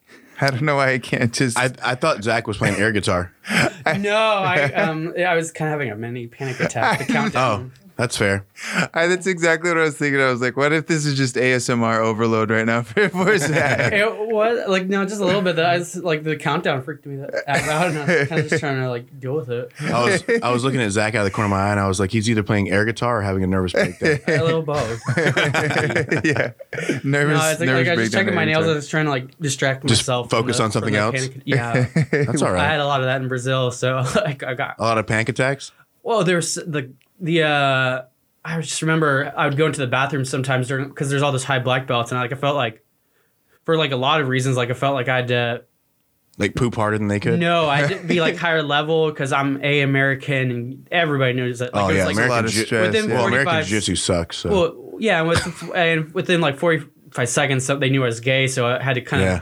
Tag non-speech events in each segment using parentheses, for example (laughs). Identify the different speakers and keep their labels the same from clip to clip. Speaker 1: (laughs) I don't know why I can't just.
Speaker 2: I, I thought Zach was playing air
Speaker 3: (laughs)
Speaker 2: guitar.
Speaker 3: No, I um, yeah, I was kind of having a mini panic attack.
Speaker 2: (laughs) Oh,
Speaker 3: The countdown.
Speaker 2: that's fair.
Speaker 1: I, that's exactly what I was thinking. I was like, what if this is just ASMR overload right now (laughs) for,
Speaker 2: (laughs)
Speaker 1: for (laughs)
Speaker 2: Oh,
Speaker 1: Zach?
Speaker 3: It was like no, just a little bit. That I was like the countdown freaked me
Speaker 2: (laughs)
Speaker 3: out, and I was kind of just trying to like deal with it.
Speaker 2: I was I was looking at Zach out of the corner of my eye, and I was like, he's either playing air guitar or having a nervous breakdown.
Speaker 3: A little both.
Speaker 2: (laughs)
Speaker 1: yeah. Nervous.
Speaker 3: No, I was like,
Speaker 1: nervous
Speaker 3: like I was just
Speaker 1: breakdown
Speaker 3: checking my
Speaker 1: every
Speaker 3: nails. I
Speaker 1: time.
Speaker 3: was trying to like distract
Speaker 2: Just
Speaker 3: myself.
Speaker 2: focus on something else?
Speaker 3: panic-
Speaker 2: (laughs)
Speaker 3: Yeah.
Speaker 2: That's all
Speaker 3: I had (laughs)
Speaker 2: right.
Speaker 3: a lot of that in Brazil, so (laughs) like I got
Speaker 2: A lot of panic attacks.
Speaker 3: Well, there's the the uh I just remember I would go into the bathroom sometimes during because there's all this high black belts and like I felt like for like a lot of reasons like I felt like I had to
Speaker 2: Like poop harder than they could.
Speaker 3: no I would
Speaker 2: (laughs)
Speaker 3: be like higher level because I'm a American and everybody knows that like
Speaker 2: Oh
Speaker 3: it's
Speaker 2: yeah,
Speaker 3: like
Speaker 1: a lot
Speaker 2: American
Speaker 1: of
Speaker 2: Jiu-
Speaker 1: stress,
Speaker 3: within
Speaker 1: yeah.
Speaker 2: well,
Speaker 3: 45
Speaker 2: American Jiu Jitsu sucks. So.
Speaker 3: well yeah and, with, and within like 45 seconds so they knew I was gay so I had to kind
Speaker 2: Yeah.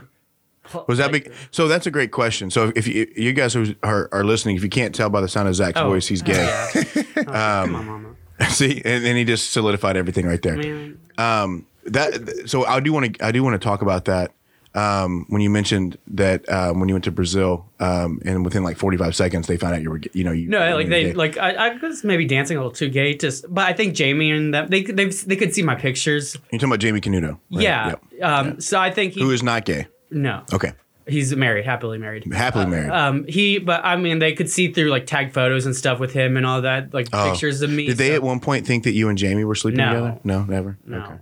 Speaker 3: of
Speaker 2: Was that
Speaker 3: like,
Speaker 2: big? So that's a great question. So if you, you guys who are, are listening, if you can't tell by the sound of Zach's
Speaker 3: Oh.
Speaker 2: voice, he's gay.
Speaker 3: yeah. Oh, come on mama
Speaker 2: (laughs) See, and then he just solidified everything right there.
Speaker 3: man
Speaker 2: Um, that so I do want to I do want to talk about that. Um, when you mentioned that um, when you went to Brazil, um, and within like 45 seconds they found out you were g- you know you
Speaker 3: No,
Speaker 2: you
Speaker 3: like
Speaker 2: were
Speaker 3: they
Speaker 2: gay.
Speaker 3: like I, I was maybe dancing a little too gay. Just but I think Jamie and them they they they could see my pictures.
Speaker 2: you're talking about Jamie Canuto. right?
Speaker 3: Yeah.
Speaker 2: Yep.
Speaker 3: Um. So I think he
Speaker 2: Who is not gay?
Speaker 3: no.
Speaker 2: Okay,
Speaker 3: He's married, happily married.
Speaker 2: happily married.
Speaker 3: Um. He but I mean they could see through like tag photos and stuff with him and all that like
Speaker 2: Oh.
Speaker 3: pictures of me.
Speaker 2: Did they
Speaker 3: so-
Speaker 2: at one point think that you and Jamie were sleeping
Speaker 3: No.
Speaker 2: together? No, never.
Speaker 3: No.
Speaker 2: Okay.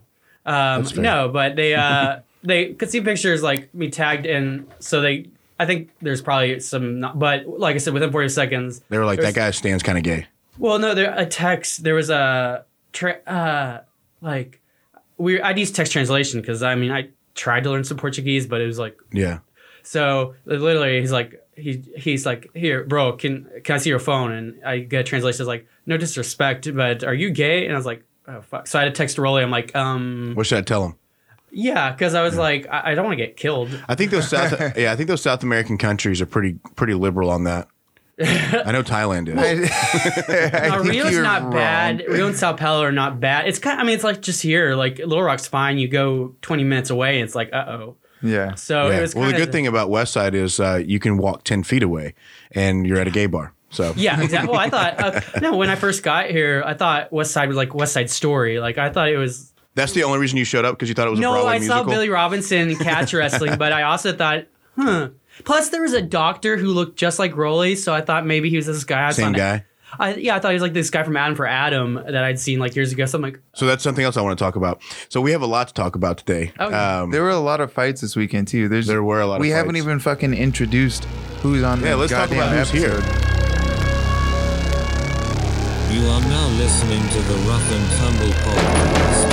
Speaker 3: Um,
Speaker 2: fair.
Speaker 3: no, but they uh, (laughs) they could see pictures like me tagged in, so they. I think there's probably some, not, but like I said, within 40 seconds,
Speaker 2: They were like
Speaker 3: There
Speaker 2: that guy stands kind of gay.
Speaker 3: Well, no, there a text. There was a tra- uh, like we. I'd use text translation because I mean I tried to learn some Portuguese, but it was like
Speaker 2: Yeah.
Speaker 3: so. Literally, he's like he he's like here, bro. Can can I see your phone? And I get a translation is like no disrespect, but are you gay? And I was like. Oh, fuck. So I had to text Rolly. I'm like, um,
Speaker 2: What should I tell him?
Speaker 3: yeah, because I was like, I, I don't want to get
Speaker 2: (laughs)
Speaker 3: killed.
Speaker 2: I think those South
Speaker 3: (laughs)
Speaker 2: yeah, I think those South American countries are pretty pretty liberal on that. I know Thailand is.
Speaker 1: (laughs)
Speaker 2: (laughs)
Speaker 1: I,
Speaker 3: No,
Speaker 1: think
Speaker 3: Uh, Rio's
Speaker 1: you're
Speaker 3: not
Speaker 1: wrong.
Speaker 3: bad. Rio and Sao Paulo are not bad. It's kind. I mean, it's like just here, like Little Rock's fine. You go 20 minutes away, it's like, uh oh.
Speaker 1: Yeah.
Speaker 3: So
Speaker 2: Yeah.
Speaker 3: it was
Speaker 2: well, the
Speaker 3: kinda-
Speaker 2: good thing about West Side is uh, you can walk ten feet away, and you're at a gay bar. So
Speaker 3: Yeah, exactly. Well, I thought uh, no. When I first got here, I thought West Side was like West Side Story. Like I thought it was.
Speaker 2: that's the only reason you showed up because you thought it was a
Speaker 3: No,
Speaker 2: Broadway
Speaker 3: I
Speaker 2: musical.
Speaker 3: saw Billy
Speaker 2: (laughs)
Speaker 3: Robinson catch wrestling, but I also thought, huh. Plus, there was a doctor who looked just like Rolly, so I thought maybe he was this guy. I
Speaker 2: Same
Speaker 3: saw-
Speaker 2: guy.
Speaker 3: I, yeah, I thought he was like this guy from Adam for Adam that I'd seen like years ago. So I'm like,
Speaker 2: So that's something else I want to talk about. So we have a lot to talk about today.
Speaker 3: Oh, yeah.
Speaker 2: um,
Speaker 1: There were a lot of fights this weekend too. There's
Speaker 2: There were a lot of
Speaker 1: We haven't
Speaker 2: fights.
Speaker 1: even fucking introduced who's on.
Speaker 2: yeah,
Speaker 1: the
Speaker 2: let's talk
Speaker 1: goddamn
Speaker 2: about who's
Speaker 1: episode.
Speaker 2: here.
Speaker 4: You are now listening to the Rough and Tumble Podcast.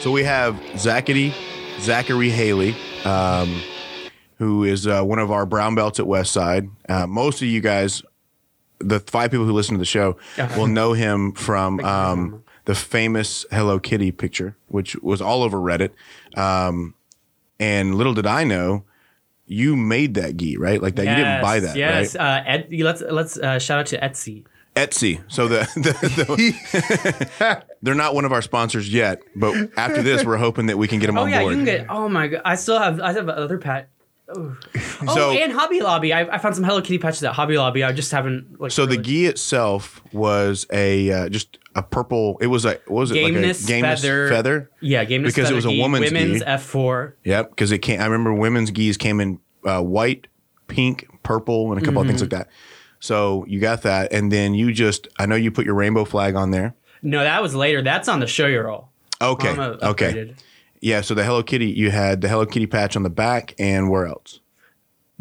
Speaker 2: So we have Zachary, Zachary Haley, um, who is uh, one of our brown belts at Westside. Uh, most of you guys, the five people who listen to the show,
Speaker 3: Yeah.
Speaker 2: will know him from um, the famous Hello Kitty picture, which was all over Reddit. Um, and little did I know, you made that gi, right? Like that, you didn't buy that,
Speaker 3: Yes,
Speaker 2: right?
Speaker 3: uh, Ed, let's let's uh, shout out to Etsy.
Speaker 2: Etsy. So the, the,
Speaker 3: (laughs)
Speaker 2: the- (laughs) they're not one of our sponsors yet, but after this, we're hoping that we can get them
Speaker 3: Oh
Speaker 2: on
Speaker 3: yeah,
Speaker 2: board.
Speaker 3: you can get. Oh my god, I still have. I have other pat.
Speaker 2: (laughs)
Speaker 3: Oh, Oh,
Speaker 2: So-
Speaker 3: and Hobby Lobby. I, I found some Hello Kitty patches at Hobby Lobby. I just haven't like.
Speaker 2: So the
Speaker 3: really-
Speaker 2: gi itself was a uh, just a purple. It was a what was it
Speaker 3: Gameness
Speaker 2: like a gameness
Speaker 3: feather.
Speaker 2: feather?
Speaker 3: yeah, game
Speaker 2: because it was a woman's
Speaker 3: women's
Speaker 2: gi.
Speaker 3: F four.
Speaker 2: Yep, because it came. I remember women's gis came in uh, white, pink, purple, and a couple of
Speaker 3: Mm-hmm.
Speaker 2: things like that. So you got that, and then you just I know you put your rainbow flag on there.
Speaker 3: No, that was later. That's on the show you're all.
Speaker 2: Okay,
Speaker 3: Mama
Speaker 2: okay,
Speaker 3: upgraded.
Speaker 2: yeah. So the Hello Kitty, you had the Hello Kitty patch on the back, and where else?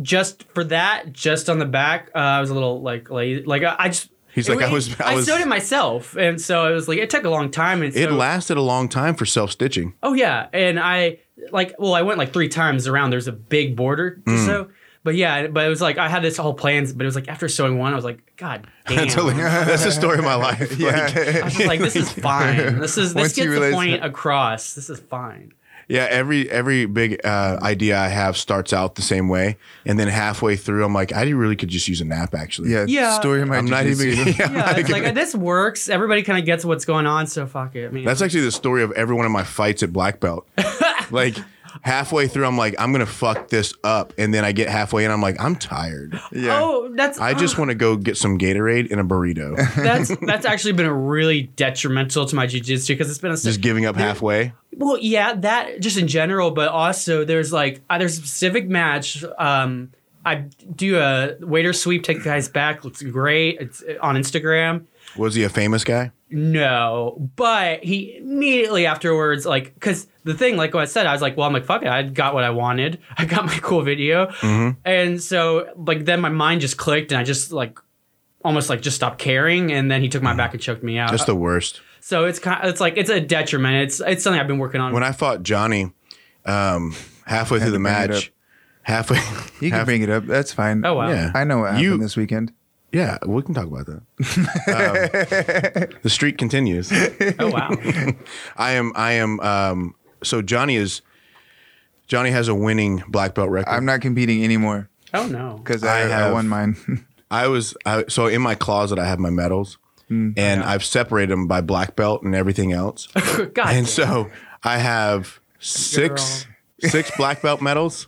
Speaker 3: Just for that, just on the back, uh, I was a little like lazy. Like I, I just.
Speaker 2: He's like, I was- I was-
Speaker 3: sewed it myself, and so it was like it took a long time. And
Speaker 2: It
Speaker 3: so-
Speaker 2: lasted a long time for self stitching.
Speaker 3: Oh yeah, and I like well, I went like three times around. There's a big border,
Speaker 1: Hmm.
Speaker 3: so. But yeah, but it was like I had this whole plans, but it was like after sewing one, I was like,
Speaker 1: (laughs)
Speaker 3: God
Speaker 2: (laughs)
Speaker 3: damn!
Speaker 2: That's, totally- that's the story of my
Speaker 3: (laughs)
Speaker 2: life.
Speaker 1: Yeah.
Speaker 2: (laughs)
Speaker 3: I was just like, this is fine. This is
Speaker 1: Once
Speaker 3: this
Speaker 1: you
Speaker 3: gets the
Speaker 1: realize
Speaker 3: point
Speaker 1: that-
Speaker 3: across. This is
Speaker 1: (laughs)
Speaker 3: fine.
Speaker 2: Yeah, every every big uh, idea I have starts out the same way, and then halfway through, I'm like, I really could just use a nap. Actually,
Speaker 1: Yeah,
Speaker 3: Yeah.
Speaker 1: story of my
Speaker 2: I'm not even. (laughs)
Speaker 1: jujitsu. (laughs)
Speaker 2: Yeah, I'm
Speaker 3: Yeah,
Speaker 2: not
Speaker 3: it's
Speaker 2: gonna-
Speaker 3: like this works. Everybody kind of gets what's going on, so fuck it. I mean,
Speaker 2: that's actually the story of every one of my fights at
Speaker 1: (laughs)
Speaker 2: black belt. like halfway through, I'm like, I'm gonna fuck this up, and then I get halfway, and I'm like, I'm tired.
Speaker 1: yeah.
Speaker 3: oh, that's
Speaker 2: I just want to go get some Gatorade and a
Speaker 1: (laughs)
Speaker 2: burrito.
Speaker 3: (laughs) that's that's actually been really detrimental to my jujitsu because it's been a
Speaker 2: just giving up halfway.
Speaker 3: Well, yeah, that just in general, but also there's like uh, there's a specific match. Um, I do a waiter sweep, take the guy's back. Looks great. It's uh, on Instagram.
Speaker 2: Was he a famous guy?
Speaker 3: No, but he immediately afterwards, like, because the thing, like what I said, I was like, well, I'm like, fuck it, I got what I wanted. (laughs) I got my cool video, and so like then my mind just clicked, and I just like almost like just stopped caring, and then he took my back and choked me out.
Speaker 2: That's the worst.
Speaker 3: so it's kind, it's like it's a detriment. It's it's something I've been working on.
Speaker 2: When I fought Johnny, um, halfway through the
Speaker 1: bring it
Speaker 2: match, halfway,
Speaker 1: You can
Speaker 2: half-
Speaker 1: bring it up. That's fine.
Speaker 3: oh wow.
Speaker 2: yeah.
Speaker 1: I know what happened
Speaker 2: You-
Speaker 1: this weekend.
Speaker 2: Yeah, we can talk about that. um, (laughs) the streak continues.
Speaker 3: Oh wow.
Speaker 2: I am. I am. Um, so Johnny is. Johnny has a winning black belt record.
Speaker 1: I'm not competing anymore (laughs)
Speaker 3: Oh no.
Speaker 1: because
Speaker 2: I
Speaker 1: I, I,
Speaker 2: have-
Speaker 1: won
Speaker 2: (laughs)
Speaker 1: mine.
Speaker 2: I was. I, so in my closet, I have my medals,
Speaker 1: Hmm.
Speaker 2: and I've separated them by black belt and everything else.
Speaker 3: (laughs)
Speaker 1: (laughs)
Speaker 3: God. damn.
Speaker 2: and so I have six six black belt medals,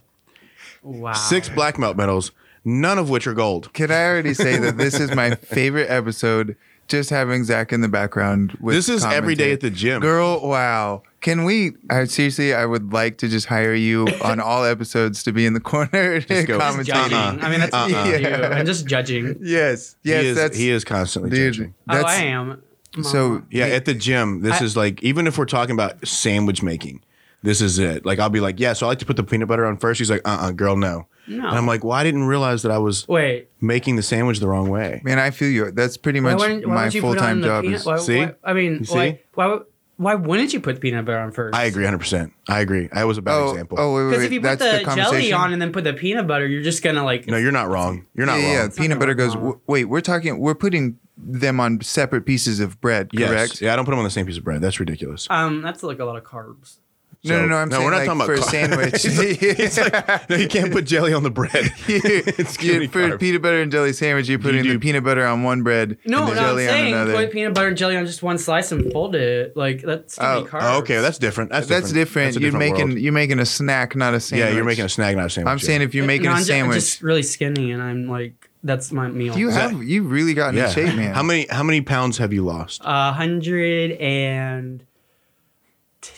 Speaker 1: (laughs)
Speaker 3: wow.
Speaker 2: six black belt medals, none of which are gold.
Speaker 1: Can I already say that this is my favorite episode? Just having Zach in the background. With
Speaker 2: This is every
Speaker 1: commentary.
Speaker 2: day at the gym.
Speaker 1: Girl, wow. Can we? I, seriously, I would like to just hire
Speaker 2: (laughs)
Speaker 1: you on all episodes to be in the corner (laughs)
Speaker 2: Just go,
Speaker 1: commentating.
Speaker 3: judging. I mean, that's
Speaker 1: Uh-uh.
Speaker 3: you.
Speaker 1: (laughs) Yeah.
Speaker 3: I'm just
Speaker 1: (laughs)
Speaker 3: judging.
Speaker 1: Yes, yes,
Speaker 2: he is,
Speaker 1: that's
Speaker 2: he is constantly
Speaker 1: dude.
Speaker 2: judging.
Speaker 1: That's
Speaker 3: oh, I am. Mom.
Speaker 1: so.
Speaker 2: Yeah, at the gym, this
Speaker 3: I-
Speaker 2: is like even if we're talking about sandwich making, this is it. Like I'll be like, yeah, so I like to put the peanut butter on first. She's like, uh, uh girl, no.
Speaker 3: No.
Speaker 2: And I'm like, well, I didn't realize that I was
Speaker 3: wait.
Speaker 2: making the sandwich the wrong way.
Speaker 1: Man, I feel you. That's pretty
Speaker 3: Why
Speaker 1: much
Speaker 3: wouldn't, why
Speaker 1: my
Speaker 3: wouldn't you
Speaker 1: full
Speaker 3: put on
Speaker 1: time
Speaker 3: the
Speaker 1: job.
Speaker 3: peanut?
Speaker 1: is,
Speaker 3: Why,
Speaker 2: See?
Speaker 3: why- I mean,
Speaker 2: see?
Speaker 3: why? Why? would- Why wouldn't you put peanut butter on first?
Speaker 2: I agree, hundred percent. I agree. I was a bad
Speaker 1: oh,
Speaker 2: example.
Speaker 1: oh, wait, wait,
Speaker 3: Because
Speaker 1: wait.
Speaker 3: if you
Speaker 1: that's
Speaker 3: put the, jelly
Speaker 1: conversation.
Speaker 3: on and then put the peanut butter, you're just gonna like.
Speaker 2: no, you're not wrong. You're not
Speaker 1: yeah, yeah,
Speaker 2: wrong.
Speaker 1: yeah. peanut
Speaker 3: not
Speaker 1: butter
Speaker 3: wrong.
Speaker 1: goes. W- wait, we're talking. We're putting them on separate pieces of bread.
Speaker 2: Yes.
Speaker 1: Correct.
Speaker 2: Yeah, I don't put them on the same piece of bread.
Speaker 1: (laughs)
Speaker 2: That's ridiculous. (laughs)
Speaker 3: um, that's like a lot of carbs.
Speaker 1: No, no, no. I'm
Speaker 2: No,
Speaker 1: saying
Speaker 2: we're not
Speaker 1: like,
Speaker 2: talking about
Speaker 1: for a
Speaker 2: car-
Speaker 1: sandwich. (laughs)
Speaker 2: no, you can't put jelly on the bread. (laughs) it's
Speaker 1: You-
Speaker 2: gonna be
Speaker 1: for
Speaker 2: carb.
Speaker 1: peanut butter and jelly sandwich, you're putting
Speaker 2: do-
Speaker 1: the peanut butter on one bread
Speaker 3: No,
Speaker 1: and
Speaker 3: no,
Speaker 1: the
Speaker 3: I'm
Speaker 1: jelly on
Speaker 3: saying
Speaker 1: another.
Speaker 3: put peanut butter and jelly on just one slice and fold it. Like that's too
Speaker 1: Oh,
Speaker 3: many
Speaker 1: oh,
Speaker 3: carbs.
Speaker 2: Oh, okay, that's different. That's,
Speaker 1: That's different.
Speaker 2: That's a
Speaker 1: you're
Speaker 2: different
Speaker 1: making
Speaker 2: world.
Speaker 1: you're making a snack, not a sandwich.
Speaker 2: Yeah, you're making a snag, not a sandwich.
Speaker 1: I'm
Speaker 2: yeah.
Speaker 1: saying if you're making
Speaker 3: no,
Speaker 1: a
Speaker 3: I'm ju- I'm
Speaker 1: sandwich,
Speaker 3: just really skinny, and I'm like, that's my meal.
Speaker 1: you
Speaker 2: Zach-
Speaker 1: have you really gotten in shape, man.
Speaker 2: How many how many pounds have you lost?
Speaker 3: A hundred and t-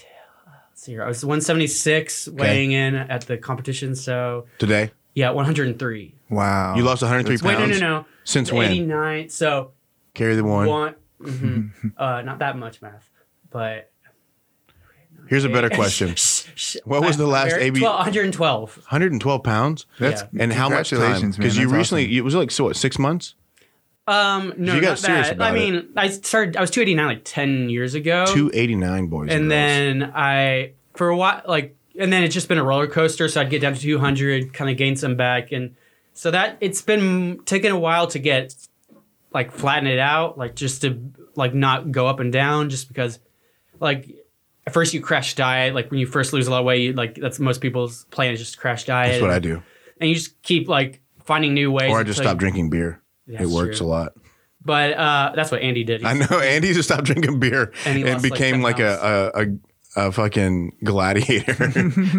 Speaker 3: let's see here. Oh, I was 176 weighing in at the competition. So
Speaker 2: Today?
Speaker 3: yeah, 103.
Speaker 1: wow,
Speaker 2: You lost 103
Speaker 3: Oh, Wait,
Speaker 2: pounds.
Speaker 3: no, no, no.
Speaker 2: Since when?
Speaker 3: 89. So
Speaker 2: Carry the one.
Speaker 3: one.
Speaker 2: (laughs)
Speaker 3: mhm. uh, not that much math, but
Speaker 2: Here's a
Speaker 3: (laughs)
Speaker 2: better question.
Speaker 3: Shh, shh.
Speaker 2: What was the last
Speaker 3: Very-
Speaker 2: AB?
Speaker 3: 12 112.
Speaker 2: 112 pounds.
Speaker 1: That's
Speaker 2: And how much time?
Speaker 1: congratulations, man.
Speaker 2: Because you
Speaker 1: That's
Speaker 2: recently,
Speaker 1: awesome.
Speaker 2: it was like so what, six months?
Speaker 3: Um, no,
Speaker 2: You got
Speaker 3: not
Speaker 2: serious
Speaker 3: that.
Speaker 2: about
Speaker 3: I
Speaker 2: it.
Speaker 3: mean, I started. I was 289 like 10 years ago.
Speaker 2: 289 boys.
Speaker 3: Oh. and
Speaker 2: girls.
Speaker 3: then I for a while like and then it's just been a roller coaster. So I'd get down to 200, kind of gain some back, and so that it's been taking a while to get like flatten it out, like just to like not go up and down, just because like at first you crash diet, like when you first lose a lot of weight, you, like that's most people's plan is just to crash diet.
Speaker 2: that's what I do.
Speaker 3: And you just keep like finding new ways.
Speaker 2: Or I just
Speaker 3: until
Speaker 2: stopped
Speaker 3: you-
Speaker 2: drinking beer. It
Speaker 3: That's
Speaker 2: works a
Speaker 3: true.
Speaker 2: lot.
Speaker 3: But uh, that's what Andy did. He-
Speaker 2: I know (laughs) Andy just stopped drinking beer and,
Speaker 3: And he lost, like,
Speaker 2: became
Speaker 3: 10
Speaker 2: like, a, a, a, a fucking gladiator.
Speaker 3: (laughs)
Speaker 2: (laughs)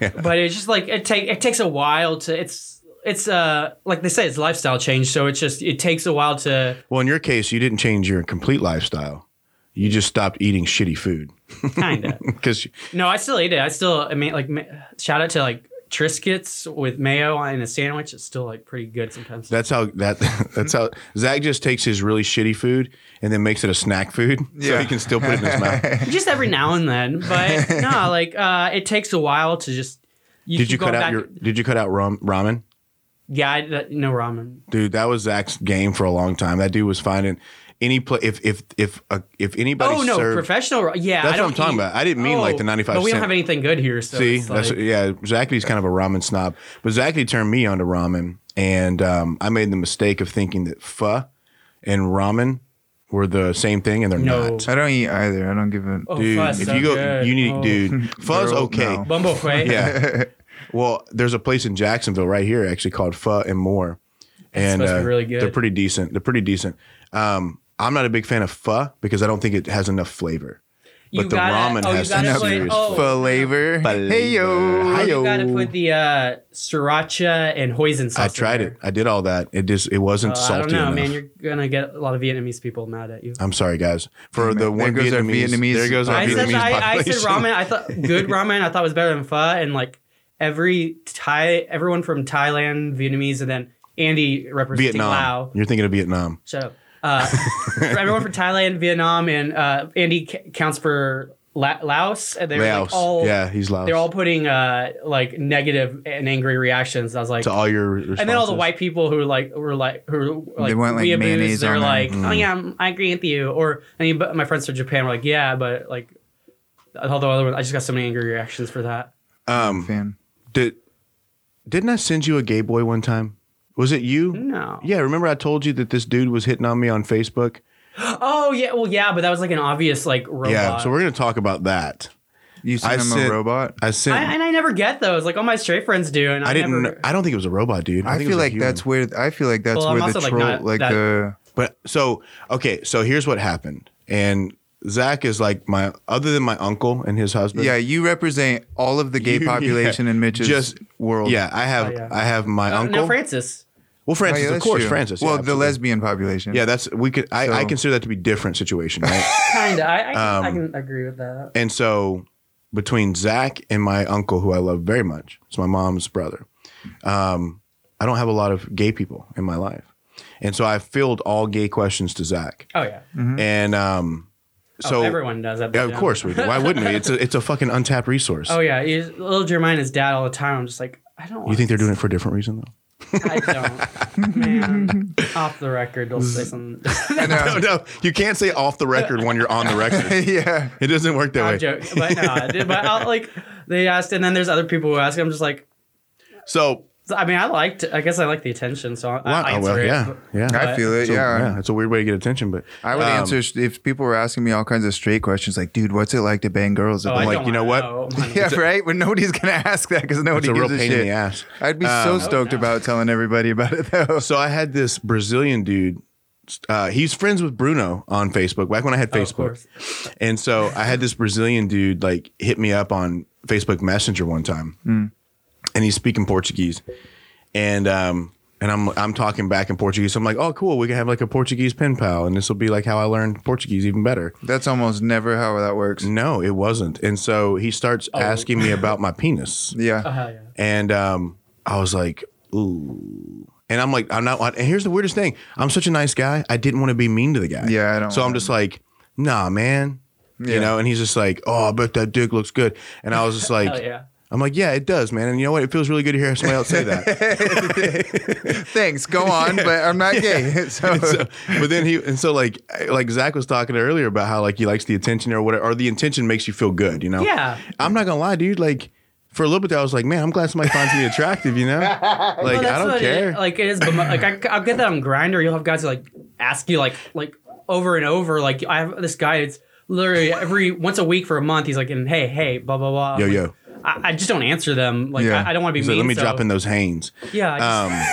Speaker 2: Yeah.
Speaker 3: but it's just like it take it takes a while to it's it's uh like they say it's lifestyle change so it's just it takes a while to
Speaker 2: Well, in your case, you didn't change your complete lifestyle. You just stopped eating shitty food (laughs)
Speaker 3: kind of
Speaker 2: because
Speaker 3: no i still eat it i still i mean like ma- shout out to like triscuits with mayo in a sandwich it's still like pretty good sometimes
Speaker 2: That's how that (laughs) that's how Zach just takes his really shitty food and then makes it a snack food so
Speaker 1: Yeah.
Speaker 2: he can still put it in his
Speaker 3: (laughs)
Speaker 2: mouth.
Speaker 3: just every now and then
Speaker 2: (laughs)
Speaker 3: but no like uh it takes a while to just you
Speaker 2: Did
Speaker 3: keep
Speaker 2: you cut
Speaker 3: going
Speaker 2: out
Speaker 3: back-
Speaker 2: your did you cut out rum, ramen?
Speaker 3: yeah I, that, no ramen
Speaker 2: Dude, that was Zach's game for a long time. That dude was finding any play if if if uh, if anybody
Speaker 3: Oh no,
Speaker 2: served-
Speaker 3: professional. ro- Yeah,
Speaker 2: That's
Speaker 3: I
Speaker 2: what
Speaker 3: don't
Speaker 2: I'm talking
Speaker 3: eat- Oh,
Speaker 2: about. I didn't mean, like, the 95
Speaker 3: But we don't
Speaker 2: cent.
Speaker 3: have anything good here. So
Speaker 2: See,
Speaker 3: it's
Speaker 2: that's
Speaker 3: like-
Speaker 2: yeah. Zachary's kind of a ramen snob, but Zachary turned me on to ramen, and um, I made the mistake of thinking that pho and ramen were the same thing, and they're
Speaker 3: No.
Speaker 2: not.
Speaker 1: I don't eat either. I don't give a.
Speaker 3: oh,
Speaker 2: Dude,
Speaker 3: pho is
Speaker 2: if
Speaker 3: so
Speaker 2: you go,
Speaker 3: good.
Speaker 2: you need,
Speaker 3: oh.
Speaker 2: dude,
Speaker 3: (laughs)
Speaker 2: pho's
Speaker 1: Girl,
Speaker 2: okay.
Speaker 1: no.
Speaker 3: Bumbo Quay. (laughs)
Speaker 2: Yeah. well, there's a place in Jacksonville right here actually called Pho and More, and
Speaker 3: supposed to be
Speaker 2: uh,
Speaker 3: really good.
Speaker 2: They're pretty decent. They're pretty decent. Um, I'm not a big fan of pho because I don't think it has enough flavor.
Speaker 3: You
Speaker 2: But the
Speaker 3: gotta-
Speaker 2: ramen
Speaker 3: oh, you
Speaker 2: has
Speaker 3: gotta
Speaker 2: some
Speaker 3: play-
Speaker 2: serious
Speaker 3: oh,
Speaker 1: flavor. Hey yo.
Speaker 2: Hi,
Speaker 3: You
Speaker 2: yo.
Speaker 3: gotta put the uh, sriracha and hoisin sauce.
Speaker 2: I
Speaker 3: in
Speaker 2: tried
Speaker 3: there.
Speaker 2: it. I did all that. It just it wasn't
Speaker 3: Uh, I
Speaker 2: salty
Speaker 3: don't know,
Speaker 2: enough.
Speaker 3: man. You're gonna get a lot of Vietnamese people mad at you.
Speaker 2: I'm sorry, guys. For the
Speaker 1: There
Speaker 2: one
Speaker 1: goes our
Speaker 2: Vietnamese,
Speaker 1: Vietnamese
Speaker 2: there goes our
Speaker 3: I
Speaker 1: population.
Speaker 3: said
Speaker 2: Vietnamese
Speaker 3: I, I said
Speaker 2: population.
Speaker 3: ramen. I thought
Speaker 2: (laughs)
Speaker 3: good ramen. I thought was better than pho, and like every Thai, everyone from Thailand, Vietnamese, and then Andy representing
Speaker 2: Vietnam.
Speaker 3: Lao.
Speaker 2: You're thinking of Vietnam.
Speaker 3: Shut up. Uh,
Speaker 2: (laughs)
Speaker 3: for everyone from Thailand, Vietnam, and uh, Andy c- counts for La- Laos, and they're
Speaker 2: Laos.
Speaker 3: like all
Speaker 2: yeah, he's Laos.
Speaker 3: they're all putting uh, like negative and angry reactions. I was like,
Speaker 2: to all your.
Speaker 3: and then all the
Speaker 2: responses.
Speaker 3: white people who like were like who were, like,
Speaker 1: They want, like,
Speaker 3: weeaboos,
Speaker 1: mayonnaise
Speaker 3: they're
Speaker 1: on them.
Speaker 3: like, oh yeah, I'm- I agree with you. Or I mean, but my friends from Japan were like, yeah, but like, although other ones, I just got so many angry reactions for that.
Speaker 2: Um,
Speaker 1: Fan.
Speaker 2: did didn't I send you a gay boy one time? Was it you?
Speaker 3: No.
Speaker 2: Yeah, remember I told you that this dude was hitting on me on Facebook.
Speaker 3: Oh yeah, well yeah, but that was like an obvious like robot.
Speaker 2: Yeah, so we're gonna talk about that.
Speaker 1: You
Speaker 2: I
Speaker 1: sent him
Speaker 2: said-
Speaker 1: a robot.
Speaker 2: I sent.
Speaker 3: I,
Speaker 2: I,
Speaker 3: and I never get those. Like all my straight friends do, and I,
Speaker 2: didn't.
Speaker 3: Never,
Speaker 2: I don't think it was a robot, dude.
Speaker 1: I,
Speaker 2: think it
Speaker 1: feel
Speaker 2: was a
Speaker 1: like
Speaker 2: human.
Speaker 1: that's where I feel like that's
Speaker 3: Well, I'm
Speaker 1: where the
Speaker 3: also, like,
Speaker 1: troll,
Speaker 3: not
Speaker 1: like uh,
Speaker 3: that-
Speaker 1: the
Speaker 2: But so okay, so here's what happened. And Zach is like my other than my uncle and his husband.
Speaker 1: yeah. You represent all of the gay
Speaker 2: You- (laughs) yeah.
Speaker 1: population in Mitch's
Speaker 2: Just-
Speaker 1: world.
Speaker 2: Yeah, I have
Speaker 3: Oh, yeah.
Speaker 2: I have my
Speaker 3: Uh,
Speaker 2: uncle.
Speaker 3: no, Francis.
Speaker 2: Well,
Speaker 1: Oh, yeah,
Speaker 2: Francis, of
Speaker 1: that's
Speaker 2: course,
Speaker 1: true.
Speaker 2: Francis.
Speaker 1: well,
Speaker 2: yeah,
Speaker 1: the
Speaker 2: absolutely.
Speaker 1: lesbian population.
Speaker 2: Yeah, that's we could. I, I
Speaker 1: So-
Speaker 2: consider that to be different situation, (laughs) right?
Speaker 3: Kinda. I I, I
Speaker 2: Um,
Speaker 3: can agree with that.
Speaker 2: and so between Zach and my uncle, who I love very much, it's my mom's brother. Um, I don't have a lot of gay people in my life, and so I filled all gay questions to Zach,
Speaker 3: Oh yeah.
Speaker 2: and um, so
Speaker 3: oh, everyone does that.
Speaker 2: Yeah, of course we do. Why wouldn't we? It's a it's a fucking untapped resource.
Speaker 3: Oh yeah, he's, little Jermaine dad all the time. I'm just like, I don't.
Speaker 2: You
Speaker 3: want
Speaker 2: think they're
Speaker 3: this.
Speaker 2: doing it for a different reason though?
Speaker 3: I
Speaker 2: (laughs)
Speaker 3: don't. Man, off the record, don't say (laughs) something.
Speaker 1: And, uh,
Speaker 2: No, no, you can't say off the record when you're on
Speaker 1: (laughs)
Speaker 2: the
Speaker 1: (laughs)
Speaker 2: record.
Speaker 1: yeah.
Speaker 2: It doesn't work that
Speaker 3: I'm
Speaker 2: way.
Speaker 3: joking, but no, but I'll, like they asked, and then there's other people who ask. I'm just like,
Speaker 2: So
Speaker 3: so, I mean, I liked. I guess I like the attention, so I,
Speaker 2: Wow,
Speaker 3: I answer
Speaker 2: well,
Speaker 3: it.
Speaker 2: yeah, yeah.
Speaker 1: I feel it.
Speaker 2: So,
Speaker 1: yeah.
Speaker 2: yeah, it's a weird way to get attention, but
Speaker 1: I would
Speaker 2: um,
Speaker 1: answer if people were asking me all kinds of straight questions, like, dude, what's it like to bang girls?
Speaker 3: Oh,
Speaker 1: I'm
Speaker 3: I
Speaker 1: like,
Speaker 3: don't
Speaker 2: you know
Speaker 3: wanna
Speaker 2: what? (laughs)
Speaker 3: know.
Speaker 1: (laughs) yeah, right. But nobody's gonna (laughs) ask that because
Speaker 2: It's
Speaker 1: nobody
Speaker 2: a real
Speaker 1: gives a
Speaker 2: pain
Speaker 1: shit.
Speaker 2: in the ass.
Speaker 1: I'd be
Speaker 2: Um,
Speaker 1: so stoked about telling everybody about it (laughs) though.
Speaker 2: So I had this Brazilian dude. Uh, he's friends with Bruno on Facebook. Back when I had
Speaker 3: Oh, of
Speaker 2: Facebook,
Speaker 3: course.
Speaker 2: and so I had this Brazilian dude like hit me up on Facebook Messenger one time,
Speaker 3: Hmm.
Speaker 2: and he's speaking Portuguese, and um and I'm I'm talking back in Portuguese. I'm like, oh cool, we can have like a Portuguese pen pal, and this will be like how I learned Portuguese even better.
Speaker 1: That's almost never how that works.
Speaker 2: No, it wasn't. And so he starts asking me about my penis.
Speaker 1: Yeah.
Speaker 3: Oh, hell yeah.
Speaker 2: And um, I was like, ooh. And I'm like, I'm not. And here's the weirdest thing: I'm such a nice guy. I didn't want to be mean to the guy.
Speaker 1: Yeah, I don't
Speaker 2: So I'm
Speaker 1: want-
Speaker 2: just like, nah, man. You
Speaker 1: Yeah.
Speaker 2: know. And he's just like, oh, I bet that dick looks good. And I was
Speaker 3: (laughs)
Speaker 2: just like,
Speaker 3: Hell yeah.
Speaker 2: I'm like, yeah, it does, man. And you know what? It feels really good to hear somebody else say that.
Speaker 1: (laughs) Thanks.
Speaker 2: (laughs)
Speaker 1: Go on, but I'm not gay. (laughs) So,
Speaker 2: And so, but then he and so like like Zach was talking earlier about how like he likes the attention or whatever or the intention makes you feel good, you know?
Speaker 3: Yeah.
Speaker 2: I'm not gonna lie, dude. Like for a little bit, there, I was like, man, I'm glad somebody finds me attractive, you know?
Speaker 3: (laughs)
Speaker 2: Like
Speaker 3: Well,
Speaker 2: I
Speaker 3: that's
Speaker 2: don't
Speaker 3: what it-
Speaker 2: care.
Speaker 3: like it is, but my- like I, will get that on Grinder. You'll have guys who, like ask you like like over and over. Like I have this guy. It's literally every once a week for a month. He's like, and hey, hey, blah blah blah.
Speaker 2: yo
Speaker 3: I'm
Speaker 2: yo.
Speaker 3: like, I, I just don't answer them. Like
Speaker 1: Yeah.
Speaker 3: I, I don't want to be
Speaker 2: So
Speaker 3: mean.
Speaker 2: let me
Speaker 3: so-
Speaker 2: drop in those Hanes.
Speaker 3: Yeah, I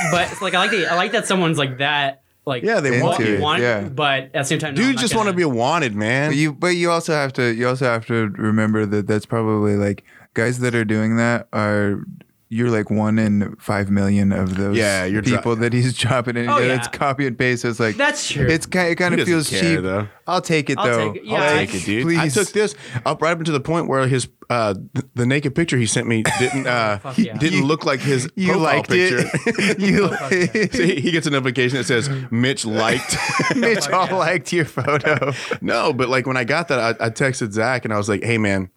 Speaker 3: just- but it's like I like the, I like that someone's like that. Like
Speaker 2: Um, Yeah, they
Speaker 1: want
Speaker 3: you
Speaker 1: it,
Speaker 3: want,
Speaker 1: yeah.
Speaker 3: but at the same time, no, I'm
Speaker 2: Dude
Speaker 3: not
Speaker 2: just want to
Speaker 3: gonna-
Speaker 2: be wanted, man.
Speaker 1: but you, but you also have to, you also have to remember that that's probably like guys that are doing that are. You're like one in five million of those
Speaker 2: Yeah, you're dro-
Speaker 1: people that he's (laughs) dropping in.
Speaker 3: Oh, yeah.
Speaker 1: It's copy and paste. So it's like
Speaker 3: That's true.
Speaker 1: It's kind. It kind
Speaker 2: He
Speaker 1: of
Speaker 2: doesn't
Speaker 1: feels
Speaker 2: care,
Speaker 1: cheap.
Speaker 2: though.
Speaker 1: I'll take it
Speaker 3: I'll
Speaker 1: though.
Speaker 3: take it. Yeah,
Speaker 2: Take it, dude. I
Speaker 1: Please.
Speaker 2: took this up right up to the point where his uh, th- the naked picture he sent me didn't
Speaker 3: (laughs)
Speaker 2: uh,
Speaker 3: Oh, Fuck yeah.
Speaker 2: didn't look like his
Speaker 1: (laughs) You
Speaker 2: profile
Speaker 1: liked
Speaker 2: picture.
Speaker 1: it. (laughs) you liked
Speaker 2: so he, he gets a notification that says Mitch liked.
Speaker 1: (laughs)
Speaker 3: (laughs) Oh
Speaker 1: Mitch all liked your photo.
Speaker 2: (laughs) No, but like when I got that, I, I texted Zach and I was like, "Hey, man,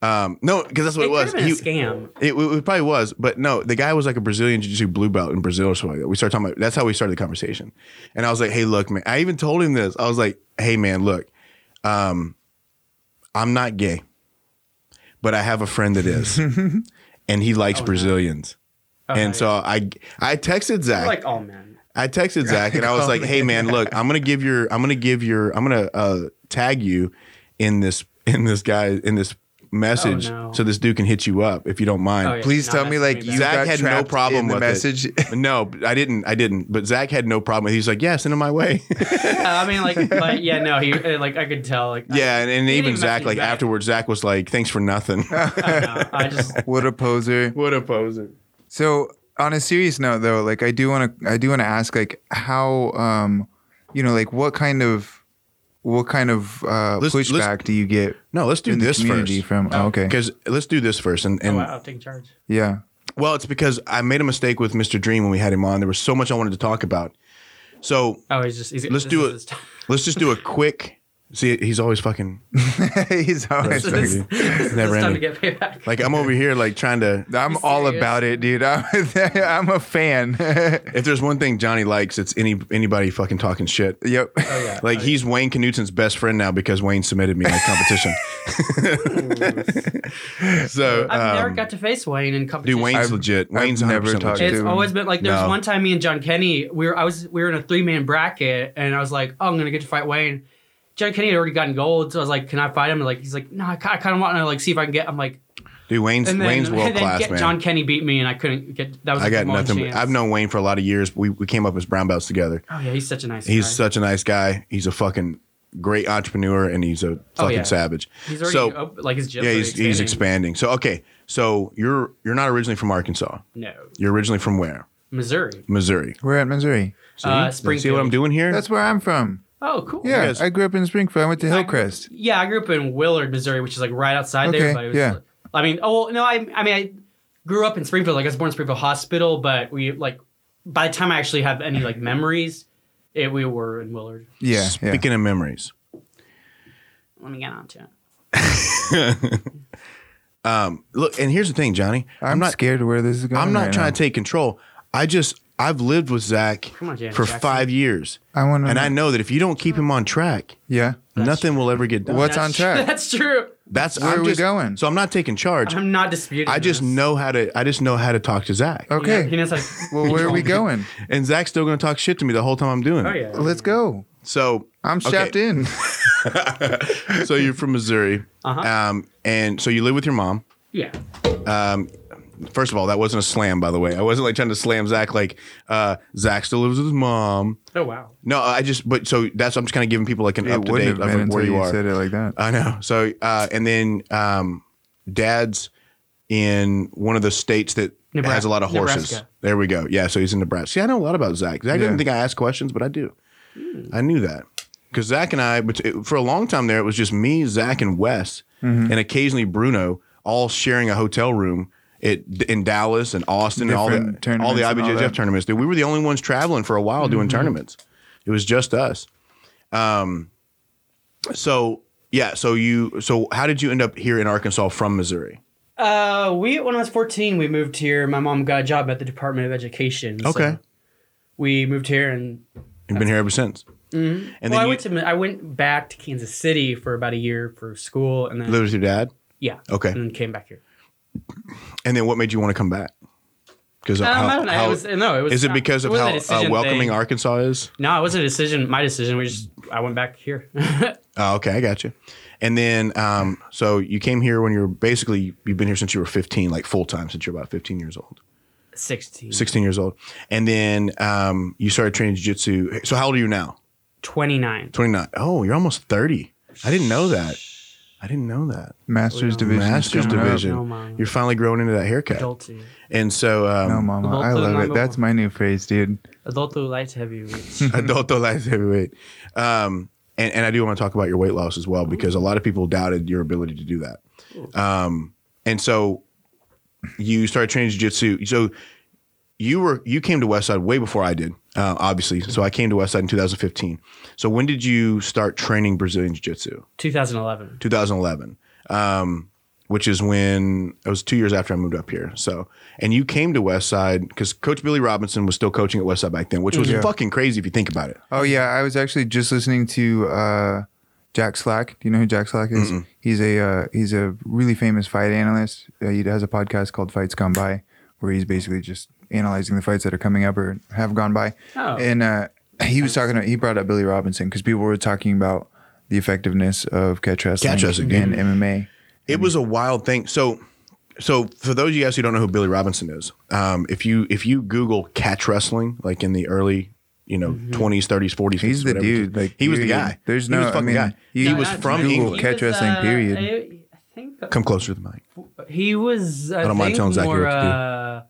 Speaker 2: Um, no, because that's what it,
Speaker 3: It
Speaker 2: was.
Speaker 3: could've been a
Speaker 2: He-
Speaker 3: scam.
Speaker 2: It, it probably was, but no, the guy was like a Brazilian jiu-jitsu blue belt in Brazil or something like that. We started talking about that's how we started the conversation, and I was like, "Hey, look, man." I even told him this. I was like, "Hey, man, look, um, I'm not gay, but I have a friend that
Speaker 3: (laughs)
Speaker 2: is, and he
Speaker 3: Oh,
Speaker 2: likes Brazilians." and so I I texted Zach.
Speaker 3: like, oh man,
Speaker 2: I
Speaker 3: (laughs)
Speaker 2: texted Zach and I was like, "Hey man, look, I'm gonna give your, I'm gonna give your, I'm gonna uh, tag you in this, in this guy, in this message,
Speaker 3: Oh, no.
Speaker 2: so this dude can hit you up if you don't mind."
Speaker 3: Oh, yeah.
Speaker 1: Please
Speaker 3: No,
Speaker 1: tell
Speaker 3: that's
Speaker 1: me like
Speaker 3: pretty
Speaker 1: you
Speaker 2: Zach
Speaker 3: bad.
Speaker 1: got
Speaker 2: had no
Speaker 1: trapped
Speaker 2: problem
Speaker 1: in the
Speaker 2: with it.
Speaker 1: message.
Speaker 2: (laughs) No, I didn't, I didn't. But Zach had no problem. He's like, "Yeah, send him my way."
Speaker 3: Yeah, I mean, like, but yeah, no, he uh, like I could tell, like,
Speaker 2: yeah, and, and
Speaker 3: He
Speaker 2: even
Speaker 3: didn't
Speaker 2: Zach,
Speaker 3: message
Speaker 2: like
Speaker 3: back.
Speaker 2: afterwards, Zach was like, "Thanks for nothing."
Speaker 3: I, don't know.
Speaker 2: (laughs)
Speaker 3: I just oh,
Speaker 1: what a poser.
Speaker 2: what a poser.
Speaker 1: So on a serious note though, like I do want to I do want to ask like how um you know like what kind of what kind of uh
Speaker 2: Let's- let's-
Speaker 1: pushback do you get
Speaker 2: (laughs) No, let's do
Speaker 1: in the
Speaker 2: this
Speaker 1: community
Speaker 2: first.
Speaker 1: from oh, okay.
Speaker 2: Because let's do this first, and,
Speaker 3: oh,
Speaker 2: and
Speaker 3: wow, taking charge.
Speaker 1: Yeah. (laughs)
Speaker 2: Well, it's because I made a mistake with Mr. Dream when we had him on. There was so much I wanted to talk about. So
Speaker 3: Oh, he's just. He's,
Speaker 2: Let's
Speaker 3: this
Speaker 2: do
Speaker 3: is
Speaker 2: it.
Speaker 3: his time. (laughs)
Speaker 2: let's just do a quick. See, he's always fucking
Speaker 1: He's always
Speaker 2: That's
Speaker 1: like,
Speaker 3: This,
Speaker 2: you.
Speaker 3: this is
Speaker 2: Never
Speaker 3: his time to
Speaker 2: ending.
Speaker 3: get payback.
Speaker 2: like I'm over here like trying to.
Speaker 1: I'm
Speaker 3: He's
Speaker 1: all
Speaker 3: serious.
Speaker 1: about it, dude. I'm, (laughs) I'm a fan. (laughs)
Speaker 2: If there's one thing Johnny likes, it's any anybody fucking talking shit.
Speaker 1: yep.
Speaker 3: oh yeah,
Speaker 2: Like he's Wayne Knutson's best friend now because Wayne submitted me in a competition. (laughs) so
Speaker 3: I've never
Speaker 2: um,
Speaker 3: got to face Wayne in
Speaker 2: dude,
Speaker 3: competition.
Speaker 2: Wayne's
Speaker 1: I've-
Speaker 2: legit.
Speaker 1: I've
Speaker 2: Wayne's 100%
Speaker 1: never talked
Speaker 2: legit.
Speaker 3: It's
Speaker 1: Dude.
Speaker 3: always been like there was
Speaker 2: No.
Speaker 3: one time me and John Kenny we were I was we were in a three man bracket and I was like oh I'm gonna get to fight Wayne. John Kenny had already gotten gold so I was like can I fight him? And like he's like no I, kind of want to like see if I can get I'm like
Speaker 2: Dude, Wayne's
Speaker 3: and then,
Speaker 2: Wayne's
Speaker 3: and
Speaker 2: world
Speaker 3: then
Speaker 2: class
Speaker 3: get-
Speaker 2: man.
Speaker 3: John Kenny beat me and I couldn't get that was
Speaker 2: I
Speaker 3: like,
Speaker 2: got
Speaker 3: my one
Speaker 2: nothing.
Speaker 3: Chance.
Speaker 2: I've known Wayne for a lot of years. We we came up as brown belts together.
Speaker 3: oh yeah he's such a nice
Speaker 2: He's
Speaker 3: guy.
Speaker 2: such a nice guy. He's a fucking great entrepreneur and he's a fucking
Speaker 3: Oh, yeah.
Speaker 2: savage.
Speaker 3: he's already
Speaker 2: so
Speaker 3: op- like his gym's
Speaker 2: yeah,
Speaker 3: already
Speaker 2: he's he's expanding. So okay, so you're you're not originally from Arkansas.
Speaker 3: no
Speaker 2: You're originally from where?
Speaker 3: Missouri
Speaker 2: Missouri.
Speaker 1: We're at Missouri.
Speaker 2: See,
Speaker 3: Uh,
Speaker 2: You see
Speaker 3: Springfield.
Speaker 2: what I'm doing here?
Speaker 1: That's where I'm from.
Speaker 3: oh cool
Speaker 1: Yeah,
Speaker 2: Yes.
Speaker 1: I grew up in Springfield. I went to
Speaker 3: I-
Speaker 1: Hillcrest.
Speaker 3: Yeah, I grew up in Willard, Missouri, which is like right outside
Speaker 1: Okay,
Speaker 3: there. But it was,
Speaker 1: yeah.
Speaker 3: I mean, oh well, no, I, I mean, I grew up in Springfield. Like I was born in Springfield Hospital, but we like by the time I actually have any like memories, it, we were in Willard.
Speaker 1: Yeah, yeah.
Speaker 2: Speaking of memories,
Speaker 3: Let me get on to it.
Speaker 2: look, and here's the thing, Johnny.
Speaker 1: I'm,
Speaker 2: not
Speaker 1: scared of where this is going.
Speaker 2: I'm not
Speaker 1: right
Speaker 2: trying
Speaker 1: now.
Speaker 2: to take control. I just I've lived with Zach
Speaker 3: on, Janet
Speaker 2: for
Speaker 3: Jackson.
Speaker 2: five years,
Speaker 1: I want to.
Speaker 2: and I know that if you don't keep him on track,
Speaker 1: Yeah.
Speaker 2: nothing will ever get done.
Speaker 1: What's
Speaker 3: That's-
Speaker 1: on track?
Speaker 3: (laughs) That's true.
Speaker 2: That's
Speaker 1: Where
Speaker 2: I'm
Speaker 1: are we
Speaker 2: just-
Speaker 1: going?
Speaker 2: So I'm not taking charge.
Speaker 3: I'm not disputing.
Speaker 2: I just
Speaker 3: this.
Speaker 2: know how to. I just know how to talk to Zach.
Speaker 3: He knows-
Speaker 1: Okay.
Speaker 3: He knows how to
Speaker 1: well, where are
Speaker 2: (laughs)
Speaker 1: we
Speaker 3: control me.
Speaker 1: going?
Speaker 2: And Zach's still going to talk shit to me the whole time I'm doing it.
Speaker 3: Oh yeah.
Speaker 1: Let's go.
Speaker 2: So
Speaker 1: I'm strapped in.
Speaker 2: in. (laughs) So you're from Missouri,
Speaker 3: Uh-huh.
Speaker 2: um, and so you live with your mom.
Speaker 3: Yeah.
Speaker 2: First of all, that wasn't a slam, by the way. I wasn't like trying to slam Zach. Like uh, Zach still lives with his mom.
Speaker 3: Oh wow.
Speaker 2: No, I just but so that's I'm just kind of giving people like an up
Speaker 1: It
Speaker 2: to
Speaker 1: wouldn't
Speaker 2: date
Speaker 1: have
Speaker 2: of
Speaker 1: been
Speaker 2: like,
Speaker 1: until
Speaker 2: where
Speaker 1: you,
Speaker 2: you are.
Speaker 1: said it like that.
Speaker 2: I know. So uh, and then um, dad's in one of the states that
Speaker 3: Nebraska-
Speaker 2: has a lot of horses.
Speaker 3: Nebraska.
Speaker 2: There we go. Yeah, so he's in Nebraska. See, I know a lot about Zach. Zach
Speaker 1: Yeah.
Speaker 2: didn't think I asked questions, but I do. I knew that because Zach and I, but it- for a long time there, it was just me, Zach, and Wes,
Speaker 1: Mm-hmm.
Speaker 2: and occasionally Bruno, all sharing a hotel room. It, in Dallas and Austin and
Speaker 1: Different
Speaker 2: all the
Speaker 1: tournaments
Speaker 2: all
Speaker 1: and
Speaker 2: the
Speaker 1: all
Speaker 2: IBJJF
Speaker 1: that. Mm-hmm.
Speaker 2: tournaments. Dude, we were the only ones traveling for a while doing tournaments. It was just us. Um, so yeah, so you so how did you end up here in Arkansas from Missouri?
Speaker 3: Uh, we when I was 14, we moved here. My mom got a job at the Department of Education. so
Speaker 2: Okay.
Speaker 3: we moved here and
Speaker 2: You've been here ever since. And
Speaker 3: Mm-hmm. well, I
Speaker 2: then you
Speaker 3: went to I went back to Kansas City for about a year for school, and then
Speaker 2: lived with your dad.
Speaker 3: yeah,
Speaker 2: Okay.
Speaker 3: and then came back here.
Speaker 2: And then what made you want to come back? Because
Speaker 3: Um, I don't know. it was, no, it was.
Speaker 2: is it because of
Speaker 3: wasn't
Speaker 2: how
Speaker 3: a
Speaker 2: uh,
Speaker 3: decision
Speaker 2: welcoming
Speaker 3: thing.
Speaker 2: Arkansas is?
Speaker 3: No, it wasn't a decision. My decision. We just I went back here. (laughs)
Speaker 2: Oh, okay, I got you. And then, um, so you came here when you're basically you've been here since you were 15, like full time since you're about 15 years old,
Speaker 3: Sixteen.
Speaker 2: 16 years old. And then um, you started training jiu-jitsu. So how old are you now?
Speaker 3: Twenty-nine.
Speaker 2: 29. Oh, you're almost 30. I didn't know that. I didn't know that.
Speaker 1: Masters division.
Speaker 2: Masters division.
Speaker 3: No, Mom.
Speaker 2: you're finally growing into that haircut.
Speaker 3: Adulting.
Speaker 2: And so, um,
Speaker 1: No, mama, I
Speaker 3: Adulto
Speaker 1: love
Speaker 3: Mambo.
Speaker 1: it. That's my new phrase, dude.
Speaker 3: Adult who lights
Speaker 2: (laughs)
Speaker 3: heavy.
Speaker 2: adulto light heavyweight. Um, and, and I do want to talk about your weight loss as well because a lot of people doubted your ability to do that. Um, and so you started training jiu-jitsu. So you were you came to Westside way before I did, uh, obviously. So I came to Westside in 2015. So when did you start training Brazilian jiu-jitsu?
Speaker 3: 2011.
Speaker 2: 2011. Um, which is when it was two years after I moved up here. So, and you came to Westside because Coach Billy Robinson was still coaching at Westside back then, which was fucking crazy if you think about it.
Speaker 1: Oh yeah, I was actually just listening to uh, Jack Slack. Do you know who Jack Slack is? He's a uh, he's a really famous fight analyst. Uh, he has a podcast called Fights Gone By, where he's basically just analyzing the fights that are coming up or have gone by.
Speaker 3: Oh.
Speaker 1: And uh, he was talking. He brought up Billy Robinson because people were talking about the effectiveness of catch wrestling,
Speaker 2: Catch wrestling, dude.
Speaker 1: and MMA.
Speaker 2: It was a wild thing. So, so for those of you guys who don't know who Billy Robinson is, um, if you if you Google catch wrestling, like in the early you know 20s, 30s, 40s,
Speaker 1: He's the
Speaker 2: whatever,
Speaker 1: dude. Like
Speaker 2: he was the
Speaker 1: period.
Speaker 2: guy.
Speaker 1: There's
Speaker 2: he
Speaker 1: no.
Speaker 2: was
Speaker 1: I
Speaker 2: fucking
Speaker 1: mean,
Speaker 2: guy.
Speaker 1: you-
Speaker 2: he
Speaker 3: No,
Speaker 2: was
Speaker 3: that's-
Speaker 2: from
Speaker 1: Google
Speaker 2: England.
Speaker 1: catch wrestling, period.
Speaker 3: uh, I, I think uh,
Speaker 2: Come closer to the mic.
Speaker 3: he was. I,
Speaker 2: don't mind
Speaker 3: think
Speaker 2: telling Zach
Speaker 3: more
Speaker 2: what to do.
Speaker 3: uh,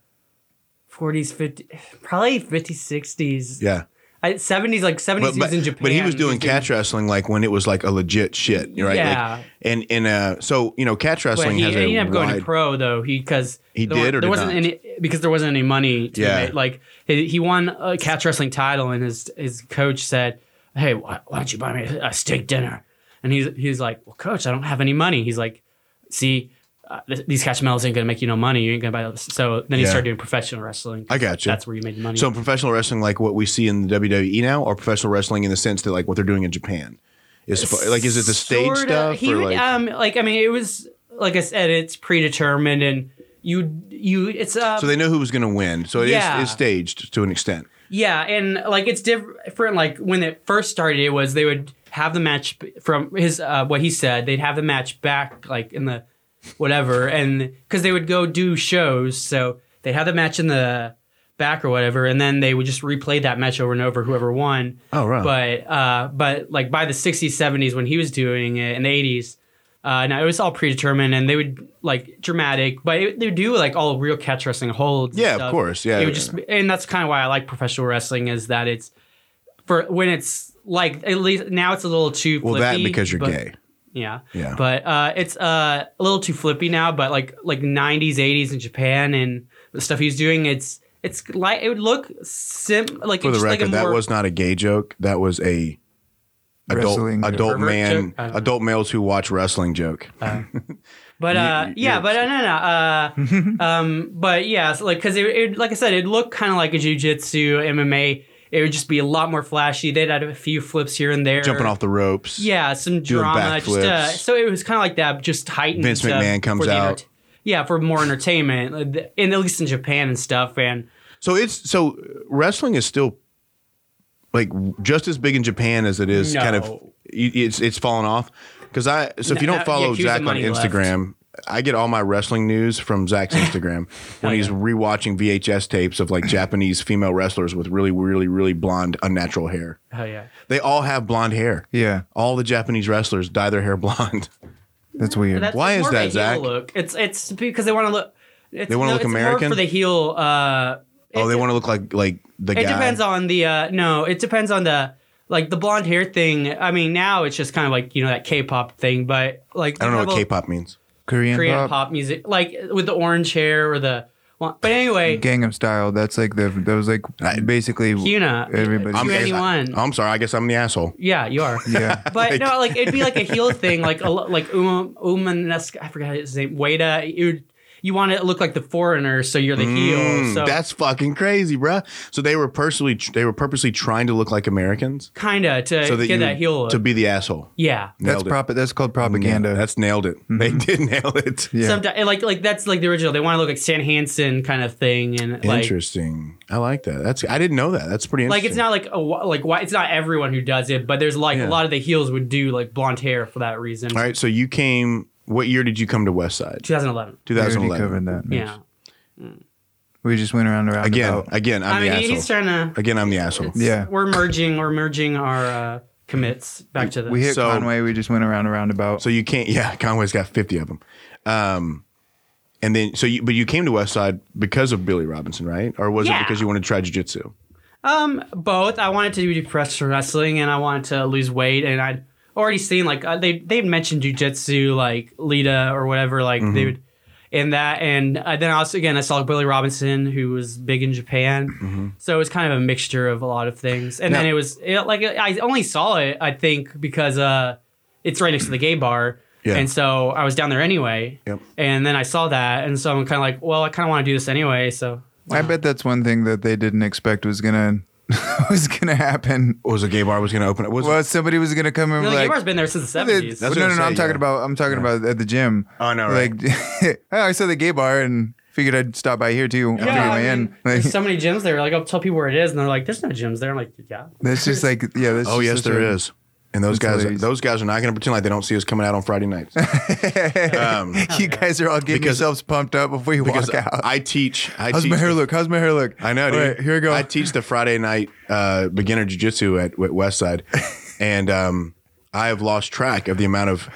Speaker 3: 40s, 50, probably 50s, 60s.
Speaker 2: Yeah.
Speaker 3: I, 70s, like 70s
Speaker 2: But,
Speaker 3: he
Speaker 2: but,
Speaker 3: was in Japan.
Speaker 2: but he was doing catch wrestling like when it was like a legit shit, right?
Speaker 3: Yeah.
Speaker 2: Like, and and uh, so you know, catch
Speaker 3: But
Speaker 2: wrestling
Speaker 3: he,
Speaker 2: has a
Speaker 3: he ended up going
Speaker 2: wide-
Speaker 3: to pro though. He because
Speaker 2: He
Speaker 3: there,
Speaker 2: did
Speaker 3: wa-
Speaker 2: or
Speaker 3: there
Speaker 2: did
Speaker 3: wasn't
Speaker 2: not?
Speaker 3: any because there wasn't any money. To
Speaker 2: Yeah.
Speaker 3: yeah, like he, he won a catch wrestling title, and his his coach said, "Hey, why, why don't you buy me a, a steak dinner?" And he's he's like, "Well, coach, I don't have any money." He's like, "See." Uh, th- these cash medals ain't gonna make you no money. You ain't gonna buy those. So then he
Speaker 2: Yeah.
Speaker 3: started doing professional wrestling.
Speaker 2: I gotcha.
Speaker 3: That's where you made money.
Speaker 2: So professional wrestling, like what we see in the WWE now, or professional wrestling in the sense that like what they're doing in Japan is fu- like is it the stage
Speaker 3: Sorta.
Speaker 2: stuff?
Speaker 3: He
Speaker 2: or,
Speaker 3: would,
Speaker 2: like,
Speaker 3: um, like I mean, it was like I said, it's predetermined, and you you it's uh,
Speaker 2: so they know who was going to win. So it is
Speaker 3: Yeah.
Speaker 2: it's staged to an extent.
Speaker 3: Yeah, and like it's different. Like when it first started, it was they would have the match b- from his uh, what he said. They'd have the match back like in the whatever, and because they would go do shows, so they'd have the match in the back or whatever, and then they would just replay that match over and over, whoever won.
Speaker 2: Oh, right.
Speaker 3: But uh, but like by the '60s, '70s when he was doing it, and the '80s. Uh, now it was all predetermined, and they would like dramatic, but it, they would do like all real catch wrestling holds. and
Speaker 2: Yeah, of
Speaker 3: stuff.
Speaker 2: course, yeah,
Speaker 3: it
Speaker 2: yeah.
Speaker 3: would just, and that's kind of why I like professional wrestling is that it's for when it's like at least now it's a little too
Speaker 2: Well, that
Speaker 3: flippy,
Speaker 2: because you're
Speaker 3: but-
Speaker 2: gay.
Speaker 3: yeah
Speaker 2: Yeah.
Speaker 3: but uh, it's uh, a little too flippy now but like like 90s 80s in Japan and the stuff he's doing it's it's like it would look sim like
Speaker 2: For the
Speaker 3: just like a
Speaker 2: record, that
Speaker 3: more-
Speaker 2: was not a gay joke. That was a adult
Speaker 1: Wrestling
Speaker 2: adult
Speaker 3: pervert
Speaker 2: man
Speaker 3: joke? Uh-huh. I don't know.
Speaker 2: adult males who watch wrestling joke.
Speaker 3: But uh,
Speaker 2: you-
Speaker 3: yeah,
Speaker 2: you're-
Speaker 3: but uh, no, no,
Speaker 2: (laughs)
Speaker 3: uh, um, but yeah, so, like because it, it, like I said, it looked kind of like a jujitsu MMA. It would just be a lot more flashy. They'd add a few flips here and there,
Speaker 2: Jumping off the ropes.
Speaker 3: yeah, some drama. Just uh,
Speaker 2: backflips.
Speaker 3: so it was kind of like that, just heightened.
Speaker 2: Vince
Speaker 3: uh,
Speaker 2: McMahon comes
Speaker 3: for the
Speaker 2: out.
Speaker 3: enter- yeah, for more entertainment, uh, th- and at least in Japan and stuff. And
Speaker 2: So it's so wrestling is still like just as big in Japan as it is kind of
Speaker 3: No.
Speaker 2: you- it's it's fallen off because I so if you
Speaker 3: No,
Speaker 2: don't follow
Speaker 3: uh, yeah, Q's the
Speaker 2: Zach on
Speaker 3: money left.
Speaker 2: Instagram. I get all my wrestling news from
Speaker 3: (laughs)
Speaker 2: Zach's Instagram
Speaker 3: Oh,
Speaker 2: when he's rewatching VHS tapes of like Japanese female wrestlers with really, really, really blonde, unnatural hair.
Speaker 3: oh yeah,
Speaker 2: They all have blonde hair.
Speaker 1: Yeah,
Speaker 2: All the Japanese wrestlers dye their hair blonde. (laughs)
Speaker 1: that's weird.
Speaker 3: That's
Speaker 2: Why
Speaker 3: it's
Speaker 2: is
Speaker 3: more of
Speaker 2: that,
Speaker 3: a
Speaker 2: Zach?
Speaker 3: heel Look, it's it's because they want to look. It's,
Speaker 2: They wanna
Speaker 3: no,
Speaker 2: look
Speaker 3: it's more
Speaker 2: American?
Speaker 3: for the heel. Uh,
Speaker 2: oh,
Speaker 3: it-
Speaker 2: they want to look like like the
Speaker 3: It
Speaker 2: guy.
Speaker 3: depends on the uh no, it depends on the like the blonde hair thing. I mean, now it's just kind of like, you know, that K-pop thing, but like
Speaker 2: I don't know what
Speaker 3: the
Speaker 2: K-pop means.
Speaker 1: Korean,
Speaker 3: Korean
Speaker 1: pop,
Speaker 3: pop. music like with the orange hair or the but anyway,
Speaker 1: Gangnam Style. That's like the that was like basically
Speaker 3: Hyuna.
Speaker 1: everybody.
Speaker 3: I'm-
Speaker 2: I-
Speaker 3: Anyone.
Speaker 2: I'm sorry. I guess I'm the asshole.
Speaker 3: yeah, you
Speaker 2: (laughs)
Speaker 3: are.
Speaker 1: yeah.
Speaker 3: But no, like it'd be like a heel thing, like a, lo- like Uma Umanesque, I forgot his name, Wada. It would, you want to look like the foreigner, so you're the heel.
Speaker 2: Mm,
Speaker 3: So
Speaker 2: That's fucking crazy, bruh. So they were purposely they were purposely trying to look like Americans
Speaker 3: kind of to
Speaker 2: so that
Speaker 3: get
Speaker 2: you
Speaker 3: that heel look.
Speaker 2: to be the asshole.
Speaker 3: yeah.
Speaker 1: That's
Speaker 2: Nailed it.
Speaker 1: prop. That's called propaganda. Mm-hmm.
Speaker 2: Yeah, that's nailed it. They did (laughs) nail it.
Speaker 1: Yeah.
Speaker 3: Sometimes, like, like that's like the original. They want to look like Stan Hansen kind of thing, and (laughs) like
Speaker 2: Interesting. I like that. That's I didn't know that. That's pretty
Speaker 3: like
Speaker 2: interesting.
Speaker 3: it's not like a wh- like why it's not everyone who does it, but there's like
Speaker 2: Yeah.
Speaker 3: a lot of the heels would do like blonde hair for that reason.
Speaker 2: All right, so you came what year did you come to West Side?
Speaker 3: 2011.
Speaker 1: We already
Speaker 2: 2011.
Speaker 1: covered that.
Speaker 3: Yeah.
Speaker 1: We just went around around
Speaker 2: Again, again, I'm
Speaker 3: I mean,
Speaker 2: the
Speaker 3: he's
Speaker 2: asshole.
Speaker 3: trying to.
Speaker 2: Again, I'm the asshole.
Speaker 1: Yeah.
Speaker 3: We're merging. We're merging our uh, commits back to the.
Speaker 1: We hit
Speaker 2: So-
Speaker 1: Conway. We just went around a roundabout.
Speaker 2: So you can't. Yeah, Conway's got fifty of them. Um, and then so you, but you came to West Side because of Billy Robinson, right? Or was
Speaker 3: Yeah.
Speaker 2: it because you wanted to try jiu-jitsu?
Speaker 3: um, both. I wanted to do professional wrestling, and I wanted to lose weight, and I'd already seen like uh, they they mentioned jujitsu, like Lita or whatever, like
Speaker 2: Mm-hmm.
Speaker 3: they would. in that. And uh, then also, again, I saw Billy Robinson, who was big in Japan. So it was kind of a mixture of a lot of things. And then
Speaker 2: Mm-hmm. Now-
Speaker 3: it was it, like I only saw it, I think, because uh, it's right next to the gay bar.
Speaker 2: Yeah.
Speaker 3: And so I was down there anyway.
Speaker 2: Yep.
Speaker 3: And then I saw that, and so I'm kind of like, well, I kind of want to do this anyway. So
Speaker 1: I bet that's one thing that they didn't expect was gonna (laughs) was gonna happen.
Speaker 2: was a gay bar was going to open it? Was it-
Speaker 1: Well, somebody was gonna come and
Speaker 3: the
Speaker 1: be like,
Speaker 3: like, has been there since the
Speaker 1: Well, they-
Speaker 3: 70s.
Speaker 2: That's
Speaker 1: no,
Speaker 2: what
Speaker 1: no,
Speaker 2: I'm
Speaker 1: no. I'm
Speaker 2: saying,
Speaker 1: talking
Speaker 2: yeah.
Speaker 1: about. I'm talking about at the gym.
Speaker 2: Oh, no, right.
Speaker 1: Like, (laughs) oh, I saw the gay bar and figured I'd stop by here too.
Speaker 3: Yeah,
Speaker 1: on my
Speaker 3: I
Speaker 1: way
Speaker 3: mean,
Speaker 1: in. Like,
Speaker 3: there's so many gyms there. Like I'll tell people where it is, and they're like, "There's no gyms there." I'm like, "Yeah."
Speaker 1: (laughs) that's just like, yeah. That's
Speaker 2: oh
Speaker 1: just
Speaker 2: yes,
Speaker 1: such
Speaker 2: there
Speaker 1: a-
Speaker 2: is. And those
Speaker 1: That's
Speaker 2: guys,
Speaker 1: hilarious.
Speaker 2: those guys are not going to pretend like they don't see us coming out on
Speaker 1: (laughs)
Speaker 2: Friday nights. um,
Speaker 1: You guys are all getting
Speaker 2: Because-
Speaker 1: yourselves pumped up before you
Speaker 2: because
Speaker 1: walk out.
Speaker 2: I teach. I
Speaker 1: How's
Speaker 2: teach
Speaker 1: my hair look? How's my hair look?
Speaker 2: I know, dude.
Speaker 1: All right, here we go.
Speaker 2: I teach the Friday night uh, beginner jujitsu at,
Speaker 1: (laughs)
Speaker 2: at Westside, and um, I have lost track of the amount of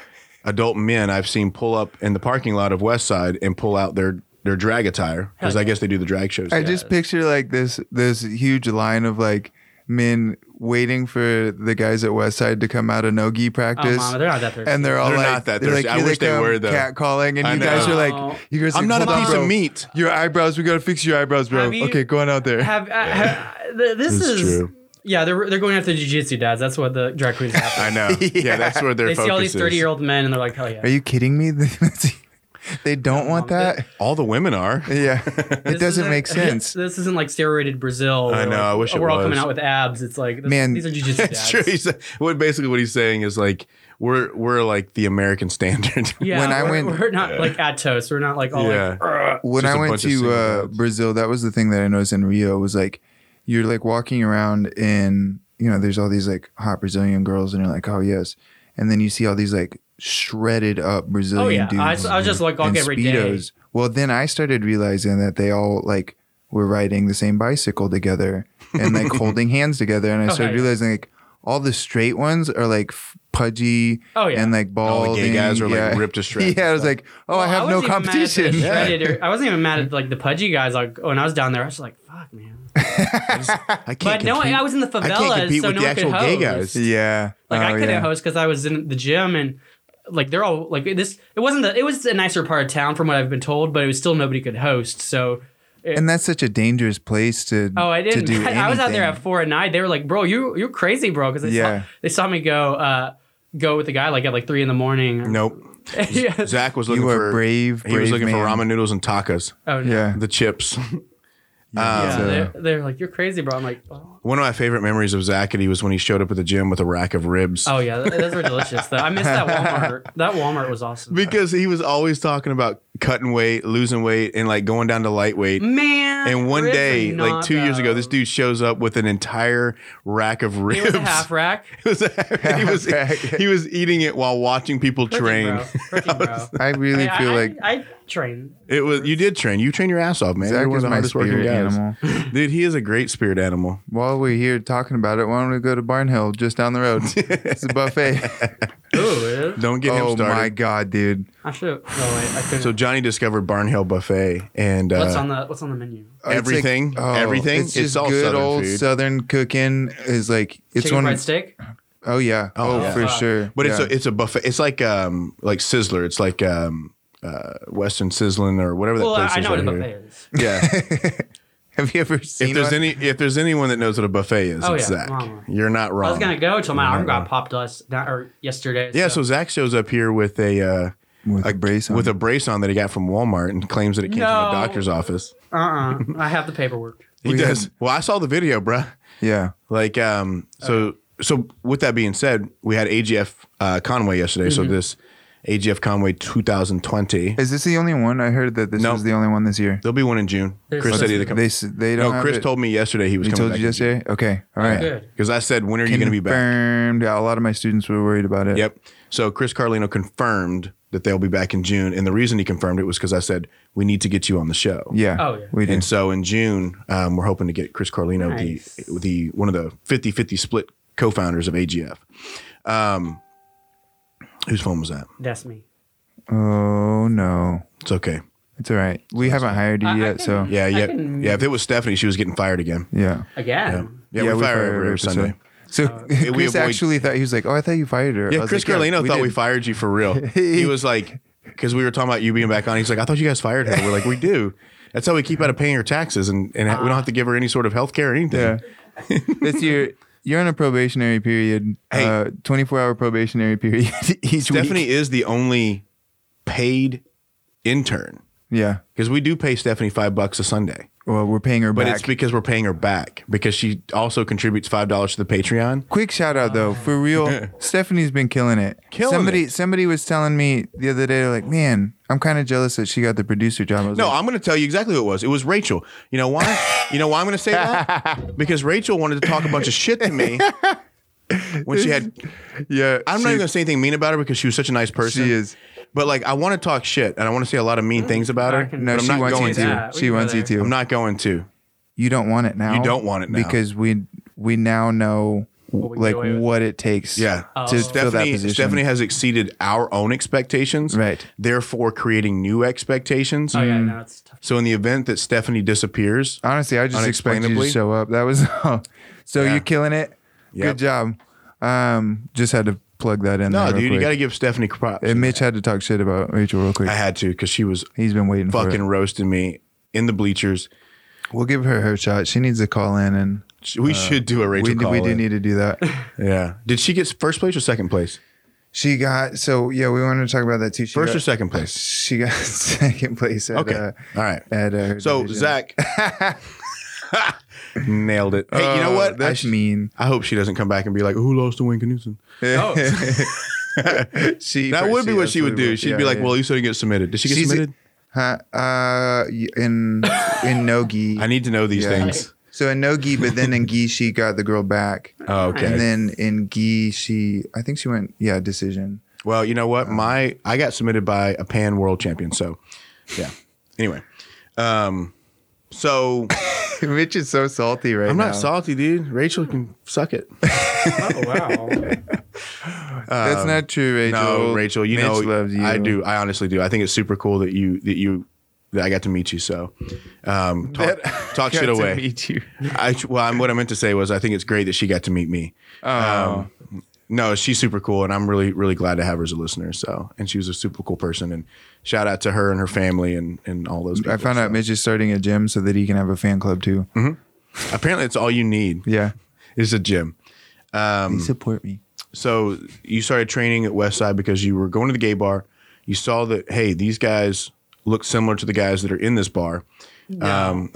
Speaker 2: adult men I've seen pull up in the parking lot of Westside and pull out their their drag attire because I guess they do the drag shows.
Speaker 1: I
Speaker 2: there.
Speaker 1: just picture like this this huge line of like men waiting for the guys at Westside to come out of nogi
Speaker 3: Oh,
Speaker 1: practice.
Speaker 3: mama, they're not that thirsty.
Speaker 1: and they're all
Speaker 2: They're
Speaker 1: like,
Speaker 2: not that
Speaker 1: they're like,
Speaker 2: thirsty. I
Speaker 1: here
Speaker 2: wish they
Speaker 1: come,
Speaker 2: were, though.
Speaker 1: Cat calling, and
Speaker 2: I
Speaker 1: you
Speaker 2: know.
Speaker 1: guys are
Speaker 3: Oh.
Speaker 1: like, you guys. are
Speaker 2: I'm
Speaker 1: like,
Speaker 2: not a
Speaker 1: "Hold on,
Speaker 2: piece of
Speaker 1: bro.
Speaker 2: meat."
Speaker 1: Your eyebrows. We gotta fix your eyebrows, bro.
Speaker 3: Have you-
Speaker 1: okay, go on out there.
Speaker 3: have, uh, have th- this
Speaker 2: This is
Speaker 3: is
Speaker 2: true.
Speaker 3: yeah they're they're going after jiu-jitsu dads that's what the drag queens have
Speaker 2: (laughs) I
Speaker 1: (laughs)
Speaker 2: know. yeah. that's where their
Speaker 3: they
Speaker 2: focus
Speaker 3: see all these
Speaker 2: is.
Speaker 3: 30 year old men and they're like hell yeah
Speaker 1: are you kidding me? (laughs) they don't want
Speaker 3: Mom,
Speaker 1: that.
Speaker 2: All the women are.
Speaker 1: Yeah,
Speaker 3: (laughs) This
Speaker 1: it doesn't
Speaker 3: isn't- (laughs)
Speaker 1: make sense.
Speaker 3: this isn't like steroided brazil where,
Speaker 2: know,
Speaker 3: like,
Speaker 2: I wish it
Speaker 3: we're all coming
Speaker 2: was.
Speaker 3: out with abs it's like this,
Speaker 1: Man,
Speaker 3: these are jiu-jitsu
Speaker 2: (laughs) That's
Speaker 3: dads
Speaker 2: true. He's, what basically what he's saying is like we're we're like the American standard. (laughs)
Speaker 3: yeah
Speaker 1: When I
Speaker 3: we're,
Speaker 1: went-
Speaker 3: we're not like atos we're not like all
Speaker 2: Yeah.
Speaker 3: like "Ugh."
Speaker 1: when
Speaker 2: Just
Speaker 1: I
Speaker 2: a
Speaker 1: went
Speaker 2: bunch of single
Speaker 1: to uh,
Speaker 2: dads.
Speaker 1: Brazil, that was the thing that I noticed in Rio was like you're like walking around and you know there's all these like hot Brazilian girls and you're like oh yes, and then you see all these like shredded up Brazilian
Speaker 3: oh yeah
Speaker 1: dudes.
Speaker 3: I, s- I was just like
Speaker 1: and
Speaker 3: walk every day
Speaker 1: Speedos. Well, then I started realizing that they all like were riding the same bicycle together and
Speaker 3: (laughs)
Speaker 1: like holding hands together, and I
Speaker 3: Oh,
Speaker 1: started
Speaker 3: yeah.
Speaker 1: realizing like all the straight ones are like f- pudgy
Speaker 3: Oh, yeah.
Speaker 1: and like bald.
Speaker 2: all the gay guys are, like, ripped
Speaker 1: (laughs)
Speaker 2: to shreds
Speaker 1: Yeah, I
Speaker 2: and
Speaker 1: was like, oh, I
Speaker 3: Well,
Speaker 1: have no
Speaker 3: wasn't even mad at the
Speaker 1: competition.
Speaker 2: (laughs)
Speaker 3: shredded or- I wasn't even mad at like the pudgy guys. Like when I was down there, I was like, "Fuck, man!"
Speaker 2: I can't
Speaker 3: But no, (laughs)
Speaker 2: compete-
Speaker 3: I was in the
Speaker 2: I can't
Speaker 3: favelas,
Speaker 2: compete
Speaker 3: so
Speaker 2: with
Speaker 3: no
Speaker 2: the
Speaker 3: one could
Speaker 2: actual gay
Speaker 3: hose.
Speaker 2: guys.
Speaker 1: Yeah.
Speaker 3: Like I
Speaker 1: Oh,
Speaker 3: couldn't
Speaker 1: yeah.
Speaker 3: host because I was in the gym and like they're all like this. It wasn't the. It was a nicer part of town from what I've been told, but it was still nobody could host. So. It,
Speaker 1: And that's such a dangerous place to.
Speaker 3: Oh, I
Speaker 1: To
Speaker 3: didn't.
Speaker 1: do
Speaker 3: (laughs) I was out there at
Speaker 1: anything.
Speaker 3: four and nine. They were like, "Bro, you you're crazy, bro," because they
Speaker 1: Yeah.
Speaker 3: saw they saw me go uh go with the guy like at like three in the morning.
Speaker 2: (laughs) Nope.
Speaker 3: yeah.
Speaker 2: Zach was
Speaker 1: You
Speaker 2: looking
Speaker 1: are
Speaker 2: for
Speaker 1: brave,
Speaker 2: He
Speaker 1: brave
Speaker 2: was looking for
Speaker 1: man.
Speaker 2: ramen noodles and tacos,
Speaker 3: Oh, no.
Speaker 1: Yeah.
Speaker 2: the chips. (laughs) Um,
Speaker 3: Yeah,
Speaker 1: so-
Speaker 3: they're, they're like, "You're crazy, bro." I'm like, "Oh,
Speaker 2: One of my favorite memories of Zach and he was when he showed up at the gym with a rack of ribs.
Speaker 3: oh, yeah, th- those were delicious though." I missed that
Speaker 2: (laughs)
Speaker 3: Walmart. that Walmart was awesome.
Speaker 2: Because he was always talking about cutting weight, losing weight, and like going down to lightweight.
Speaker 3: Man.
Speaker 2: And one
Speaker 3: Mm, ribs are
Speaker 2: day, like
Speaker 3: not,
Speaker 2: two years ago,
Speaker 3: though.
Speaker 2: this dude shows up with an entire rack of
Speaker 3: It
Speaker 2: ribs.
Speaker 3: was a
Speaker 2: (laughs)
Speaker 3: half rack.
Speaker 2: It was a- he was
Speaker 1: rack.
Speaker 2: he was eating it while watching people train. (laughs)
Speaker 3: Freaking bro. Freaking bro.
Speaker 1: I really
Speaker 3: I,
Speaker 1: feel
Speaker 3: I-
Speaker 1: like
Speaker 3: I, train.
Speaker 2: It was you did train. You train your ass off, man.
Speaker 1: Zach
Speaker 2: You're one
Speaker 1: is
Speaker 2: of the
Speaker 1: my
Speaker 2: hardest working
Speaker 1: spirit
Speaker 2: guys.
Speaker 1: animal.
Speaker 2: Dude, he is a great spirit animal.
Speaker 1: (laughs) While we're here talking about it, why don't we go to Barnhill just down the (laughs) road? it's a (laughs) buffet.
Speaker 3: Ooh, it is.
Speaker 2: Don't get him
Speaker 1: oh
Speaker 2: started.
Speaker 1: my god, dude!
Speaker 3: I should. No, wait, I couldn't.
Speaker 2: So Johnny discovered Barnhill Buffet and uh,
Speaker 3: what's on the What's on the menu?
Speaker 1: Oh, it's like-
Speaker 2: Everything, everything,
Speaker 1: It's
Speaker 2: it's
Speaker 1: just
Speaker 2: all
Speaker 1: good
Speaker 2: Southern
Speaker 1: old
Speaker 2: food.
Speaker 1: Southern cooking. Is like it's
Speaker 3: Chicken
Speaker 1: one.
Speaker 3: fried steak.
Speaker 1: Oh yeah. Oh,
Speaker 2: yeah.
Speaker 1: for
Speaker 3: Wow.
Speaker 1: sure.
Speaker 2: But
Speaker 1: yeah.
Speaker 2: it's a, it's a buffet. It's like um like Sizzler. It's like um uh Western Sizzling or whatever that
Speaker 3: Well,
Speaker 2: place
Speaker 3: I I
Speaker 2: is.
Speaker 3: know what a
Speaker 2: right here.
Speaker 3: buffet is.
Speaker 1: (laughs)
Speaker 2: Yeah.
Speaker 1: (laughs) Have you ever seen?
Speaker 2: if there's
Speaker 1: one?
Speaker 2: any if there's anyone that knows what a buffet is,
Speaker 3: Oh,
Speaker 2: it's
Speaker 3: yeah.
Speaker 2: Zach.
Speaker 3: Mama.
Speaker 2: You're not wrong.
Speaker 3: I was gonna go till my
Speaker 2: You're
Speaker 3: arm
Speaker 2: not wrong.
Speaker 3: got popped last not, or yesterday.
Speaker 2: Yeah. So Zach shows up here with a uh
Speaker 1: with a brace on.
Speaker 2: with a brace on that he got from Walmart and claims that it came from
Speaker 3: No.
Speaker 2: a doctor's office.
Speaker 3: uh uh
Speaker 2: (laughs)
Speaker 3: I have the paperwork.
Speaker 2: He
Speaker 1: We had-
Speaker 2: does. Well, I saw the video, bruh.
Speaker 1: yeah.
Speaker 2: Like, um, so, so with that being said, we had AGF uh, Conway yesterday. So
Speaker 1: Mm-hmm.
Speaker 2: this AGF Conway 2020,
Speaker 1: Is this the only one? I heard that this
Speaker 2: No.
Speaker 1: was the only one this year.
Speaker 2: there'll be one in June.
Speaker 3: There's
Speaker 2: Chris said
Speaker 3: something-
Speaker 2: he'd come.
Speaker 1: They s- they don't.
Speaker 2: No, Chris told me yesterday he was
Speaker 1: He
Speaker 2: coming
Speaker 1: told
Speaker 2: back.
Speaker 1: you yesterday. Okay. All right.
Speaker 3: Good.
Speaker 2: Because I said, when are you going to be back?
Speaker 1: Confirmed. Yeah, a lot of my students were worried about it.
Speaker 2: Yep. So Chris Carlino confirmed that they'll be back in June, and the reason he confirmed it was because I said we need to get you on the show.
Speaker 1: Yeah.
Speaker 3: Oh, yeah.
Speaker 1: We
Speaker 2: And
Speaker 1: did.
Speaker 2: so in June, um, we're hoping to get Chris Carlino,
Speaker 3: Nice.
Speaker 2: the the one of the 50-50 split co-founders of AGF. Um, whose phone was that?
Speaker 3: That's me.
Speaker 1: Oh no,
Speaker 2: It's okay.
Speaker 1: it's all right. We haven't hired you
Speaker 3: I- I
Speaker 1: yet, so
Speaker 3: can-
Speaker 2: Yeah,
Speaker 3: I
Speaker 2: yeah,
Speaker 3: can-
Speaker 2: yeah. If it was Stephanie, she was getting fired again.
Speaker 1: yeah.
Speaker 3: Again.
Speaker 2: Yeah, we, fire her
Speaker 1: fired
Speaker 2: every
Speaker 1: her, so-
Speaker 2: Sunday. Uh,
Speaker 1: So Chris
Speaker 2: we avoid-
Speaker 1: actually thought he was like, "Oh, I thought you fired her." I
Speaker 2: Yeah,
Speaker 1: was
Speaker 2: Chris
Speaker 1: like,
Speaker 2: Carlino thought we
Speaker 1: did."
Speaker 2: fired you for real. he was like, because we were talking about you being back on. He's like, I thought you guys fired her. We're like, we do. That's how we keep out of paying her taxes, and, and we don't have to give her any sort of health care or anything.
Speaker 1: Yeah. this year, you're on a probationary period,
Speaker 2: Hey.
Speaker 1: uh, 24 hour probationary (laughs) period each
Speaker 2: Stephanie
Speaker 1: week.
Speaker 2: is the only paid intern
Speaker 1: Yeah.
Speaker 2: because we do pay Stephanie five bucks a Sunday,
Speaker 1: Well, we're paying her
Speaker 2: but
Speaker 1: back.
Speaker 2: it's because we're paying her back because she also contributes five dollars to the Patreon.
Speaker 1: Quick shout out though, for
Speaker 2: (laughs)
Speaker 1: real, Stephanie's been killing it.
Speaker 2: Killing
Speaker 1: somebody,
Speaker 2: it.
Speaker 1: somebody was telling me the other day, like, man, I'm kind of jealous that she got the producer job. I was
Speaker 2: No,
Speaker 1: like,
Speaker 2: I'm going to tell you exactly who it was. It was Rachel. You know why? you know why I'm going to
Speaker 1: (laughs)
Speaker 2: say that? Because Rachel wanted to talk a bunch of shit to me when she had.
Speaker 1: yeah,
Speaker 2: I'm
Speaker 1: she,
Speaker 2: not even going to say anything mean about her because she was such a nice person.
Speaker 1: She is.
Speaker 2: But like, I want to talk shit and I want to say a lot of mean things about her.
Speaker 3: Mm, I can-
Speaker 1: No,
Speaker 2: but I'm
Speaker 1: she
Speaker 2: not
Speaker 1: wants
Speaker 2: going
Speaker 1: you
Speaker 2: to.
Speaker 1: to.
Speaker 3: Yeah, we
Speaker 1: she
Speaker 3: can go
Speaker 1: wants you
Speaker 3: there.
Speaker 1: to.
Speaker 2: I'm not going to.
Speaker 1: you don't want it now.
Speaker 2: You don't want it now.
Speaker 1: because we we now know
Speaker 3: we can
Speaker 1: like
Speaker 3: get away with.
Speaker 1: what it takes.
Speaker 2: Yeah.
Speaker 3: Oh.
Speaker 1: to fill that
Speaker 2: Stephanie,
Speaker 1: position.
Speaker 2: Stephanie has exceeded our own expectations,
Speaker 1: Right.
Speaker 2: Therefore, creating new expectations.
Speaker 3: Oh yeah, no, it's tough.
Speaker 2: So, in the event that Stephanie disappears,
Speaker 1: Honestly, I just expected you to
Speaker 2: Unexplainably.
Speaker 1: show up. That was (laughs) all. So
Speaker 2: Yeah.
Speaker 1: you're killing it.
Speaker 2: Yep.
Speaker 1: Good job. Um, just had to plug that in.
Speaker 2: no,
Speaker 1: there real
Speaker 2: dude, you
Speaker 1: quick.
Speaker 2: got to give Stephanie props.
Speaker 1: And Mitch had to talk shit about Rachel real quick.
Speaker 2: I had to because she was
Speaker 1: He's been waiting for it.
Speaker 2: fucking roasting me in the bleachers.
Speaker 1: We'll give her her shot. She needs to call in, and
Speaker 2: Sh- We should do a Rachel
Speaker 1: Uh, we e-, do, we do
Speaker 2: call-in.
Speaker 1: need to do
Speaker 2: (laughs)
Speaker 1: that.
Speaker 2: Yeah. Did she get first place or second place?
Speaker 1: she got so yeah. We wanted to talk about that too. She
Speaker 2: First
Speaker 1: got,
Speaker 2: or second place?
Speaker 1: (laughs) She got second place. At,
Speaker 2: Okay.
Speaker 1: Uh,
Speaker 2: All right.
Speaker 1: at uh, her
Speaker 2: So
Speaker 1: division.
Speaker 2: Zach
Speaker 1: (laughs)
Speaker 2: nailed it. Hey, you know
Speaker 1: Oh,
Speaker 2: what? I,
Speaker 1: That's
Speaker 2: sh-
Speaker 1: mean.
Speaker 2: I hope she doesn't come back and be like, "Who lost to Wayne Knutson?"
Speaker 3: Oh,
Speaker 1: She
Speaker 2: That would be what she would
Speaker 1: absolutely
Speaker 2: do. She'd be
Speaker 1: Yeah,
Speaker 2: like,
Speaker 1: yeah.
Speaker 2: "Well, you said it get submitted. Did she get
Speaker 1: She's-
Speaker 2: submitted?"
Speaker 1: huh, uh,
Speaker 2: (laughs)
Speaker 1: in in no gi.
Speaker 2: I need to know these
Speaker 1: Yeah.
Speaker 2: things.
Speaker 1: So in no gi, but
Speaker 2: (laughs)
Speaker 1: then in gi she got the girl back,
Speaker 2: Oh, okay.
Speaker 1: and then in gi she I think she went yeah decision. (laughs)
Speaker 2: well, you know what?
Speaker 1: Um,
Speaker 2: My I got submitted by a pan world champion. So, yeah. Anyway, um, so
Speaker 1: Mitch is so salty right
Speaker 2: I'm
Speaker 1: now.
Speaker 2: not salty, dude. Rachel can suck it.
Speaker 3: oh
Speaker 2: (laughs)
Speaker 3: wow.
Speaker 1: That's not true,
Speaker 3: Um,
Speaker 1: Rachel.
Speaker 2: No, Rachel, you
Speaker 1: Mitch
Speaker 2: know
Speaker 1: loves you.
Speaker 2: I do. I honestly do. I think it's super cool that you that you that I got to meet you. So, um, talk, talk shit
Speaker 1: (laughs) Got to
Speaker 2: away.
Speaker 1: meet you.
Speaker 2: I well, I'm, what I meant to say was I think it's great that she got to meet me.
Speaker 1: Oh.
Speaker 2: Um, no, she's super cool, and I'm really really glad to have her as a listener. So, and she was a super cool person, and shout out to her and her family and and all those. People.
Speaker 1: I found out Mitch is starting a gym so that he can have a fan club too.
Speaker 3: Mm-hmm.
Speaker 2: Apparently, it's all you need
Speaker 1: Yeah.
Speaker 2: is a gym.
Speaker 1: Please support me.
Speaker 2: so you started training at Westside because you were going to the gay bar. You saw that, hey, these guys look similar to the guys that are in this bar.
Speaker 1: (laughs)
Speaker 2: Um,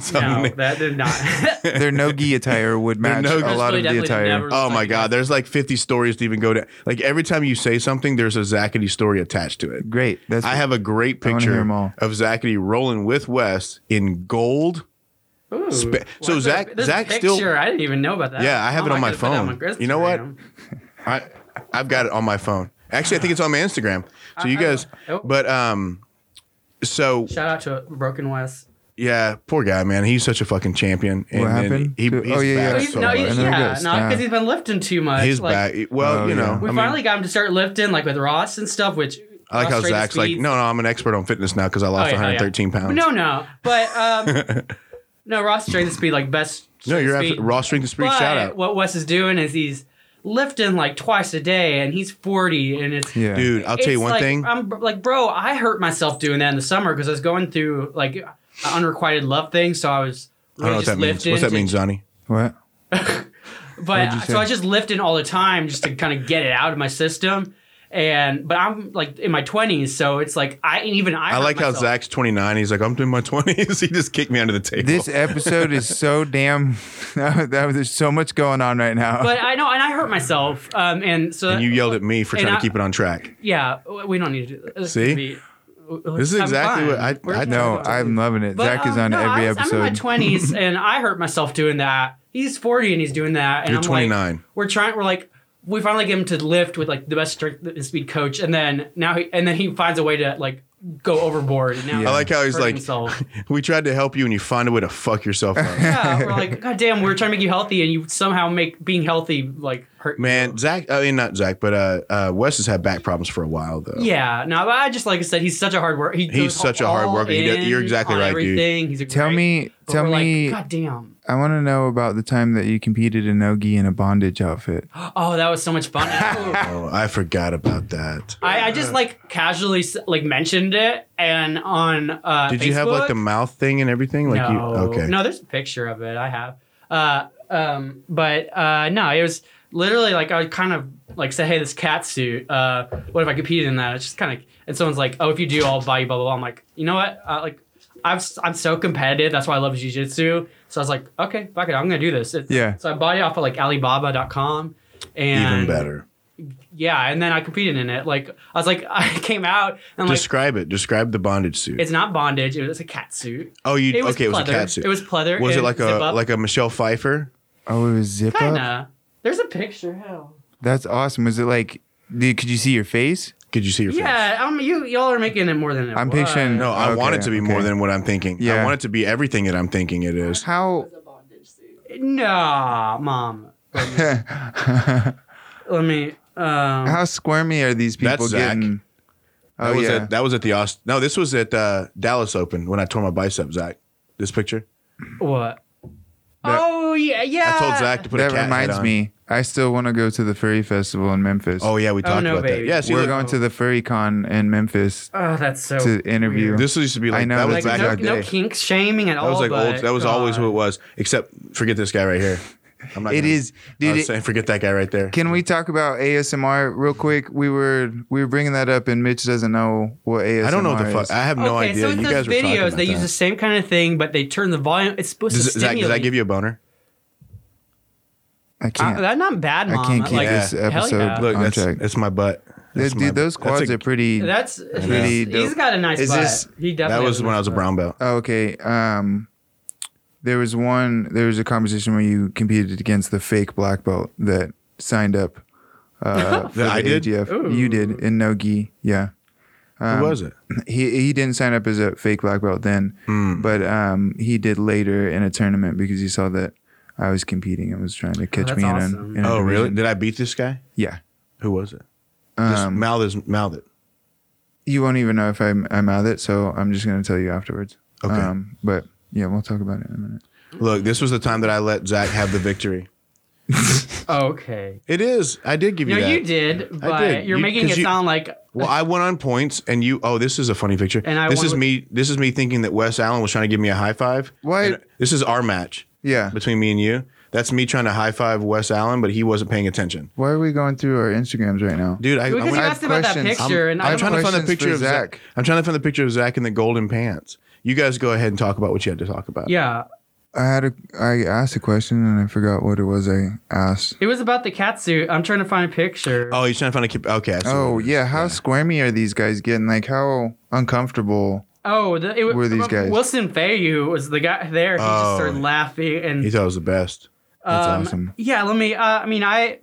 Speaker 2: so-
Speaker 3: No, that did not.
Speaker 1: (laughs)
Speaker 3: (laughs)
Speaker 1: Their no gi attire would match a
Speaker 2: no-
Speaker 1: lot
Speaker 3: Definitely,
Speaker 1: of the
Speaker 3: definitely
Speaker 1: attire.
Speaker 3: never-
Speaker 2: oh my God, there's like 50 stories to even go to. Like every time you say something, there's a Zachary story attached to it.
Speaker 1: Great. That's
Speaker 2: I have a great
Speaker 1: wanna
Speaker 2: picture
Speaker 1: hear 'em all.
Speaker 2: of Zachary rolling with Wes in gold.
Speaker 3: Ooh,
Speaker 2: Spe- so
Speaker 3: what's
Speaker 2: Zach-
Speaker 3: up? This
Speaker 2: Zach
Speaker 3: picture,
Speaker 2: still-
Speaker 3: I didn't even know about that.
Speaker 2: Yeah, I have it
Speaker 3: Oh,
Speaker 2: on my
Speaker 3: gotta put that on
Speaker 2: phone.
Speaker 3: my
Speaker 2: You know what?
Speaker 3: Instagram.
Speaker 2: I, I've got it on my phone. Actually, I think it's on my Instagram. So
Speaker 1: Uh-huh.
Speaker 2: you guys,
Speaker 3: oh.
Speaker 2: but um, so
Speaker 3: Shout out to Broken West.
Speaker 2: Yeah, poor guy, man. He's such a fucking champion. And
Speaker 1: What
Speaker 2: then
Speaker 1: happened?
Speaker 2: He,
Speaker 1: To-
Speaker 2: he's
Speaker 1: oh, yeah, yeah.
Speaker 2: back
Speaker 1: That's
Speaker 3: He's,
Speaker 2: so
Speaker 3: no,
Speaker 2: much.
Speaker 3: he's,
Speaker 1: And then he
Speaker 3: yeah,
Speaker 1: goes,
Speaker 3: no,
Speaker 1: yeah.
Speaker 3: because he's been lifting too much.
Speaker 2: He's
Speaker 3: like,
Speaker 2: back. Well,
Speaker 1: Oh,
Speaker 2: you know,
Speaker 1: yeah.
Speaker 3: We
Speaker 2: I, mean,
Speaker 3: finally got him to start lifting, like with Ross and stuff. Which
Speaker 2: I like how
Speaker 3: Ross rated
Speaker 2: Zach's like,
Speaker 3: speeds.
Speaker 2: no, no, I'm an expert on fitness now because I
Speaker 3: Oh,
Speaker 2: lost
Speaker 3: yeah, oh, yeah.
Speaker 2: 113 pounds.
Speaker 3: (laughs) No, no, but um,
Speaker 2: (laughs)
Speaker 3: no, Ross trained to speed like best.
Speaker 2: no, you're
Speaker 3: strength
Speaker 2: after
Speaker 3: speed.
Speaker 2: Raw Strength and Speed.
Speaker 3: But
Speaker 2: Shout out,
Speaker 3: what Wes is doing is he's lifting like twice a day, and he's 40, and it's
Speaker 1: Yeah.
Speaker 2: dude. I'll tell you
Speaker 3: it's
Speaker 2: one
Speaker 3: like-
Speaker 2: thing.
Speaker 3: I'm b- like, bro, I hurt myself doing that in the summer because I was going through like an unrequited love thing, so I was
Speaker 2: I don't
Speaker 3: really
Speaker 2: know what
Speaker 3: just
Speaker 2: that means.
Speaker 3: lifting.
Speaker 2: What's that
Speaker 3: to-
Speaker 2: mean, Johnny?
Speaker 1: what?
Speaker 3: But
Speaker 1: What'd you
Speaker 3: so I
Speaker 1: say?
Speaker 3: just lifting all the time just to kind of get it out of my system. And but I'm like in my 20s, so it's like I and even I.
Speaker 2: I
Speaker 3: hurt
Speaker 2: like how
Speaker 3: myself.
Speaker 2: Zach's 29. He's like, I'm in my 20s. (laughs) he just kicked me under the table.
Speaker 1: This
Speaker 3: Oh.
Speaker 1: episode is
Speaker 3: (laughs)
Speaker 1: so damn. (laughs) that, was- there's so much going on right now.
Speaker 3: But I know, and I hurt myself. Um, and so
Speaker 2: and you yelled at me for
Speaker 3: And
Speaker 2: trying
Speaker 3: I-
Speaker 2: to keep it on track. (laughs)
Speaker 3: yeah, w- we don't need to do this.
Speaker 2: See?
Speaker 3: could be- uh,
Speaker 2: This is
Speaker 3: I'm
Speaker 2: exactly
Speaker 3: fine.
Speaker 2: what I-
Speaker 3: We're
Speaker 2: I-
Speaker 3: fine.
Speaker 1: no, I'm loving it.
Speaker 3: But,
Speaker 1: Zach is
Speaker 3: um,
Speaker 1: on
Speaker 3: no,
Speaker 1: every
Speaker 3: I was-
Speaker 1: episode.
Speaker 3: I'm in
Speaker 2: (laughs)
Speaker 3: my twenties, and I hurt myself doing that. He's 40 and he's doing that, and
Speaker 2: You're
Speaker 3: I'm
Speaker 2: 29.
Speaker 3: Like, we're trying. We're like, we finally get him to lift with like the best strength and speed coach, and then now he and then he finds a way to like go overboard. And now
Speaker 2: I like how he's
Speaker 3: hurting
Speaker 2: like, (laughs)
Speaker 3: himself.
Speaker 2: we tried to help you, and you find a way to fuck yourself
Speaker 3: (laughs)
Speaker 2: up.
Speaker 3: yeah, we're like, God damn, we we're trying to make you healthy, and you somehow make being healthy like hurt. you."
Speaker 2: Man, Zach, I mean, not Zach, but uh, uh, Wes has had back problems for a while, though.
Speaker 3: Yeah, no, but I just like I said, he's such a hard worker. He goes
Speaker 2: such a hard
Speaker 3: all
Speaker 2: worker. He does- you're
Speaker 3: in
Speaker 2: exactly
Speaker 3: on
Speaker 2: right, dude.
Speaker 3: everything. He's a
Speaker 1: Tell
Speaker 3: great-
Speaker 1: me-
Speaker 3: but
Speaker 1: tell
Speaker 3: we're like,
Speaker 1: me-
Speaker 3: God damn.
Speaker 1: I want to know about the time that you competed in no gi in a bondage outfit. (gasps)
Speaker 3: Oh, that was so much
Speaker 2: (laughs)
Speaker 3: fun. Ooh.
Speaker 2: Oh, I forgot about that.
Speaker 3: I, I just like casually s- like mentioned it and on uh
Speaker 2: Did you have like the
Speaker 3: Facebook-
Speaker 2: mouth thing and everything? Like
Speaker 3: no
Speaker 2: you okay.
Speaker 3: no there's a picture of it I have uh Um, but uh, no, it was literally like I kind of like said, hey, this cat suit. Uh, what if I competed in that? It's just kind of and someone's like, oh, if you do, I'll buy you blah blah blah. I'm like, you know what? Uh, like, I'm s- I'm so competitive. That's why I love jujitsu. So I was like, okay, fuck it, I'm gonna do this. It's-
Speaker 1: Yeah.
Speaker 3: So I bought it off of like Alibaba.com. And
Speaker 2: Even better.
Speaker 3: Yeah, and then I competed in it. Like I was like, (laughs) I came out and like
Speaker 2: Describe it. Describe the bondage suit.
Speaker 3: it's not bondage. It was a cat suit.
Speaker 2: oh, you
Speaker 3: It was
Speaker 2: okay? It was a
Speaker 3: pleather.
Speaker 2: cat suit.
Speaker 3: It was pleather.
Speaker 2: Was it like
Speaker 3: zip
Speaker 2: a
Speaker 3: up.
Speaker 2: like a Michelle Pfeiffer?
Speaker 1: Oh, it was zip up.
Speaker 3: Kinda. There's a picture. Hell.
Speaker 1: That's awesome. Was it like? Did, could you see your face?
Speaker 2: Could you see your face?
Speaker 3: Yeah, um, you y'all are making it more than it
Speaker 1: I'm
Speaker 3: was.
Speaker 1: picturing-
Speaker 2: No, I want
Speaker 1: Okay,
Speaker 2: it to be
Speaker 1: okay.
Speaker 2: more than what I'm thinking. I
Speaker 1: Yeah.
Speaker 2: want it to be everything that I'm thinking it is.
Speaker 1: How? (laughs)
Speaker 5: was a bondage suit.
Speaker 3: Nah, mom.
Speaker 1: How
Speaker 3: Let me.
Speaker 2: (laughs)
Speaker 3: Um,
Speaker 1: squirmy are these people
Speaker 2: That's Zach.
Speaker 1: getting?
Speaker 2: That
Speaker 1: Oh
Speaker 2: was
Speaker 1: yeah.
Speaker 2: at that was at the Austin. No, this was at uh, Dallas Open when I tore my bicep. Zach, this picture.
Speaker 3: what?
Speaker 1: That-
Speaker 3: oh yeah, yeah.
Speaker 2: I told Zach to put a
Speaker 1: that
Speaker 2: cat head
Speaker 1: reminds
Speaker 2: on.
Speaker 1: me. I still want to go to the furry festival in Memphis.
Speaker 2: Oh yeah, we talked
Speaker 3: no,
Speaker 2: about
Speaker 3: baby.
Speaker 2: that. Yeah, see,
Speaker 1: we're
Speaker 2: look,
Speaker 1: going to the furry con in Memphis
Speaker 3: Oh, that's so.
Speaker 1: to interview.
Speaker 2: this used to be like
Speaker 1: I know,
Speaker 2: that was
Speaker 3: like,
Speaker 2: back in
Speaker 3: no,
Speaker 2: the day.
Speaker 3: no kink shaming at all.
Speaker 2: that was like
Speaker 3: but,
Speaker 2: old. That was always who it
Speaker 3: Oh God.
Speaker 2: was. Except forget this guy
Speaker 1: (laughs)
Speaker 2: right here. I'm not.
Speaker 1: It
Speaker 2: gonna-
Speaker 1: is,
Speaker 2: I
Speaker 1: dude.
Speaker 2: was
Speaker 1: it-
Speaker 2: saying forget that guy right there.
Speaker 1: Can we talk about ASMR real quick? We were we were bringing that up, and Mitch doesn't know what ASMR.
Speaker 2: I don't know what the fuck.
Speaker 1: is.
Speaker 2: I have no
Speaker 3: okay,
Speaker 2: idea.
Speaker 3: so it's
Speaker 2: you
Speaker 3: those
Speaker 2: guys were talking
Speaker 3: videos.
Speaker 2: about
Speaker 3: They
Speaker 2: that.
Speaker 3: use the same kind of thing, but they turn the volume. It's supposed
Speaker 2: Does, Zach,
Speaker 3: to stimulate.
Speaker 2: does that give you a boner?
Speaker 1: I
Speaker 3: Uh,
Speaker 1: can't.
Speaker 3: that's not bad,
Speaker 1: I
Speaker 3: mom.
Speaker 1: can't keep
Speaker 3: like,
Speaker 1: this
Speaker 3: hell
Speaker 1: episode
Speaker 3: yeah.
Speaker 2: Look, that's,
Speaker 1: Contract.
Speaker 2: that's my butt. That's
Speaker 1: Dude,
Speaker 2: my-
Speaker 1: those
Speaker 2: that's
Speaker 1: quads
Speaker 2: a-
Speaker 1: are pretty.
Speaker 3: That's
Speaker 1: Pretty
Speaker 3: he's
Speaker 1: dope.
Speaker 3: got a nice
Speaker 1: Is
Speaker 3: butt.
Speaker 1: this-
Speaker 3: he definitely
Speaker 2: That
Speaker 3: has
Speaker 2: was
Speaker 3: a
Speaker 2: when
Speaker 3: nice
Speaker 2: I was a
Speaker 3: butt.
Speaker 2: brown belt.
Speaker 1: Oh, okay. Um, there was one. There was a competition where you competed against the fake black belt that signed up. Uh, for
Speaker 2: (laughs) That I
Speaker 1: the
Speaker 2: did?
Speaker 1: AGF. You did in no gi. Yeah. Um,
Speaker 2: Who was it?
Speaker 1: he he didn't sign up as a fake black belt then,
Speaker 2: Oh,
Speaker 1: but um, he did later in a tournament because he saw that I was competing and was trying to catch
Speaker 3: that's
Speaker 1: me
Speaker 3: awesome.
Speaker 1: in. An, in a
Speaker 2: Oh, really?
Speaker 1: division.
Speaker 2: Did I beat this guy?
Speaker 1: Yeah.
Speaker 2: Who was it? Just
Speaker 1: Um,
Speaker 2: mouth is mouth it.
Speaker 1: you won't even know if I'm I'm out it, so I'm just gonna tell you afterwards.
Speaker 2: Okay.
Speaker 1: Um, but yeah, we'll talk about it in a minute.
Speaker 2: Look, this was the time that I let Zach have the victory.
Speaker 3: Okay.
Speaker 2: It is. I did give you
Speaker 3: No,
Speaker 2: that.
Speaker 3: you did, but
Speaker 2: did.
Speaker 3: you're
Speaker 2: You-
Speaker 3: making
Speaker 2: 'cause
Speaker 3: it
Speaker 2: you-
Speaker 3: sound like
Speaker 2: Well, I went on points, and you. Oh, this is a funny picture.
Speaker 3: And I
Speaker 2: this
Speaker 3: won
Speaker 2: is
Speaker 3: with-
Speaker 2: me. This is me thinking that Wes Allen was trying to give me a high five.
Speaker 1: Why-
Speaker 2: And This is our match
Speaker 1: Yeah.
Speaker 2: between me and you. That's me trying to high five Wes Allen, but he wasn't paying attention.
Speaker 1: Why are we going through our Instagrams right now?
Speaker 2: Dude, I, I
Speaker 3: because you
Speaker 2: went,
Speaker 1: I
Speaker 3: asked
Speaker 1: have
Speaker 3: about that
Speaker 1: questions.
Speaker 3: picture, and I
Speaker 2: I'm
Speaker 3: don't
Speaker 2: trying
Speaker 3: know.
Speaker 2: to find the
Speaker 1: questions
Speaker 2: picture
Speaker 1: for
Speaker 2: of Zach.
Speaker 1: Zach.
Speaker 2: I'm trying to find the picture of Zach in the golden pants. You guys go ahead and talk about what you had to talk about.
Speaker 3: Yeah,
Speaker 1: I had a I asked a question and I forgot what it was I asked.
Speaker 3: it was about the cat suit. I'm trying to find a picture.
Speaker 2: Oh, he's trying to find a keep. Okay. I see
Speaker 1: Oh
Speaker 2: what it is.
Speaker 1: yeah, how squirmy are these guys getting? Like how uncomfortable?
Speaker 3: Oh, the, it,
Speaker 1: Were these guys?
Speaker 3: Wilson Fayu was the guy there. He
Speaker 2: Oh.
Speaker 3: just started laughing, and
Speaker 2: He thought it was the best.
Speaker 1: That's
Speaker 3: um,
Speaker 1: awesome.
Speaker 3: yeah. Let me. Uh, I mean, I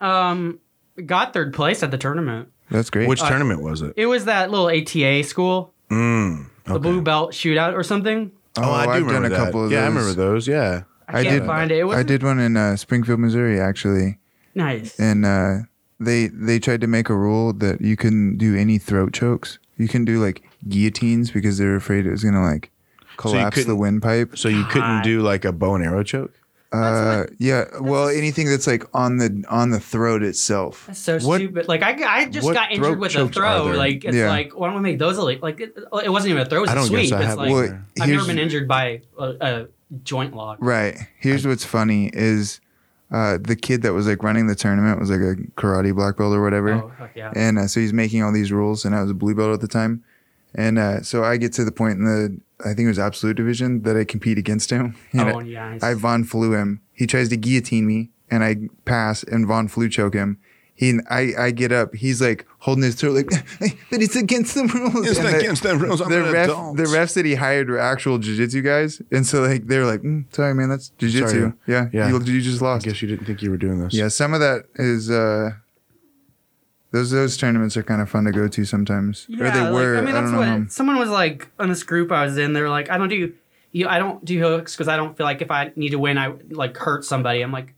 Speaker 3: um got third place at the tournament.
Speaker 1: That's great.
Speaker 3: Uh,
Speaker 2: Which tournament was it?
Speaker 3: It was that little ATA school,
Speaker 2: Mm,
Speaker 3: the
Speaker 2: okay.
Speaker 3: blue belt shootout or something.
Speaker 1: oh,
Speaker 2: Oh, I do
Speaker 1: I've
Speaker 2: remember
Speaker 1: done a
Speaker 2: that.
Speaker 1: couple of
Speaker 2: yeah,
Speaker 1: those.
Speaker 2: I remember those. Yeah.
Speaker 3: I,
Speaker 1: I
Speaker 3: can't
Speaker 1: did-
Speaker 3: find it. It
Speaker 1: I
Speaker 3: was
Speaker 1: did one in uh, Springfield, Missouri, actually,
Speaker 3: nice.
Speaker 1: and uh, they they tried to make a rule that you couldn't do any throat chokes. You can do like guillotines because they're afraid it was gonna like
Speaker 2: you
Speaker 1: collapse the
Speaker 2: couldn't-
Speaker 1: windpipe.
Speaker 2: So you couldn't
Speaker 3: God.
Speaker 2: do like a bow and arrow choke?
Speaker 1: Uh, yeah. Well, anything that's like on the on the throat itself.
Speaker 3: That's so
Speaker 2: What-
Speaker 3: stupid. Like I, I just
Speaker 2: what
Speaker 3: got
Speaker 2: throat
Speaker 3: injured with a
Speaker 2: chokes are
Speaker 3: throw.
Speaker 2: there?
Speaker 3: Like it's
Speaker 1: Yeah.
Speaker 3: like why don't we make those illegal? Like it, it wasn't even a throw. It was
Speaker 2: I
Speaker 3: a
Speaker 2: don't guess
Speaker 3: sweep.
Speaker 2: I
Speaker 3: It's
Speaker 2: have
Speaker 3: like
Speaker 1: Well,
Speaker 3: I've
Speaker 1: here's-
Speaker 3: never been injured by a, a joint log.
Speaker 1: Right. Here's what's funny is uh, the kid that was like running the tournament was like a karate black belt or whatever.
Speaker 3: Oh fuck yeah.
Speaker 1: and uh, so he's making all these rules and i was a blue belt at the time and uh, so i get to the point in the i think it was absolute division that i compete against him (laughs) and
Speaker 3: oh
Speaker 1: I,
Speaker 3: yeah. it's-
Speaker 1: I von flew him he tries to guillotine me and i pass and von flew choke him he, I, I get up. He's like holding his throat, like, (laughs) but it's against the rules.
Speaker 2: It's
Speaker 1: And
Speaker 2: against the rules. I'm
Speaker 1: the,
Speaker 2: an
Speaker 1: ref,
Speaker 2: adult.
Speaker 1: the refs that he hired were actual jujitsu guys, and so like they're like, mm, sorry man, that's
Speaker 2: Sorry.
Speaker 1: jujitsu. Yeah,
Speaker 2: Yeah.
Speaker 1: You, you just
Speaker 2: I
Speaker 1: lost.
Speaker 2: guess you didn't think you were doing this.
Speaker 1: Yeah, some of that is uh those those tournaments are kind of fun to go to sometimes. or they
Speaker 3: like,
Speaker 1: were. I,
Speaker 3: I mean, that's
Speaker 1: don't know.
Speaker 3: what
Speaker 1: how-
Speaker 3: someone was like on this group I was in. They were like, I don't do, you, I don't do hooks because I don't feel like if I need to win, I like hurt somebody. I'm like,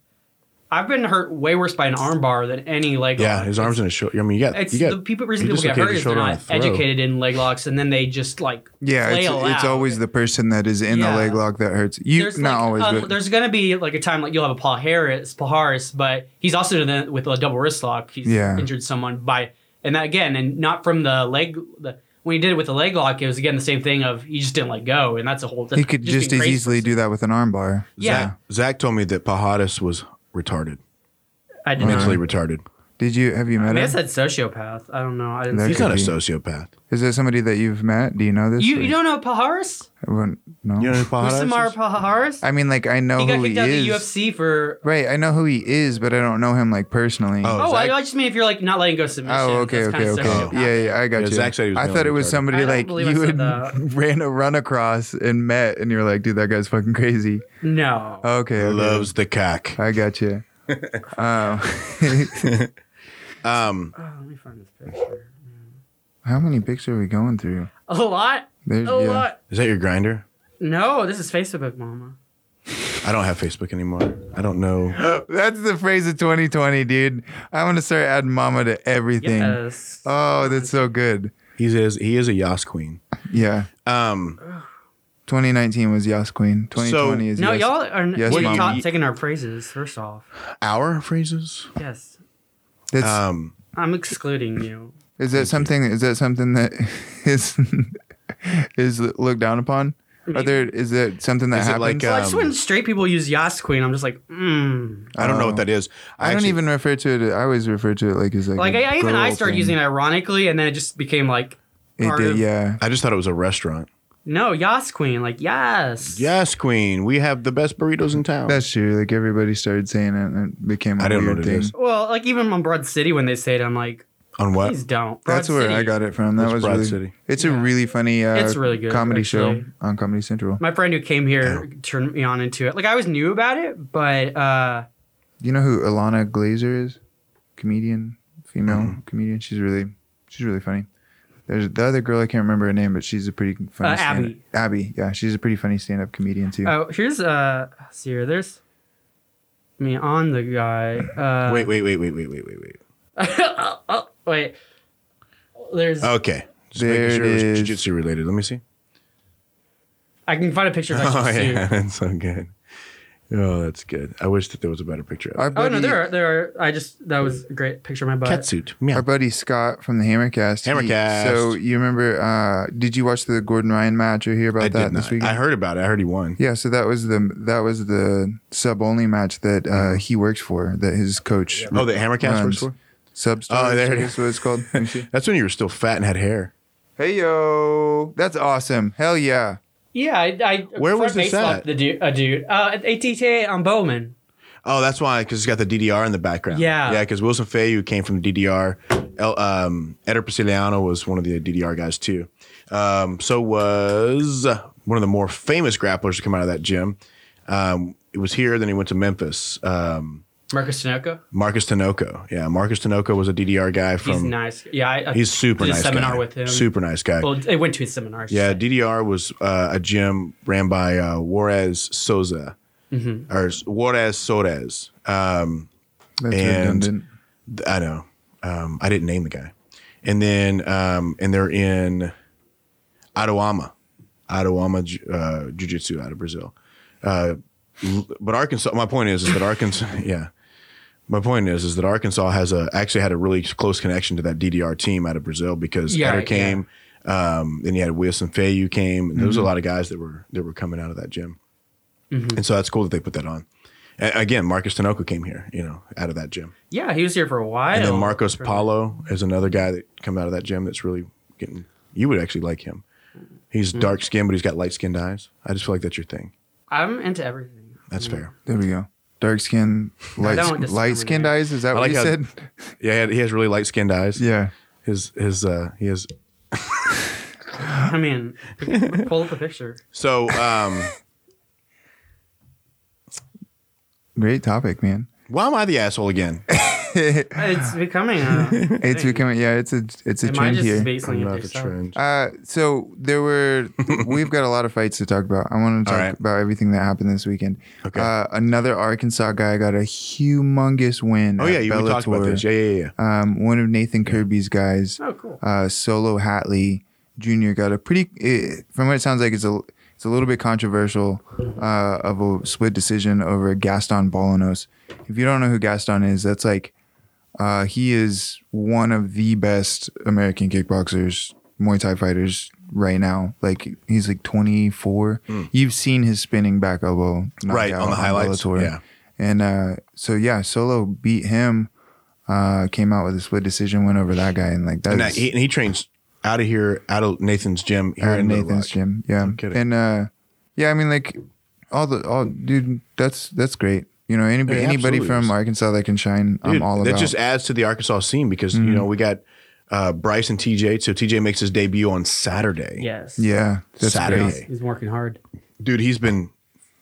Speaker 3: I've been hurt way worse by an arm bar than any leg.
Speaker 2: Yeah,
Speaker 3: lock.
Speaker 2: his arms in his shoulder. I mean, you got.
Speaker 3: It's
Speaker 2: you got
Speaker 3: the people, reason
Speaker 2: you
Speaker 3: people get
Speaker 2: dislocated
Speaker 3: hurt
Speaker 2: your
Speaker 3: is they're
Speaker 2: shoulder on
Speaker 3: not
Speaker 2: a throw.
Speaker 3: educated in leg locks, and then they just like
Speaker 1: Yeah,
Speaker 3: flail
Speaker 1: it's, it's
Speaker 3: out.
Speaker 1: always the person that is in
Speaker 3: Yeah.
Speaker 1: the leg lock that hurts. You
Speaker 3: there's
Speaker 1: not
Speaker 3: like,
Speaker 1: always,
Speaker 3: uh,
Speaker 1: but
Speaker 3: there's gonna be like a time like you'll have a Paul Harris, Paul Harris, but he's also the, with a double wrist lock. He's
Speaker 1: Yeah.
Speaker 3: injured someone by and that again, and not from the leg. The, when he did it with the leg lock, it was again the same thing of he just didn't let go, and that's a whole. That's
Speaker 1: He could just
Speaker 3: being
Speaker 1: as
Speaker 3: crazy.
Speaker 1: easily do that with an arm bar.
Speaker 3: Yeah,
Speaker 2: Zach, Zach told me that Pajadas was retarded,
Speaker 3: I didn't.
Speaker 2: mentally retarded.
Speaker 1: Did you have you met
Speaker 3: I
Speaker 1: him?
Speaker 3: guess that's sociopath. I don't know. I didn't.
Speaker 1: That
Speaker 2: He's
Speaker 1: could
Speaker 2: not a
Speaker 1: be.
Speaker 2: sociopath.
Speaker 1: Is there somebody that you've met? Do you know this?
Speaker 3: You,
Speaker 1: or-
Speaker 3: you don't know Paharis?
Speaker 1: I wouldn't- no.
Speaker 2: You know who Pajadas
Speaker 3: Usamar
Speaker 2: is?
Speaker 3: Paharis?
Speaker 1: I mean, like I know
Speaker 3: he got
Speaker 1: who
Speaker 3: kicked
Speaker 1: he
Speaker 3: out of
Speaker 1: is.
Speaker 3: the UFC for.
Speaker 1: Right, I know who he is, but I don't know him like personally.
Speaker 2: Oh,
Speaker 3: Oh, I,
Speaker 2: Zach-
Speaker 3: I just mean if you're like not letting go of submission.
Speaker 1: Oh, okay,
Speaker 3: that's
Speaker 1: okay,
Speaker 3: kinda
Speaker 1: okay.
Speaker 3: sociopath.
Speaker 1: Yeah, yeah, I got
Speaker 2: Yeah,
Speaker 1: you.
Speaker 2: Zach said he was
Speaker 1: I
Speaker 2: mentally
Speaker 1: thought it was
Speaker 2: retarded.
Speaker 1: somebody
Speaker 3: I don't
Speaker 1: like
Speaker 3: believe I
Speaker 1: you
Speaker 3: said
Speaker 1: had
Speaker 3: that.
Speaker 1: (laughs) ran a run across and met, and you're like, dude, that guy's fucking crazy.
Speaker 3: No.
Speaker 1: Okay, okay.
Speaker 2: Loves the cock.
Speaker 1: I got
Speaker 3: (laughs)
Speaker 1: you. um, (laughs)
Speaker 2: Um,
Speaker 3: Oh, let me find this picture.
Speaker 1: how many pics are we going through?
Speaker 3: A lot.
Speaker 1: There's,
Speaker 3: A lot.
Speaker 2: is that your grinder?
Speaker 3: Oh, No, this is Facebook, Mama.
Speaker 2: I don't have Facebook anymore. I don't know.
Speaker 1: That's the phrase of 2020, dude. I want to start adding mama to everything.
Speaker 3: Yes.
Speaker 1: Oh, that's so good.
Speaker 2: He is he is a Yas queen.
Speaker 1: Yeah.
Speaker 2: Um,
Speaker 1: 2019 was Yas Queen. 2020
Speaker 2: So-
Speaker 1: is
Speaker 3: no,
Speaker 1: yes.
Speaker 3: y'all are
Speaker 1: Yes,
Speaker 3: you're
Speaker 1: Mama.
Speaker 3: not taking our praises. First off,
Speaker 2: our phrases.
Speaker 3: yes,
Speaker 1: That's,
Speaker 2: Um,
Speaker 3: I'm excluding you.
Speaker 1: is that something? Is that something that (laughs) is is looked down upon? Are there? Is that something that
Speaker 2: Is it
Speaker 1: happens?
Speaker 2: like,
Speaker 3: Well,
Speaker 2: uh,
Speaker 3: I just
Speaker 2: Um,
Speaker 3: when straight people use Yas Queen, I'm just like, mm.
Speaker 2: uh, I don't know what
Speaker 1: Oh.
Speaker 2: that is.
Speaker 1: I don't
Speaker 2: actually-
Speaker 1: even refer to it. I always refer to it like it's like
Speaker 3: Like
Speaker 1: a
Speaker 3: I, even I
Speaker 1: girl
Speaker 3: started
Speaker 1: thing.
Speaker 3: using it ironically, and then it just became like,
Speaker 1: It
Speaker 3: part
Speaker 1: did,
Speaker 3: of-
Speaker 1: yeah.
Speaker 2: I just thought it was a restaurant.
Speaker 3: no Yas Queen, like yes,
Speaker 2: Yes, Queen. We have the best burritos in town.
Speaker 1: That's true. Like everybody started saying it, and it became a
Speaker 2: I don't know
Speaker 1: weird
Speaker 2: what it
Speaker 1: thing.
Speaker 2: is.
Speaker 3: Well, like even on Broad City when they say it, I'm like,
Speaker 2: On what?
Speaker 3: please don't. Broad
Speaker 1: Uh, That's where I
Speaker 3: City.
Speaker 1: got it from. That
Speaker 2: It's
Speaker 1: was
Speaker 2: Broad
Speaker 1: really,
Speaker 2: City.
Speaker 1: It's a
Speaker 3: Yeah.
Speaker 1: really funny. Uh,
Speaker 3: It's really good,
Speaker 1: comedy show
Speaker 3: actually.
Speaker 1: on Comedy Central.
Speaker 3: My friend who came here turned me on into it. Like I always knew about it, but uh,
Speaker 1: You know who Alana Glazer is? Comedian, female
Speaker 2: Mm-hmm.
Speaker 1: comedian. She's really, she's really funny. There's the other girl I can't remember her name, but she's a pretty funny.
Speaker 3: Uh,
Speaker 1: stand-
Speaker 3: Abby.
Speaker 1: Abby, yeah, she's a pretty funny stand-up comedian too.
Speaker 3: oh, here's uh, let's see here, there's me on the guy. Uh,
Speaker 2: wait, wait, wait, wait, wait, wait, wait, wait.
Speaker 3: (laughs) oh, oh, wait. There's
Speaker 2: Okay. Just
Speaker 1: There
Speaker 2: making sure
Speaker 1: it
Speaker 2: it was
Speaker 1: is.
Speaker 2: jiu-jitsu related. Let me see.
Speaker 3: I can find a picture of
Speaker 2: (laughs) Oh
Speaker 3: that soon.
Speaker 2: yeah, that's so good. Oh, that's good. I wish that there was a better picture.
Speaker 1: Our
Speaker 2: Of it.
Speaker 3: Oh
Speaker 1: buddy,
Speaker 3: no, there are there are. I just that was a great picture of my butt.
Speaker 2: Catsuit. Yeah.
Speaker 1: our buddy Scott from the Hammercast. he-
Speaker 2: Hammercast.
Speaker 1: so you remember? Uh, did you watch the Gordon Ryan match or hear about
Speaker 2: I
Speaker 1: that
Speaker 2: did
Speaker 1: this
Speaker 2: not.
Speaker 1: weekend?
Speaker 2: I heard about it. I heard he won.
Speaker 1: Yeah, so that was the that was the sub only match that uh, he works for that his coach.
Speaker 2: Mm-hmm. Oh, that Hammercast
Speaker 1: runs.
Speaker 2: works for.
Speaker 1: Sub
Speaker 2: Oh,
Speaker 1: oh,
Speaker 2: there
Speaker 1: there
Speaker 2: it
Speaker 1: is what it's
Speaker 2: (laughs)
Speaker 1: called.
Speaker 2: That's when you were still fat and had hair.
Speaker 1: hey yo, that's awesome. Hell yeah.
Speaker 3: Yeah, I, I
Speaker 2: Where was this
Speaker 3: front face locked
Speaker 2: at?
Speaker 3: The dude, a dude, uh, at ATTA on Bowman.
Speaker 2: Oh, that's why, because it's got the DDR in the background.
Speaker 3: Yeah.
Speaker 2: yeah, because Wilson Fayu came from DDR. El, um, Eder Prisciliano was one of the DDR guys too. Um, so was one of the more famous grapplers to come out of that gym. Um, it was here. Then he went to Memphis. Um,
Speaker 3: Marcus Sunoco.
Speaker 2: Marcus Tinoco. Yeah, Marcus Tinoco was a DDR guy from.
Speaker 3: He's nice. Yeah, I, I
Speaker 2: He's super
Speaker 3: did
Speaker 2: nice.
Speaker 3: A seminar
Speaker 2: guy.
Speaker 3: with him.
Speaker 2: Super nice guy.
Speaker 3: Well, I went to his seminar. I should
Speaker 2: Yeah,
Speaker 3: say.
Speaker 2: DDR was uh, a gym ran by uh, Juarez Souza
Speaker 3: Mm-hmm.
Speaker 2: or S- Juarez Sorez. Um,
Speaker 1: That's
Speaker 2: And-
Speaker 1: redundant.
Speaker 2: th- I know. Um, I didn't name the guy. And then, um, and they're in Adawama, Adawama Ju- uh, Jiu Jitsu out of Brazil. Uh, l- but Arkansas, my point is, is that Arkansas, (laughs) yeah. My point is, is that Arkansas has a actually had a really close connection to that DDR team out of Brazil because
Speaker 3: Yeah,
Speaker 2: Eder
Speaker 3: yeah.
Speaker 2: came, um, then you had Wilson Fayu came, and there was
Speaker 3: Mm-hmm.
Speaker 2: a lot of guys that were that were coming out of that gym, and so that's cool that they put that on. A- again, Marcus Tinoco came here, you know, out of that gym.
Speaker 3: yeah, he was here for a while.
Speaker 2: And then Marcos Paulo is another guy that come out of that gym that's really getting. You would actually like him. He's dark skinned, but he's got light skinned eyes. I just feel like that's your thing.
Speaker 3: I'm into everything.
Speaker 2: That's fair.
Speaker 1: There we go. Dark skin, light
Speaker 3: don't
Speaker 1: skin,
Speaker 3: discriminate.
Speaker 1: light skinned eyes. Is that what
Speaker 2: like
Speaker 1: you
Speaker 2: how- (laughs)
Speaker 1: said?
Speaker 2: Yeah, he had- he has really light skinned eyes.
Speaker 1: Yeah.
Speaker 2: his his uh he has.
Speaker 3: I mean, pull up
Speaker 2: (laughs)
Speaker 3: a picture.
Speaker 2: So um,
Speaker 1: Great topic, man. (laughs)
Speaker 2: why am I the asshole again?
Speaker 3: It's becoming. uh, A,
Speaker 2: (laughs)
Speaker 1: It's
Speaker 3: Hey.
Speaker 1: becoming yeah. It's a it's a
Speaker 3: it might
Speaker 1: trend
Speaker 3: just
Speaker 1: here.
Speaker 3: be
Speaker 2: I'm
Speaker 3: something
Speaker 2: not
Speaker 3: that
Speaker 2: the
Speaker 3: they sell.
Speaker 2: trend.
Speaker 1: Uh, so there
Speaker 2: (laughs)
Speaker 1: were we've got a lot of fights to talk about. I want to
Speaker 2: All
Speaker 1: talk
Speaker 2: right.
Speaker 1: about everything that happened this weekend.
Speaker 2: Okay.
Speaker 1: Uh, another Arkansas guy got a humongous win.
Speaker 2: Oh
Speaker 1: at
Speaker 2: yeah, you we talked about
Speaker 1: Bellator.
Speaker 2: this. Yeah, yeah, yeah.
Speaker 1: Um, one of Nathan Kirby's guys,
Speaker 3: Oh, cool.
Speaker 1: uh, Solo Hatley Jr., got a pretty. It, from what it sounds like, it's a it's a little bit controversial uh, of a split decision over Gaston Bolanos. If you don't know who Gaston is, that's like uh, he is one of the best American kickboxers Muay Thai fighters right now. Like he's like 24. You've seen his spinning back elbow, knocked
Speaker 2: Hmm. Right,
Speaker 1: out
Speaker 2: on the highlights,
Speaker 1: Bellator.
Speaker 2: yeah.
Speaker 1: And uh, so yeah, Solo beat him. Uh, came out with a split decision, went over that guy, and like that
Speaker 2: And, that,
Speaker 1: is
Speaker 2: he, and he trains out of here, out of Nathan's gym here
Speaker 1: out of
Speaker 2: in Little
Speaker 1: Nathan's
Speaker 2: Rock.
Speaker 1: gym. Yeah,
Speaker 2: kidding.
Speaker 1: and uh, yeah, I mean like all the all dude, that's that's great. You know, anybody
Speaker 2: It
Speaker 1: anybody
Speaker 2: absolutely
Speaker 1: from
Speaker 2: is.
Speaker 1: Arkansas that can shine, I'm
Speaker 2: Dude,
Speaker 1: all
Speaker 2: that
Speaker 1: about.
Speaker 2: just adds to the Arkansas scene because you know we got uh, Bryce and TJ. So TJ makes his debut on Saturday.
Speaker 3: Yes.
Speaker 1: yeah, that's
Speaker 2: Saturday.
Speaker 1: great.
Speaker 3: He's, he's working hard.
Speaker 2: dude, he's been.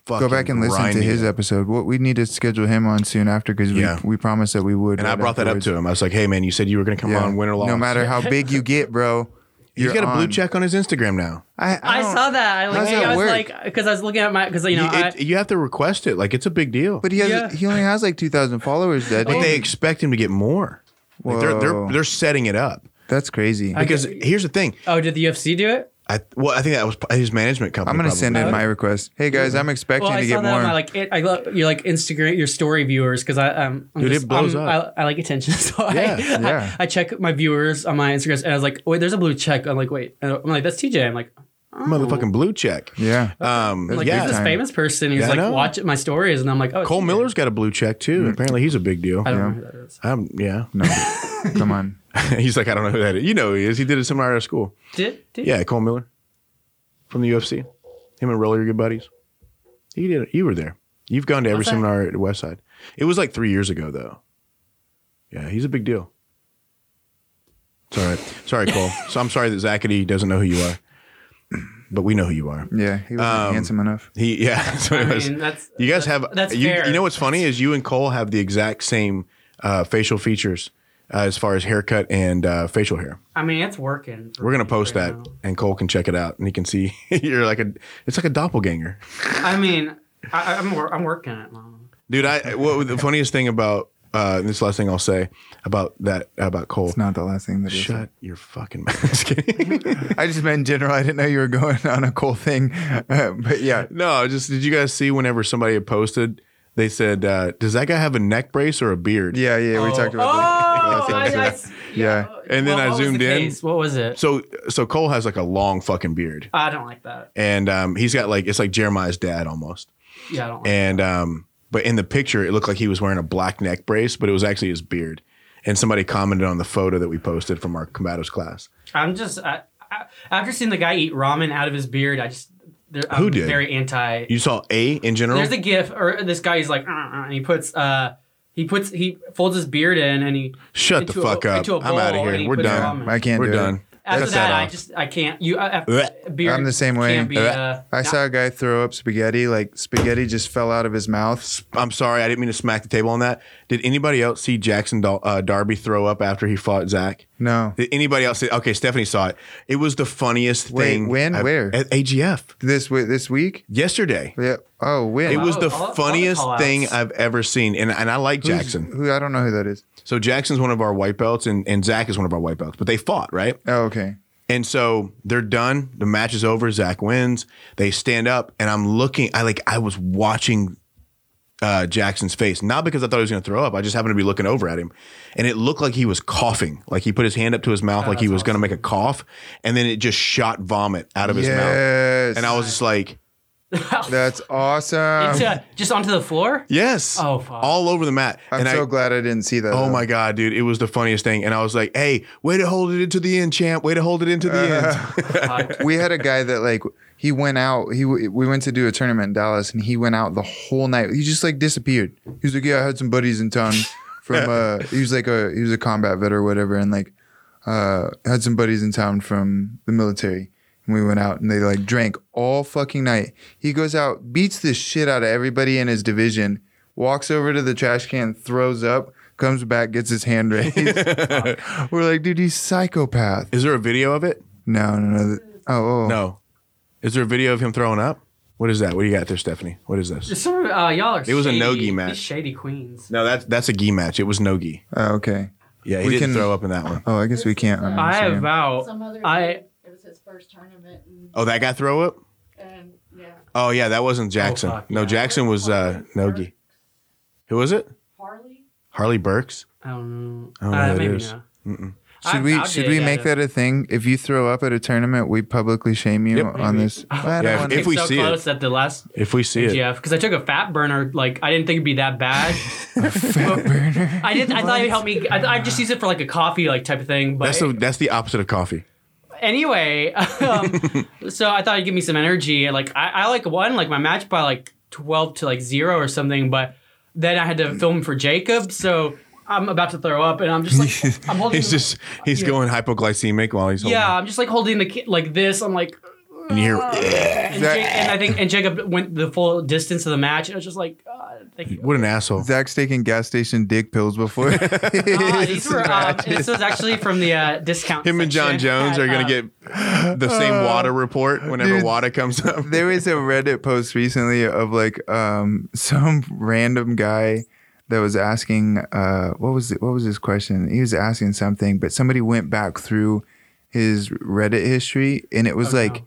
Speaker 1: go back and listen to his
Speaker 2: episode.
Speaker 1: episode. What we need to schedule him on soon after because
Speaker 2: Yeah.
Speaker 1: we, we promised that we would.
Speaker 2: And I brought that up to him. I was like, "Hey, man, you said you were going to come on win or loss.
Speaker 1: No matter how big you get,
Speaker 2: (laughs)
Speaker 1: bro.
Speaker 2: He's
Speaker 1: you're
Speaker 2: got a blue
Speaker 1: on.
Speaker 2: check on his Instagram now.
Speaker 1: I, I,
Speaker 3: I,
Speaker 1: don't-
Speaker 3: saw that. I, like,
Speaker 1: How's that
Speaker 3: I was
Speaker 1: work?
Speaker 3: like, because I was looking at my, because you know,
Speaker 2: you, it-
Speaker 3: I,
Speaker 2: you have to request it. Like it's a big deal.
Speaker 1: But he has.
Speaker 3: Yeah.
Speaker 1: He only has like two thousand followers. That
Speaker 2: But they expect him to get more. Like they're they're
Speaker 1: Whoa.
Speaker 2: they're setting it up
Speaker 1: that's crazy. I,
Speaker 2: because here's the thing.
Speaker 3: oh, did the UFC do it?
Speaker 2: I well, I think that was p- his management company.
Speaker 1: am gonna
Speaker 2: probably.
Speaker 1: send in my request. Hey guys, I'm expecting
Speaker 3: Well, I
Speaker 1: to
Speaker 3: saw
Speaker 1: get
Speaker 3: that.
Speaker 1: more.
Speaker 3: On my, like, it, I love you like Instagram your story viewers because I um I'm
Speaker 2: Dude, it
Speaker 3: just-
Speaker 2: blows
Speaker 3: I'm-
Speaker 2: up.
Speaker 3: I, I like attention, (laughs) so I-
Speaker 2: Yeah,
Speaker 3: I,
Speaker 1: yeah.
Speaker 3: I check my viewers on my Instagrams, and I was like, wait, there's a blue check. I'm like, wait, and I'm like, that's TJ. I'm like, oh.
Speaker 2: motherfucking blue check.
Speaker 3: (laughs)
Speaker 1: yeah,
Speaker 2: Um.
Speaker 3: I'm like,
Speaker 2: yeah.
Speaker 3: who's this
Speaker 1: time.
Speaker 3: famous person? He's
Speaker 2: Yeah, I know.
Speaker 3: like, watch my stories, and I'm like, oh, it's
Speaker 2: Cole
Speaker 3: TJ.
Speaker 2: Miller's got a blue check too.
Speaker 1: Mm-hmm.
Speaker 2: Apparently, he's a big deal.
Speaker 3: I don't know
Speaker 1: Yeah.
Speaker 3: who that is.
Speaker 2: Um, yeah. (laughs)
Speaker 1: no, come on.
Speaker 2: he's like, I don't know who that is. You know who he is. He did a seminar at our school.
Speaker 3: Did, did
Speaker 2: Yeah, Cole Miller from the UFC. Him and Roller are good buddies. He did. You were there. You've gone to every
Speaker 3: Was I?
Speaker 2: seminar at Westside. It was like three years ago, though. Yeah, he's a big deal. It's all right. Sorry,
Speaker 3: (laughs)
Speaker 2: Cole. so I'm sorry that Zachary doesn't know who you are, but we know who you are.
Speaker 1: Yeah, he was
Speaker 2: Um,
Speaker 1: handsome enough.
Speaker 2: He, yeah. (laughs) that's what
Speaker 3: I
Speaker 2: it was.
Speaker 3: mean, that's
Speaker 2: you guys have.
Speaker 3: that's
Speaker 2: you,
Speaker 3: fair.
Speaker 2: you know what's funny is you and Cole have the exact same uh, facial features uh, as far as haircut and uh, facial hair.
Speaker 3: I mean, it's working. for
Speaker 2: We're gonna
Speaker 3: me
Speaker 2: post
Speaker 3: right
Speaker 2: that,
Speaker 3: now.
Speaker 2: and Cole can check it out, and he can see (laughs) you're like a. It's like a doppelganger,
Speaker 3: I mean, I, I'm wor- I'm working it, mom.
Speaker 2: dude. I what the funniest thing about uh, this last thing I'll say about that about Cole.
Speaker 1: It's not the last thing that is.
Speaker 2: Shut your fucking mouth. (laughs) Just kidding.
Speaker 1: I just meant in general. I didn't know you were going (laughs) on a cool thing, Uh, but yeah,
Speaker 2: no, just did you guys see whenever somebody had posted, they said, uh, "Does that guy have a neck brace or a beard?"
Speaker 1: yeah, yeah. We
Speaker 3: oh,
Speaker 1: talked about that.
Speaker 3: oh, I- I s-
Speaker 1: Yeah.
Speaker 2: And then
Speaker 3: What-
Speaker 2: I
Speaker 3: what was the
Speaker 2: zoomed in.
Speaker 3: case? What was it?
Speaker 2: So so Cole has like a long fucking beard,
Speaker 3: I don't like that.
Speaker 2: and um, he's got like it's like Jeremiah's dad almost,
Speaker 3: Yeah, I don't. Like
Speaker 2: and um, but in the picture it looked like he was wearing a black neck brace, but it was actually his beard. And somebody commented on the photo that we posted from our combatives class.
Speaker 3: I'm just I, I, after seeing the guy eat ramen out of his beard, I just there, I'm
Speaker 2: Who did?
Speaker 3: very anti.
Speaker 2: You saw A in general.
Speaker 3: There's a gif or this guy is like "Uh, uh," and he puts uh he puts he folds his beard in and he
Speaker 2: Shut the
Speaker 3: into a-
Speaker 2: fuck up!
Speaker 3: into a
Speaker 2: I'm out
Speaker 3: bowl
Speaker 2: of
Speaker 3: and
Speaker 2: here.
Speaker 3: he
Speaker 2: We're
Speaker 3: puts it
Speaker 2: done.
Speaker 3: on.
Speaker 1: I can't.
Speaker 2: We're
Speaker 1: do
Speaker 2: done.
Speaker 1: It.
Speaker 3: after
Speaker 2: Cut
Speaker 3: that I
Speaker 2: off.
Speaker 3: just I can't you uh,
Speaker 2: Blech.
Speaker 3: beard
Speaker 1: I'm the same way.
Speaker 3: can't be, uh,
Speaker 1: I saw a guy throw up spaghetti. Like spaghetti just fell out of his mouth.
Speaker 2: I'm sorry. I didn't mean to smack the table on that. Did anybody else see Jackson Dol- uh, Darby throw up after he fought Zach?
Speaker 1: No,
Speaker 2: Did anybody else? See- okay, Stephanie saw it. It was the funniest
Speaker 1: Wait,
Speaker 2: thing.
Speaker 1: when?
Speaker 2: I've-
Speaker 1: Where?
Speaker 2: At AGF
Speaker 1: this wi- this week.
Speaker 2: yesterday.
Speaker 1: Yeah. Oh, when?
Speaker 2: It was
Speaker 3: Wow,
Speaker 2: the
Speaker 3: all- all the
Speaker 2: funniest
Speaker 3: call-outs.
Speaker 2: thing I've ever seen, and and I like
Speaker 1: Who's-
Speaker 2: Jackson.
Speaker 1: Who I don't know who that is.
Speaker 2: So Jackson's one of our white belts, and and Zach is one of our white belts. But they fought, right?
Speaker 1: Oh, okay.
Speaker 2: And so they're done. The match is over. Zach wins. They stand up, and I'm looking. I like. I was watching uh, Jackson's face, not because I thought he was going to throw up. I just happened to be looking over at him, and it looked like he was coughing. Like he put his hand up to his mouth,
Speaker 3: Oh,
Speaker 2: like he was going to make a cough, and then it just shot vomit out of his mouth.
Speaker 1: Yes.
Speaker 2: And I was just like,
Speaker 1: (laughs) That's awesome.
Speaker 3: It's, uh, just onto the floor.
Speaker 2: "Yes!"
Speaker 3: Oh, fuck.
Speaker 2: all over the mat.
Speaker 1: I'm
Speaker 2: and
Speaker 1: so
Speaker 2: I,
Speaker 1: glad I didn't see that.
Speaker 2: Oh
Speaker 1: though.
Speaker 2: my god, dude! It was the funniest thing, and I was like, "Hey, way to hold it into the end, champ! Way to hold it (laughs) into the end!"
Speaker 1: We had a guy that like he went out. He w- we went to do a tournament in Dallas, and he went out the whole night. He just like disappeared. He was like, yeah, I had some buddies in town from. uh He was like a he was a combat vet or whatever, and like uh had some buddies in town from the military. And we went out and they like drank all fucking night. He goes out, beats the shit out of everybody in his division, walks over to the trash can, throws up, comes back, gets his hand raised. We're like, dude, he's psychopath.
Speaker 2: Is there a video of it?
Speaker 1: No, no, no. th- Oh, oh.
Speaker 2: No. Is there a video of him throwing up? What is that? What do you got there, Stephanie? What is this?
Speaker 3: Just some uh, y'all are.
Speaker 2: It was a
Speaker 3: shady,
Speaker 2: no-gi
Speaker 3: these
Speaker 2: match.
Speaker 3: Shady queens.
Speaker 2: No, that's that's a gi match. It was no gi.
Speaker 1: Oh, okay.
Speaker 2: Yeah, he
Speaker 1: We
Speaker 2: didn't
Speaker 1: can-
Speaker 2: throw up in that one.
Speaker 1: Oh, I guess we can't. on
Speaker 3: I
Speaker 1: Instagram.
Speaker 5: Some
Speaker 3: vow.
Speaker 5: other
Speaker 3: I
Speaker 5: dude, it was his first tournament and,
Speaker 2: Oh, that guy throw up?
Speaker 5: and yeah,
Speaker 2: Oh yeah, that wasn't Jackson.
Speaker 3: fuck,
Speaker 2: no,
Speaker 3: yeah.
Speaker 2: Jackson was uh, no gi. Who was it?
Speaker 5: Harley.
Speaker 2: Harley Burks.
Speaker 3: I don't know.
Speaker 2: I don't know
Speaker 3: uh,
Speaker 2: who that
Speaker 3: maybe
Speaker 2: is.
Speaker 3: no.
Speaker 1: Should we should we make that a thing? If you throw up at a tournament, we publicly shame you
Speaker 2: Yep.
Speaker 1: on this. I don't
Speaker 2: (laughs) Yeah,
Speaker 1: wanna-
Speaker 2: if we
Speaker 3: so
Speaker 2: see it.
Speaker 3: close at the last
Speaker 2: If we see it,
Speaker 3: Yeah, because I took a fat burner. Like I didn't think it'd be
Speaker 2: (laughs)
Speaker 3: that bad.
Speaker 1: fat burner.
Speaker 3: I didn't. I thought it'd help me. I, I
Speaker 2: (laughs)
Speaker 3: just use it for like a coffee like type of thing. But
Speaker 2: that's the that's the opposite of coffee.
Speaker 3: anyway, (laughs) um, so I thought it'd give me some energy. and, Like I, I like won like my match by like twelve to like zero or something. But then I had
Speaker 2: Mm.
Speaker 3: to film for Jacob, so I'm about to throw up, and I'm just like I'm
Speaker 2: (laughs)
Speaker 3: holding.
Speaker 2: He's
Speaker 3: the-
Speaker 2: just he's
Speaker 3: Yeah.
Speaker 2: going hypoglycemic while he's holding
Speaker 3: yeah,
Speaker 2: it.
Speaker 3: I'm just like holding the kid like this. I'm like,
Speaker 2: And you hear,
Speaker 3: and,
Speaker 1: That-
Speaker 3: Ja- and I think and Jacob went the full distance of the match, and I was just like, God,
Speaker 2: (laughs)
Speaker 3: thank you.
Speaker 2: what an asshole.
Speaker 1: Zach's taken gas station dick pills before.
Speaker 3: Ah,
Speaker 1: (laughs)
Speaker 3: these were, uh, this was actually from the uh, discount.
Speaker 2: Him and John
Speaker 3: section uh,
Speaker 2: Jones
Speaker 3: at,
Speaker 2: are
Speaker 3: uh,
Speaker 2: going to get the same WADA report whenever
Speaker 1: Dude.
Speaker 2: WADA comes up. (laughs)
Speaker 1: there was a Reddit post recently of like um, (laughs) some random guy that was asking uh, what was it, what was his question? He was asking something, but somebody went back through his Reddit history, and it was
Speaker 3: Oh,
Speaker 1: like
Speaker 3: no.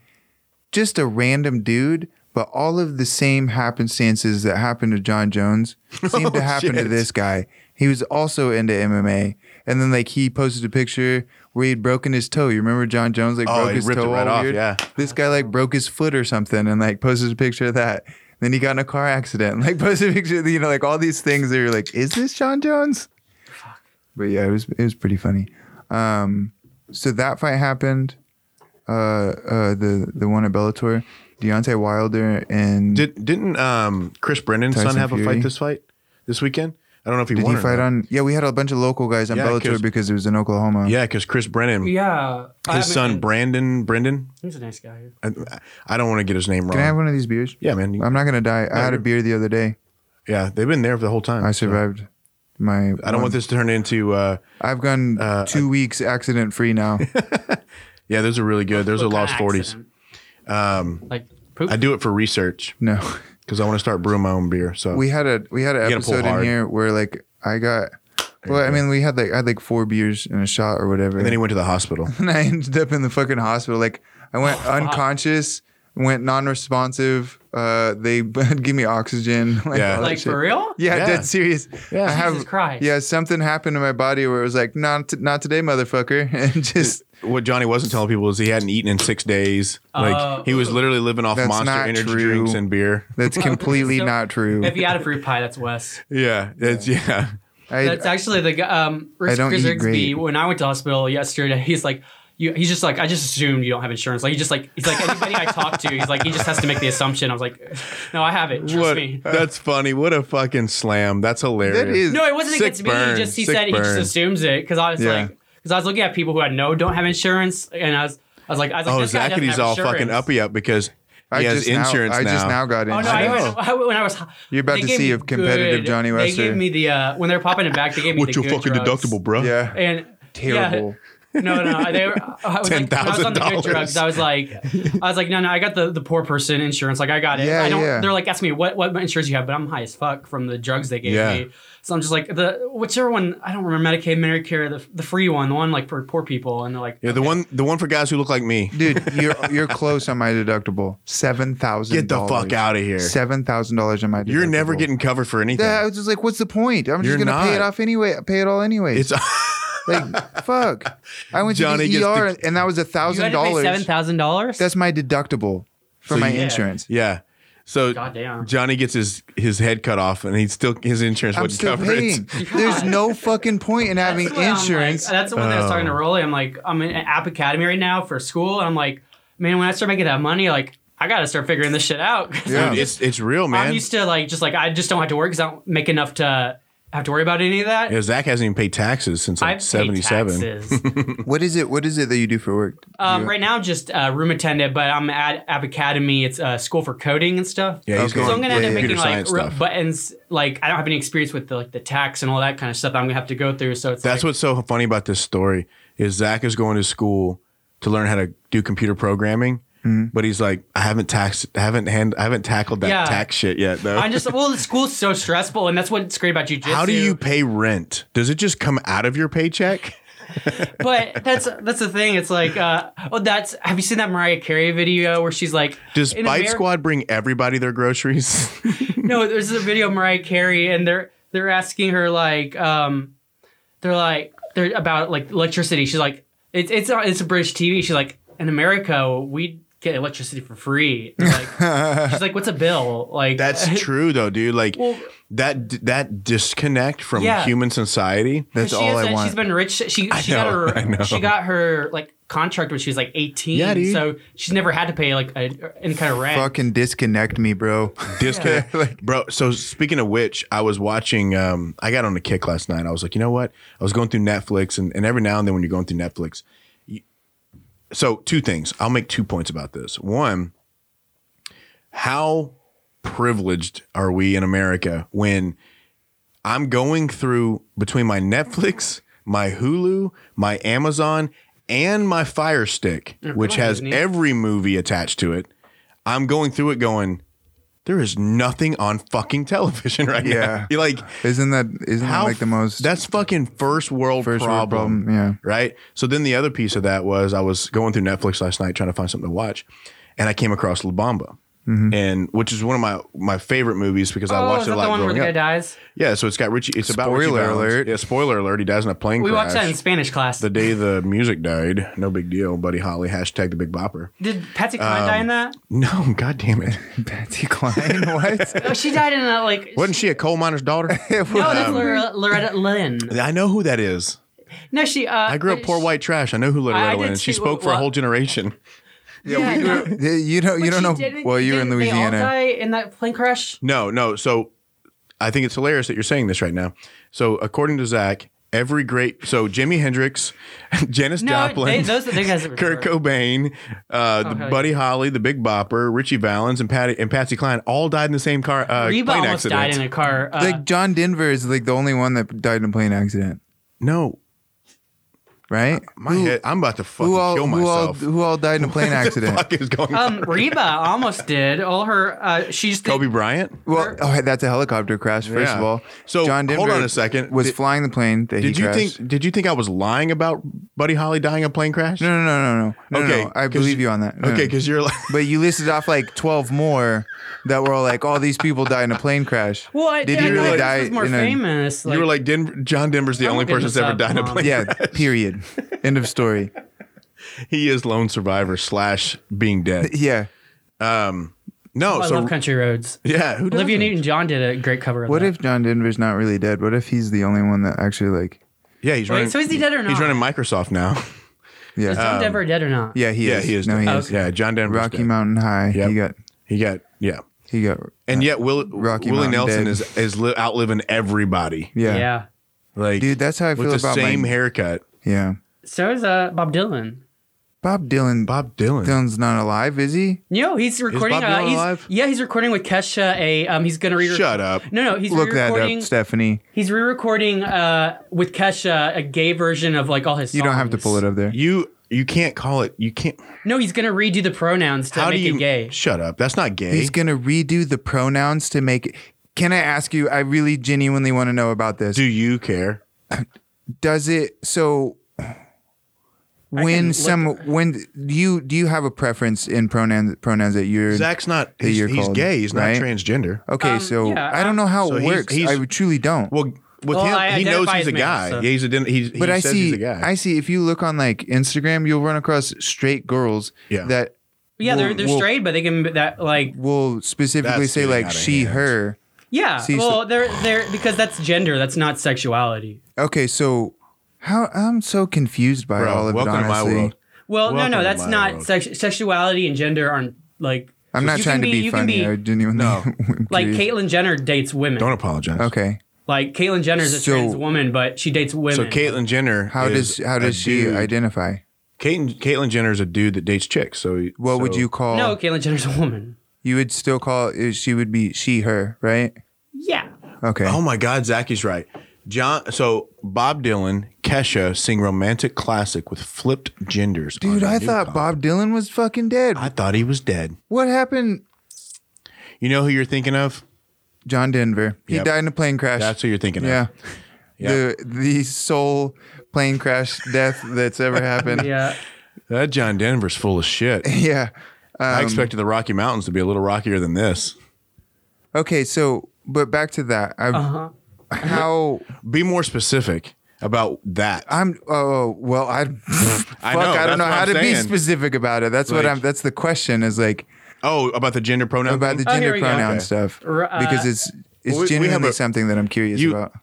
Speaker 1: just a random dude. But all of the same happenstances that happened to John Jones seemed to
Speaker 2: Oh,
Speaker 1: happen to
Speaker 2: shit.
Speaker 1: this guy. He was also into MMA, and then like he posted a picture where he'd broken his toe. You remember John Jones like
Speaker 2: Oh,
Speaker 1: broke
Speaker 2: he
Speaker 1: his
Speaker 2: ripped it
Speaker 1: toe
Speaker 2: right
Speaker 1: all
Speaker 2: off,
Speaker 1: weird?
Speaker 2: yeah.
Speaker 1: this guy like broke his foot or something and like posted a picture of that. Then he got in a car accident, and, like (laughs) posted a picture, of the- you know, like all these things that you're like, is this John Jones? But yeah, it was it was pretty funny. Um, so that fight happened. Uh, uh, the the one at Bellator, Deontay Wilder and
Speaker 2: Did, didn't um, Chris Brennan's son
Speaker 1: Tyson
Speaker 2: have a
Speaker 1: Fury.
Speaker 2: fight this fight this weekend? I don't know if he
Speaker 1: did
Speaker 2: won
Speaker 1: he
Speaker 2: or
Speaker 1: fight
Speaker 2: not.
Speaker 1: on? Yeah, we had a bunch of local guys on
Speaker 2: Yeah,
Speaker 1: Bellator
Speaker 2: 'cause-
Speaker 1: because it was in Oklahoma.
Speaker 2: Yeah, because Chris Brennan,
Speaker 3: Yeah, I haven't-
Speaker 2: his son Brandon Brendan.
Speaker 3: He's a nice guy.
Speaker 2: I, I don't want to get his name wrong.
Speaker 1: Can I have one of these beers?
Speaker 2: yeah, man. you-
Speaker 1: I'm not gonna die. I had a
Speaker 2: you're-
Speaker 1: beer the other day.
Speaker 2: yeah, they've been there for the whole time.
Speaker 1: I survived. My
Speaker 2: I don't want this to turn into. Uh,
Speaker 1: I've gone
Speaker 2: Uh,
Speaker 1: two weeks accident free
Speaker 2: (laughs)
Speaker 1: now.
Speaker 2: yeah, those are really good. Those are
Speaker 3: What kind
Speaker 2: lost
Speaker 3: of
Speaker 2: forties. Um,
Speaker 3: accident? like poop.
Speaker 2: I do it for research
Speaker 1: no.
Speaker 2: because I want to start brewing my own beer. So
Speaker 1: we had a we had an
Speaker 2: You gotta pull
Speaker 1: episode in
Speaker 2: hard.
Speaker 1: here where like I got well, I mean we had like I had like four beers and a shot or whatever.
Speaker 2: and then he went to the hospital.
Speaker 1: (laughs) and I ended up in the fucking hospital. Like I
Speaker 2: (laughs)
Speaker 1: went unconscious, went non-responsive. Uh, they (laughs) give me oxygen. (laughs) Like,
Speaker 2: Yeah.
Speaker 1: all that
Speaker 3: like
Speaker 1: shit.
Speaker 3: for real?
Speaker 1: Yeah,
Speaker 2: Yeah.
Speaker 1: dead serious.
Speaker 2: Yeah.
Speaker 1: I have,
Speaker 3: Jesus Christ.
Speaker 1: Yeah, something happened to my body where it was like, not t- not today, motherfucker, (laughs) and
Speaker 2: (laughs)
Speaker 1: just
Speaker 2: What Johnny wasn't telling people is he hadn't eaten in six days. Like
Speaker 3: Oh.
Speaker 2: he was literally living off
Speaker 1: That's
Speaker 2: monster
Speaker 1: not
Speaker 2: energy
Speaker 1: true.
Speaker 2: drinks and beer.
Speaker 1: that's completely
Speaker 3: So-
Speaker 1: not true.
Speaker 3: If you had a fruit pie, that's Wes.
Speaker 2: Yeah, that's yeah.
Speaker 1: I,
Speaker 3: That's actually the guy. Um, Chris,
Speaker 1: don't
Speaker 3: Chris
Speaker 1: eat
Speaker 3: Rigsby.
Speaker 1: grape.
Speaker 3: When I went to hospital yesterday, he's like. You, he's just like I just assumed you don't have insurance. Like he just like he's like anybody I talk to, he's like he just has to make the assumption. I was like, no, I have it. Trust
Speaker 2: What?
Speaker 3: me.
Speaker 2: (laughs) That's funny. What a fucking slam. That's hilarious.
Speaker 1: that is
Speaker 3: No, it wasn't
Speaker 2: Sick
Speaker 3: against me.
Speaker 2: burn,
Speaker 3: He just he
Speaker 2: sick
Speaker 3: said he just
Speaker 2: burn.
Speaker 3: assumes it because I was
Speaker 1: Yeah.
Speaker 3: like, because I was looking at people who I know don't have insurance, and I was I was like, I was like,
Speaker 2: Oh,
Speaker 3: this guy doesn't
Speaker 2: Zachary's
Speaker 3: have
Speaker 2: all
Speaker 3: insurance.
Speaker 2: fucking uppy up because he
Speaker 1: I
Speaker 2: has
Speaker 1: just
Speaker 2: insurance
Speaker 1: now, I just now got in.
Speaker 3: Oh no! I
Speaker 2: I
Speaker 3: even,
Speaker 2: know.
Speaker 3: (laughs) I- when I was,
Speaker 1: You're about
Speaker 3: they
Speaker 1: to
Speaker 3: gave
Speaker 1: see
Speaker 3: me
Speaker 1: a competitive
Speaker 3: good-
Speaker 1: Johnny
Speaker 3: They
Speaker 1: Wester.
Speaker 3: gave me the uh, when they were popping it back. They gave me
Speaker 2: What's
Speaker 3: the
Speaker 2: your
Speaker 3: good
Speaker 2: fucking
Speaker 3: drugs.
Speaker 2: deductible, bro?
Speaker 1: yeah,
Speaker 3: And
Speaker 1: terrible.
Speaker 3: Yeah, no, no, they were. I was like, when I was on the good
Speaker 2: $10,000.
Speaker 3: drugs. I was like, I was like, no, no, I got the, the poor person insurance. Like, I got it.
Speaker 1: Yeah,
Speaker 3: I don't.
Speaker 1: yeah.
Speaker 3: They're like, asking me what what insurance you have, but I'm high as fuck from the drugs they gave
Speaker 2: Yeah.
Speaker 3: me. So I'm just like the whichever one I don't remember Medicaid, Medicare, the the free one, the one like for poor people, and they're like,
Speaker 2: Yeah, the one the one for guys who look like me.
Speaker 1: Dude, you're you're close on my deductible. Seven thousand.
Speaker 2: Get the fuck out of here.
Speaker 1: Seven thousand dollars on my. Deductible.
Speaker 2: You're never getting covered for anything.
Speaker 1: Yeah, I was just like, what's the point? I'm
Speaker 2: You're
Speaker 1: just gonna pay it
Speaker 2: not.
Speaker 1: off anyway. Pay it all anyway.
Speaker 2: It's (laughs)
Speaker 1: like fuck. I went
Speaker 2: Johnny
Speaker 1: to
Speaker 2: gets
Speaker 1: the ER
Speaker 2: the-
Speaker 1: and that was a
Speaker 3: you had
Speaker 1: thousand
Speaker 3: to pay
Speaker 1: dollars.
Speaker 3: seven thousand dollars.
Speaker 1: That's my deductible for
Speaker 2: So
Speaker 1: my
Speaker 2: you-
Speaker 1: insurance.
Speaker 2: yeah. So
Speaker 3: Goddamn.
Speaker 2: Johnny gets his his head cut off and he's still his insurance
Speaker 1: I'm
Speaker 2: wouldn't
Speaker 1: still
Speaker 2: cover (laughs)
Speaker 1: paying.
Speaker 2: it.
Speaker 1: There's no fucking point in having
Speaker 3: That's what I'm like-
Speaker 1: insurance.
Speaker 3: that's when I was talking to
Speaker 2: Oh.
Speaker 3: Rolly. I'm like, I'm in App Academy right now for school. And I'm like, man, when I start making that money, like, I gotta start figuring this shit out. (laughs) 'Cause
Speaker 1: Yeah.
Speaker 2: Dude, it's it's real,
Speaker 3: I'm
Speaker 2: man.
Speaker 3: used to like just like I just don't have to worry because I don't make enough to have to worry about any of that.
Speaker 2: yeah, Zach hasn't even paid taxes since
Speaker 3: I
Speaker 2: like
Speaker 3: pay
Speaker 2: 77. (laughs)
Speaker 3: taxes.
Speaker 1: what is it? What is it that you do for work?
Speaker 3: um,
Speaker 1: You-
Speaker 3: Right now, just uh, room attendant, but I'm at App Academy. It's a uh, school for coding and stuff.
Speaker 2: Yeah, he's
Speaker 1: Okay.
Speaker 2: going
Speaker 3: So I'm gonna end up
Speaker 1: Yeah,
Speaker 2: computer
Speaker 3: making like
Speaker 2: science
Speaker 3: real
Speaker 2: stuff.
Speaker 3: buttons. Like I don't have any experience with the, like the tax and all that kind of stuff. That I'm gonna have to go through. So it's
Speaker 2: That's
Speaker 3: like,
Speaker 2: what's so funny about this story is Zach is going to school to learn how to do computer programming, but he's like, I haven't taxed, I haven't hand, I haven't tackled that
Speaker 3: Yeah.
Speaker 2: tax shit yet. Though,
Speaker 3: I'm just well, school's so stressful, and that's what's great about jujitsu.
Speaker 2: how do you pay rent? Does it just come out of your
Speaker 3: (laughs)
Speaker 2: paycheck?
Speaker 3: but that's that's the thing. It's like, uh, oh, that's. Have you seen that Mariah Carey video where she's like,
Speaker 2: Does
Speaker 3: in
Speaker 2: Bite
Speaker 3: Ameri-
Speaker 2: Squad bring everybody their
Speaker 3: (laughs)
Speaker 2: groceries?
Speaker 3: No, there's a video of Mariah Carey, and they're they're asking her like, um, they're like, they're about like electricity. She's like, it's it's a, it's a British TV. She's like, in America we get electricity for free.
Speaker 2: (laughs)
Speaker 3: It's Like, she's like, what's a bill? Like
Speaker 2: That's true though, dude. Like
Speaker 3: Well-
Speaker 2: that that disconnect from
Speaker 3: Yeah.
Speaker 2: human society.
Speaker 1: That's
Speaker 3: she
Speaker 1: all
Speaker 3: is
Speaker 1: I
Speaker 3: a-
Speaker 1: want.
Speaker 3: She's been rich. She, she got
Speaker 2: know,
Speaker 3: her
Speaker 2: (laughs) I know.
Speaker 3: she got her like contract when she was like eighteen.
Speaker 2: Yeah, dude.
Speaker 3: So she's never had to pay like a, any kind of rent.
Speaker 1: Fucking disconnect me, bro.
Speaker 2: disconnect.
Speaker 1: Like-
Speaker 2: Bro, so speaking of which, I was watching um I got on a kick last night. I was like, you know what? I was going through Netflix and, and every now and then when you're going through Netflix, you- so two things. I'll make two points about this. One, how privileged are we in America when I'm going through between my Netflix, my Hulu, my Amazon, and my Fire Stick, which
Speaker 3: on,
Speaker 2: has
Speaker 3: Disney.
Speaker 2: every movie attached to it. I'm going through it going, there is nothing on fucking television (laughs) right
Speaker 1: Yeah.
Speaker 2: now. You're like,
Speaker 1: Isn't that isn't
Speaker 2: how
Speaker 1: that like the most
Speaker 2: that's fucking first world
Speaker 1: First world
Speaker 2: problem,
Speaker 1: problem, yeah.
Speaker 2: right so then the other piece of that was i was going through netflix last night trying to find something to watch and i came across la bamba
Speaker 1: Mm-hmm.
Speaker 2: and which is one of my my favorite movies because i
Speaker 3: Oh,
Speaker 2: watched
Speaker 3: is
Speaker 2: it a
Speaker 3: that
Speaker 2: lot
Speaker 3: the one where
Speaker 2: growing
Speaker 3: the guy
Speaker 2: up.
Speaker 3: dies?
Speaker 2: yeah so it's got richie it's about richie
Speaker 1: Spoiler
Speaker 2: Valens.
Speaker 1: alert.
Speaker 2: yeah spoiler alert he dies in a plane
Speaker 3: We
Speaker 2: crash
Speaker 3: watched that in Spanish class.
Speaker 2: the day the music died no big deal buddy holly hashtag the big bopper
Speaker 3: Did Patsy
Speaker 2: Um,
Speaker 3: Cline die
Speaker 2: (laughs)
Speaker 3: in that?
Speaker 2: no god damn it
Speaker 1: Patsy Cline? (laughs) What?
Speaker 3: Oh, she died in that like.
Speaker 2: wasn't she a coal
Speaker 1: (laughs)
Speaker 2: miner's daughter
Speaker 3: (laughs) No,
Speaker 1: Um,
Speaker 3: that's Lore- Loretta Lynn.
Speaker 2: i know who that is
Speaker 3: No, she. Uh,
Speaker 2: i grew up poor
Speaker 3: she-
Speaker 2: white trash i know who loretta
Speaker 3: I did
Speaker 2: lynn is she
Speaker 3: too.
Speaker 2: spoke for a
Speaker 3: Well-
Speaker 2: whole generation
Speaker 3: Yeah, we grew.
Speaker 1: you don't you don't know. Well, you were in
Speaker 3: They all
Speaker 1: Louisiana.
Speaker 3: die in that plane crash.
Speaker 2: No, no. So I think it's hilarious that you're saying this right now. So according to Zach, every great so Jimi Hendrix, (laughs) Janis
Speaker 3: No,
Speaker 2: Joplin,
Speaker 3: they, those they guys.
Speaker 2: (laughs)
Speaker 3: are- Oh,
Speaker 2: Kurt Cobain, uh, the
Speaker 3: hell
Speaker 2: Buddy Holly, the Big Bopper, Richie Valens, and Patty and Patsy Cline all died in the same car uh,
Speaker 3: Reba
Speaker 2: plane
Speaker 3: almost
Speaker 2: accident.
Speaker 3: died in a car. Uh,
Speaker 1: Like John Denver is like the only one that died in a plane accident,
Speaker 2: no,
Speaker 1: right?
Speaker 2: Uh, my head. I'm about to fucking
Speaker 1: Who all
Speaker 2: kill
Speaker 1: who all
Speaker 2: myself. (laughs)
Speaker 1: who all died in a plane accident?
Speaker 2: Fuck is going on?
Speaker 3: um, Reba almost did. All her. Uh, she just.
Speaker 2: Kobe Bryant.
Speaker 1: Well, oh, that's a helicopter crash. First
Speaker 2: Yeah.
Speaker 1: of all,
Speaker 2: So,
Speaker 1: John
Speaker 2: hold
Speaker 1: Denver
Speaker 2: on a second.
Speaker 1: was
Speaker 2: Did-
Speaker 1: flying the plane. That
Speaker 2: Did
Speaker 1: he
Speaker 2: you
Speaker 1: crashed.
Speaker 2: think? Did you think I was lying about Buddy Holly dying in a plane crash?
Speaker 1: No, no, no, no, no. No,
Speaker 2: Okay,
Speaker 1: no, no. I
Speaker 2: 'cause
Speaker 1: believe
Speaker 2: you-
Speaker 1: you on that. No,
Speaker 2: Okay,
Speaker 1: no.
Speaker 2: because you're
Speaker 3: (laughs)
Speaker 2: like.
Speaker 1: but you listed off like twelve more that were all like, all these people died in a plane crash.
Speaker 3: well, I,
Speaker 1: Did
Speaker 3: I
Speaker 1: he
Speaker 3: thought
Speaker 1: really
Speaker 3: this
Speaker 1: die
Speaker 3: was more
Speaker 1: in a-
Speaker 3: famous.
Speaker 2: you were like Denver, John Denver's the
Speaker 3: I'm
Speaker 2: only
Speaker 3: looking
Speaker 2: person
Speaker 3: this
Speaker 2: that's ever
Speaker 3: up,
Speaker 2: died in a (laughs)
Speaker 3: Mom.
Speaker 2: plane.
Speaker 1: Yeah. Period. End of story.
Speaker 2: He is lone survivor slash
Speaker 1: (laughs)
Speaker 2: being dead.
Speaker 1: Yeah.
Speaker 2: No,
Speaker 1: oh,
Speaker 3: Oh, I
Speaker 2: so
Speaker 3: love Country Roads.
Speaker 2: yeah, who
Speaker 3: Olivia
Speaker 2: doesn't?
Speaker 3: Newton John did a great cover of
Speaker 1: What
Speaker 3: that.
Speaker 1: if John Denver's not really dead? What if he's the only one that actually like?
Speaker 2: Yeah, he's
Speaker 3: Wait,
Speaker 2: running.
Speaker 3: so is he dead or
Speaker 2: He's
Speaker 3: not?
Speaker 2: running Microsoft now.
Speaker 1: Yeah.
Speaker 3: Is John Denver dead or not?
Speaker 1: um, yeah. He
Speaker 2: yeah,
Speaker 1: is.
Speaker 2: he is.
Speaker 1: No, he
Speaker 2: dead.
Speaker 1: is.
Speaker 2: Yeah, John Denver.
Speaker 1: Rocky Mountain High.
Speaker 2: Yep.
Speaker 1: He got.
Speaker 2: He got yeah,
Speaker 1: He got.
Speaker 2: and yet Will,
Speaker 1: Uh, Rocky
Speaker 2: Willie
Speaker 1: Mountain
Speaker 2: Nelson
Speaker 1: dead.
Speaker 2: is is li- outliving everybody.
Speaker 1: Yeah.
Speaker 3: Yeah.
Speaker 2: Like
Speaker 1: Dude, that's how I
Speaker 2: with
Speaker 1: feel
Speaker 2: the
Speaker 1: about my-
Speaker 2: same haircut.
Speaker 1: Yeah.
Speaker 3: So is uh, Bob Dylan.
Speaker 1: Bob Dylan. Bob
Speaker 2: Bob Dylan.
Speaker 1: Dylan's not alive, is he?
Speaker 3: No, he's recording.
Speaker 2: Bob
Speaker 3: uh,
Speaker 2: Dylan
Speaker 3: he's,
Speaker 2: alive?
Speaker 3: Yeah, he's recording with Kesha. A um, he's gonna re.
Speaker 2: Shut up.
Speaker 3: No, no, he's
Speaker 1: Look that
Speaker 3: re-recording.
Speaker 1: up, Stephanie.
Speaker 3: He's re-recording uh, with Kesha a gay version of like all his. Songs.
Speaker 1: You don't have to pull it up there.
Speaker 2: You you can't call it. You can't.
Speaker 3: No, he's gonna redo the pronouns to
Speaker 2: How do
Speaker 3: make
Speaker 2: you
Speaker 3: it gay.
Speaker 2: Shut up. That's not gay.
Speaker 1: He's gonna redo the pronouns to make it. Can I ask you? I really genuinely want to know about this.
Speaker 2: do you care?
Speaker 1: Does it so?
Speaker 3: can
Speaker 1: When
Speaker 3: look-
Speaker 1: some when do you do you have a preference in pronouns pronouns that you're
Speaker 2: Zach's not.
Speaker 1: That
Speaker 2: He's,
Speaker 1: you're
Speaker 2: he's
Speaker 1: called,
Speaker 2: gay. He's not
Speaker 1: right?
Speaker 2: transgender.
Speaker 1: okay?
Speaker 3: Um,
Speaker 1: so
Speaker 3: yeah,
Speaker 1: I don't know how
Speaker 2: So
Speaker 1: it
Speaker 2: he's-
Speaker 1: works.
Speaker 2: he's-
Speaker 1: I truly don't.
Speaker 2: Well, with
Speaker 3: Well,
Speaker 2: him,
Speaker 3: I
Speaker 2: he knows
Speaker 3: identify
Speaker 2: he's
Speaker 3: as
Speaker 2: a
Speaker 3: male,
Speaker 2: guy.
Speaker 3: so-
Speaker 2: Yeah, he's a. den- He's, he
Speaker 1: but I
Speaker 2: says
Speaker 1: see
Speaker 2: he's a guy.
Speaker 1: I see if you look on like Instagram, you'll run across straight girls
Speaker 2: Yeah.
Speaker 1: that
Speaker 3: Yeah, they're they're
Speaker 1: Well-
Speaker 3: straight, but they can be that like
Speaker 1: will specifically
Speaker 2: That's
Speaker 1: say
Speaker 2: getting
Speaker 1: like
Speaker 2: out of
Speaker 1: she
Speaker 2: hand.
Speaker 1: her.
Speaker 3: yeah.
Speaker 1: See, so-
Speaker 3: well, they're they're because that's gender. That's not sexuality.
Speaker 1: Okay, so how I'm so confused by all of
Speaker 2: welcome
Speaker 1: it.
Speaker 2: to my
Speaker 1: Honestly,
Speaker 2: world.
Speaker 3: Well,
Speaker 2: Welcome
Speaker 3: no,
Speaker 2: to
Speaker 3: no, that's
Speaker 2: my
Speaker 3: not
Speaker 2: world.
Speaker 3: sex- sexuality and gender aren't like.
Speaker 1: I'm not
Speaker 3: you can
Speaker 1: trying to be,
Speaker 3: you can
Speaker 1: funny.
Speaker 3: be-
Speaker 1: I genuinely (laughs)
Speaker 2: No.
Speaker 1: I'm
Speaker 3: like
Speaker 1: curious.
Speaker 3: Caitlyn Jenner dates women.
Speaker 2: Don't apologize.
Speaker 1: Okay,
Speaker 3: Like Caitlyn Jenner's a
Speaker 1: So-
Speaker 3: trans woman, but she dates women.
Speaker 2: So Caitlyn Jenner.
Speaker 1: how
Speaker 2: is
Speaker 1: does how
Speaker 2: a
Speaker 1: does she
Speaker 2: dude-
Speaker 1: identify?
Speaker 2: Caitlyn Caitlyn Jenner is a dude that dates chicks. So he-
Speaker 1: What would
Speaker 2: so-
Speaker 1: you call?
Speaker 3: No, Caitlyn Jenner's a woman.
Speaker 1: you would still call. it- She would be she her, right?
Speaker 3: Yeah.
Speaker 1: Okay.
Speaker 2: Oh my God, Zach is right. John. So Bob Dylan, Kesha sing romantic classic with flipped genders. on
Speaker 1: Dude,
Speaker 2: the
Speaker 1: I
Speaker 2: new
Speaker 1: thought
Speaker 2: con-
Speaker 1: Bob Dylan was fucking dead.
Speaker 2: I thought he was dead.
Speaker 1: what happened?
Speaker 2: You know who you're thinking of?
Speaker 1: John Denver. He
Speaker 2: Yep.
Speaker 1: died in a plane crash.
Speaker 2: That's who you're thinking
Speaker 1: yeah.
Speaker 2: of. Yep.
Speaker 1: The the sole plane crash (laughs) death that's
Speaker 2: (laughs)
Speaker 1: ever happened. yeah.
Speaker 3: Yeah.
Speaker 2: That John Denver's full of shit.
Speaker 1: Um,
Speaker 2: I expected the Rocky Mountains to be a little rockier than this.
Speaker 1: Okay. So, but back to that. I,
Speaker 3: Uh huh.
Speaker 1: How
Speaker 2: Be more specific. about that.
Speaker 1: I'm oh well I (laughs)
Speaker 2: I
Speaker 1: fuck
Speaker 2: know,
Speaker 1: I
Speaker 2: that's
Speaker 1: don't know
Speaker 2: what
Speaker 1: how
Speaker 2: I'm
Speaker 1: to be
Speaker 2: saying.
Speaker 1: specific about it. That's what
Speaker 2: Like-
Speaker 1: I'm that's the question is like
Speaker 2: Oh, about the gender pronoun.
Speaker 1: about the
Speaker 2: thing?
Speaker 3: Oh, here
Speaker 1: gender
Speaker 3: we go.
Speaker 1: pronoun
Speaker 2: Okay.
Speaker 1: stuff
Speaker 3: R- uh,
Speaker 1: because it's it's
Speaker 2: we- we have
Speaker 1: genuinely
Speaker 2: a-
Speaker 1: something that I'm curious
Speaker 2: you-
Speaker 1: about.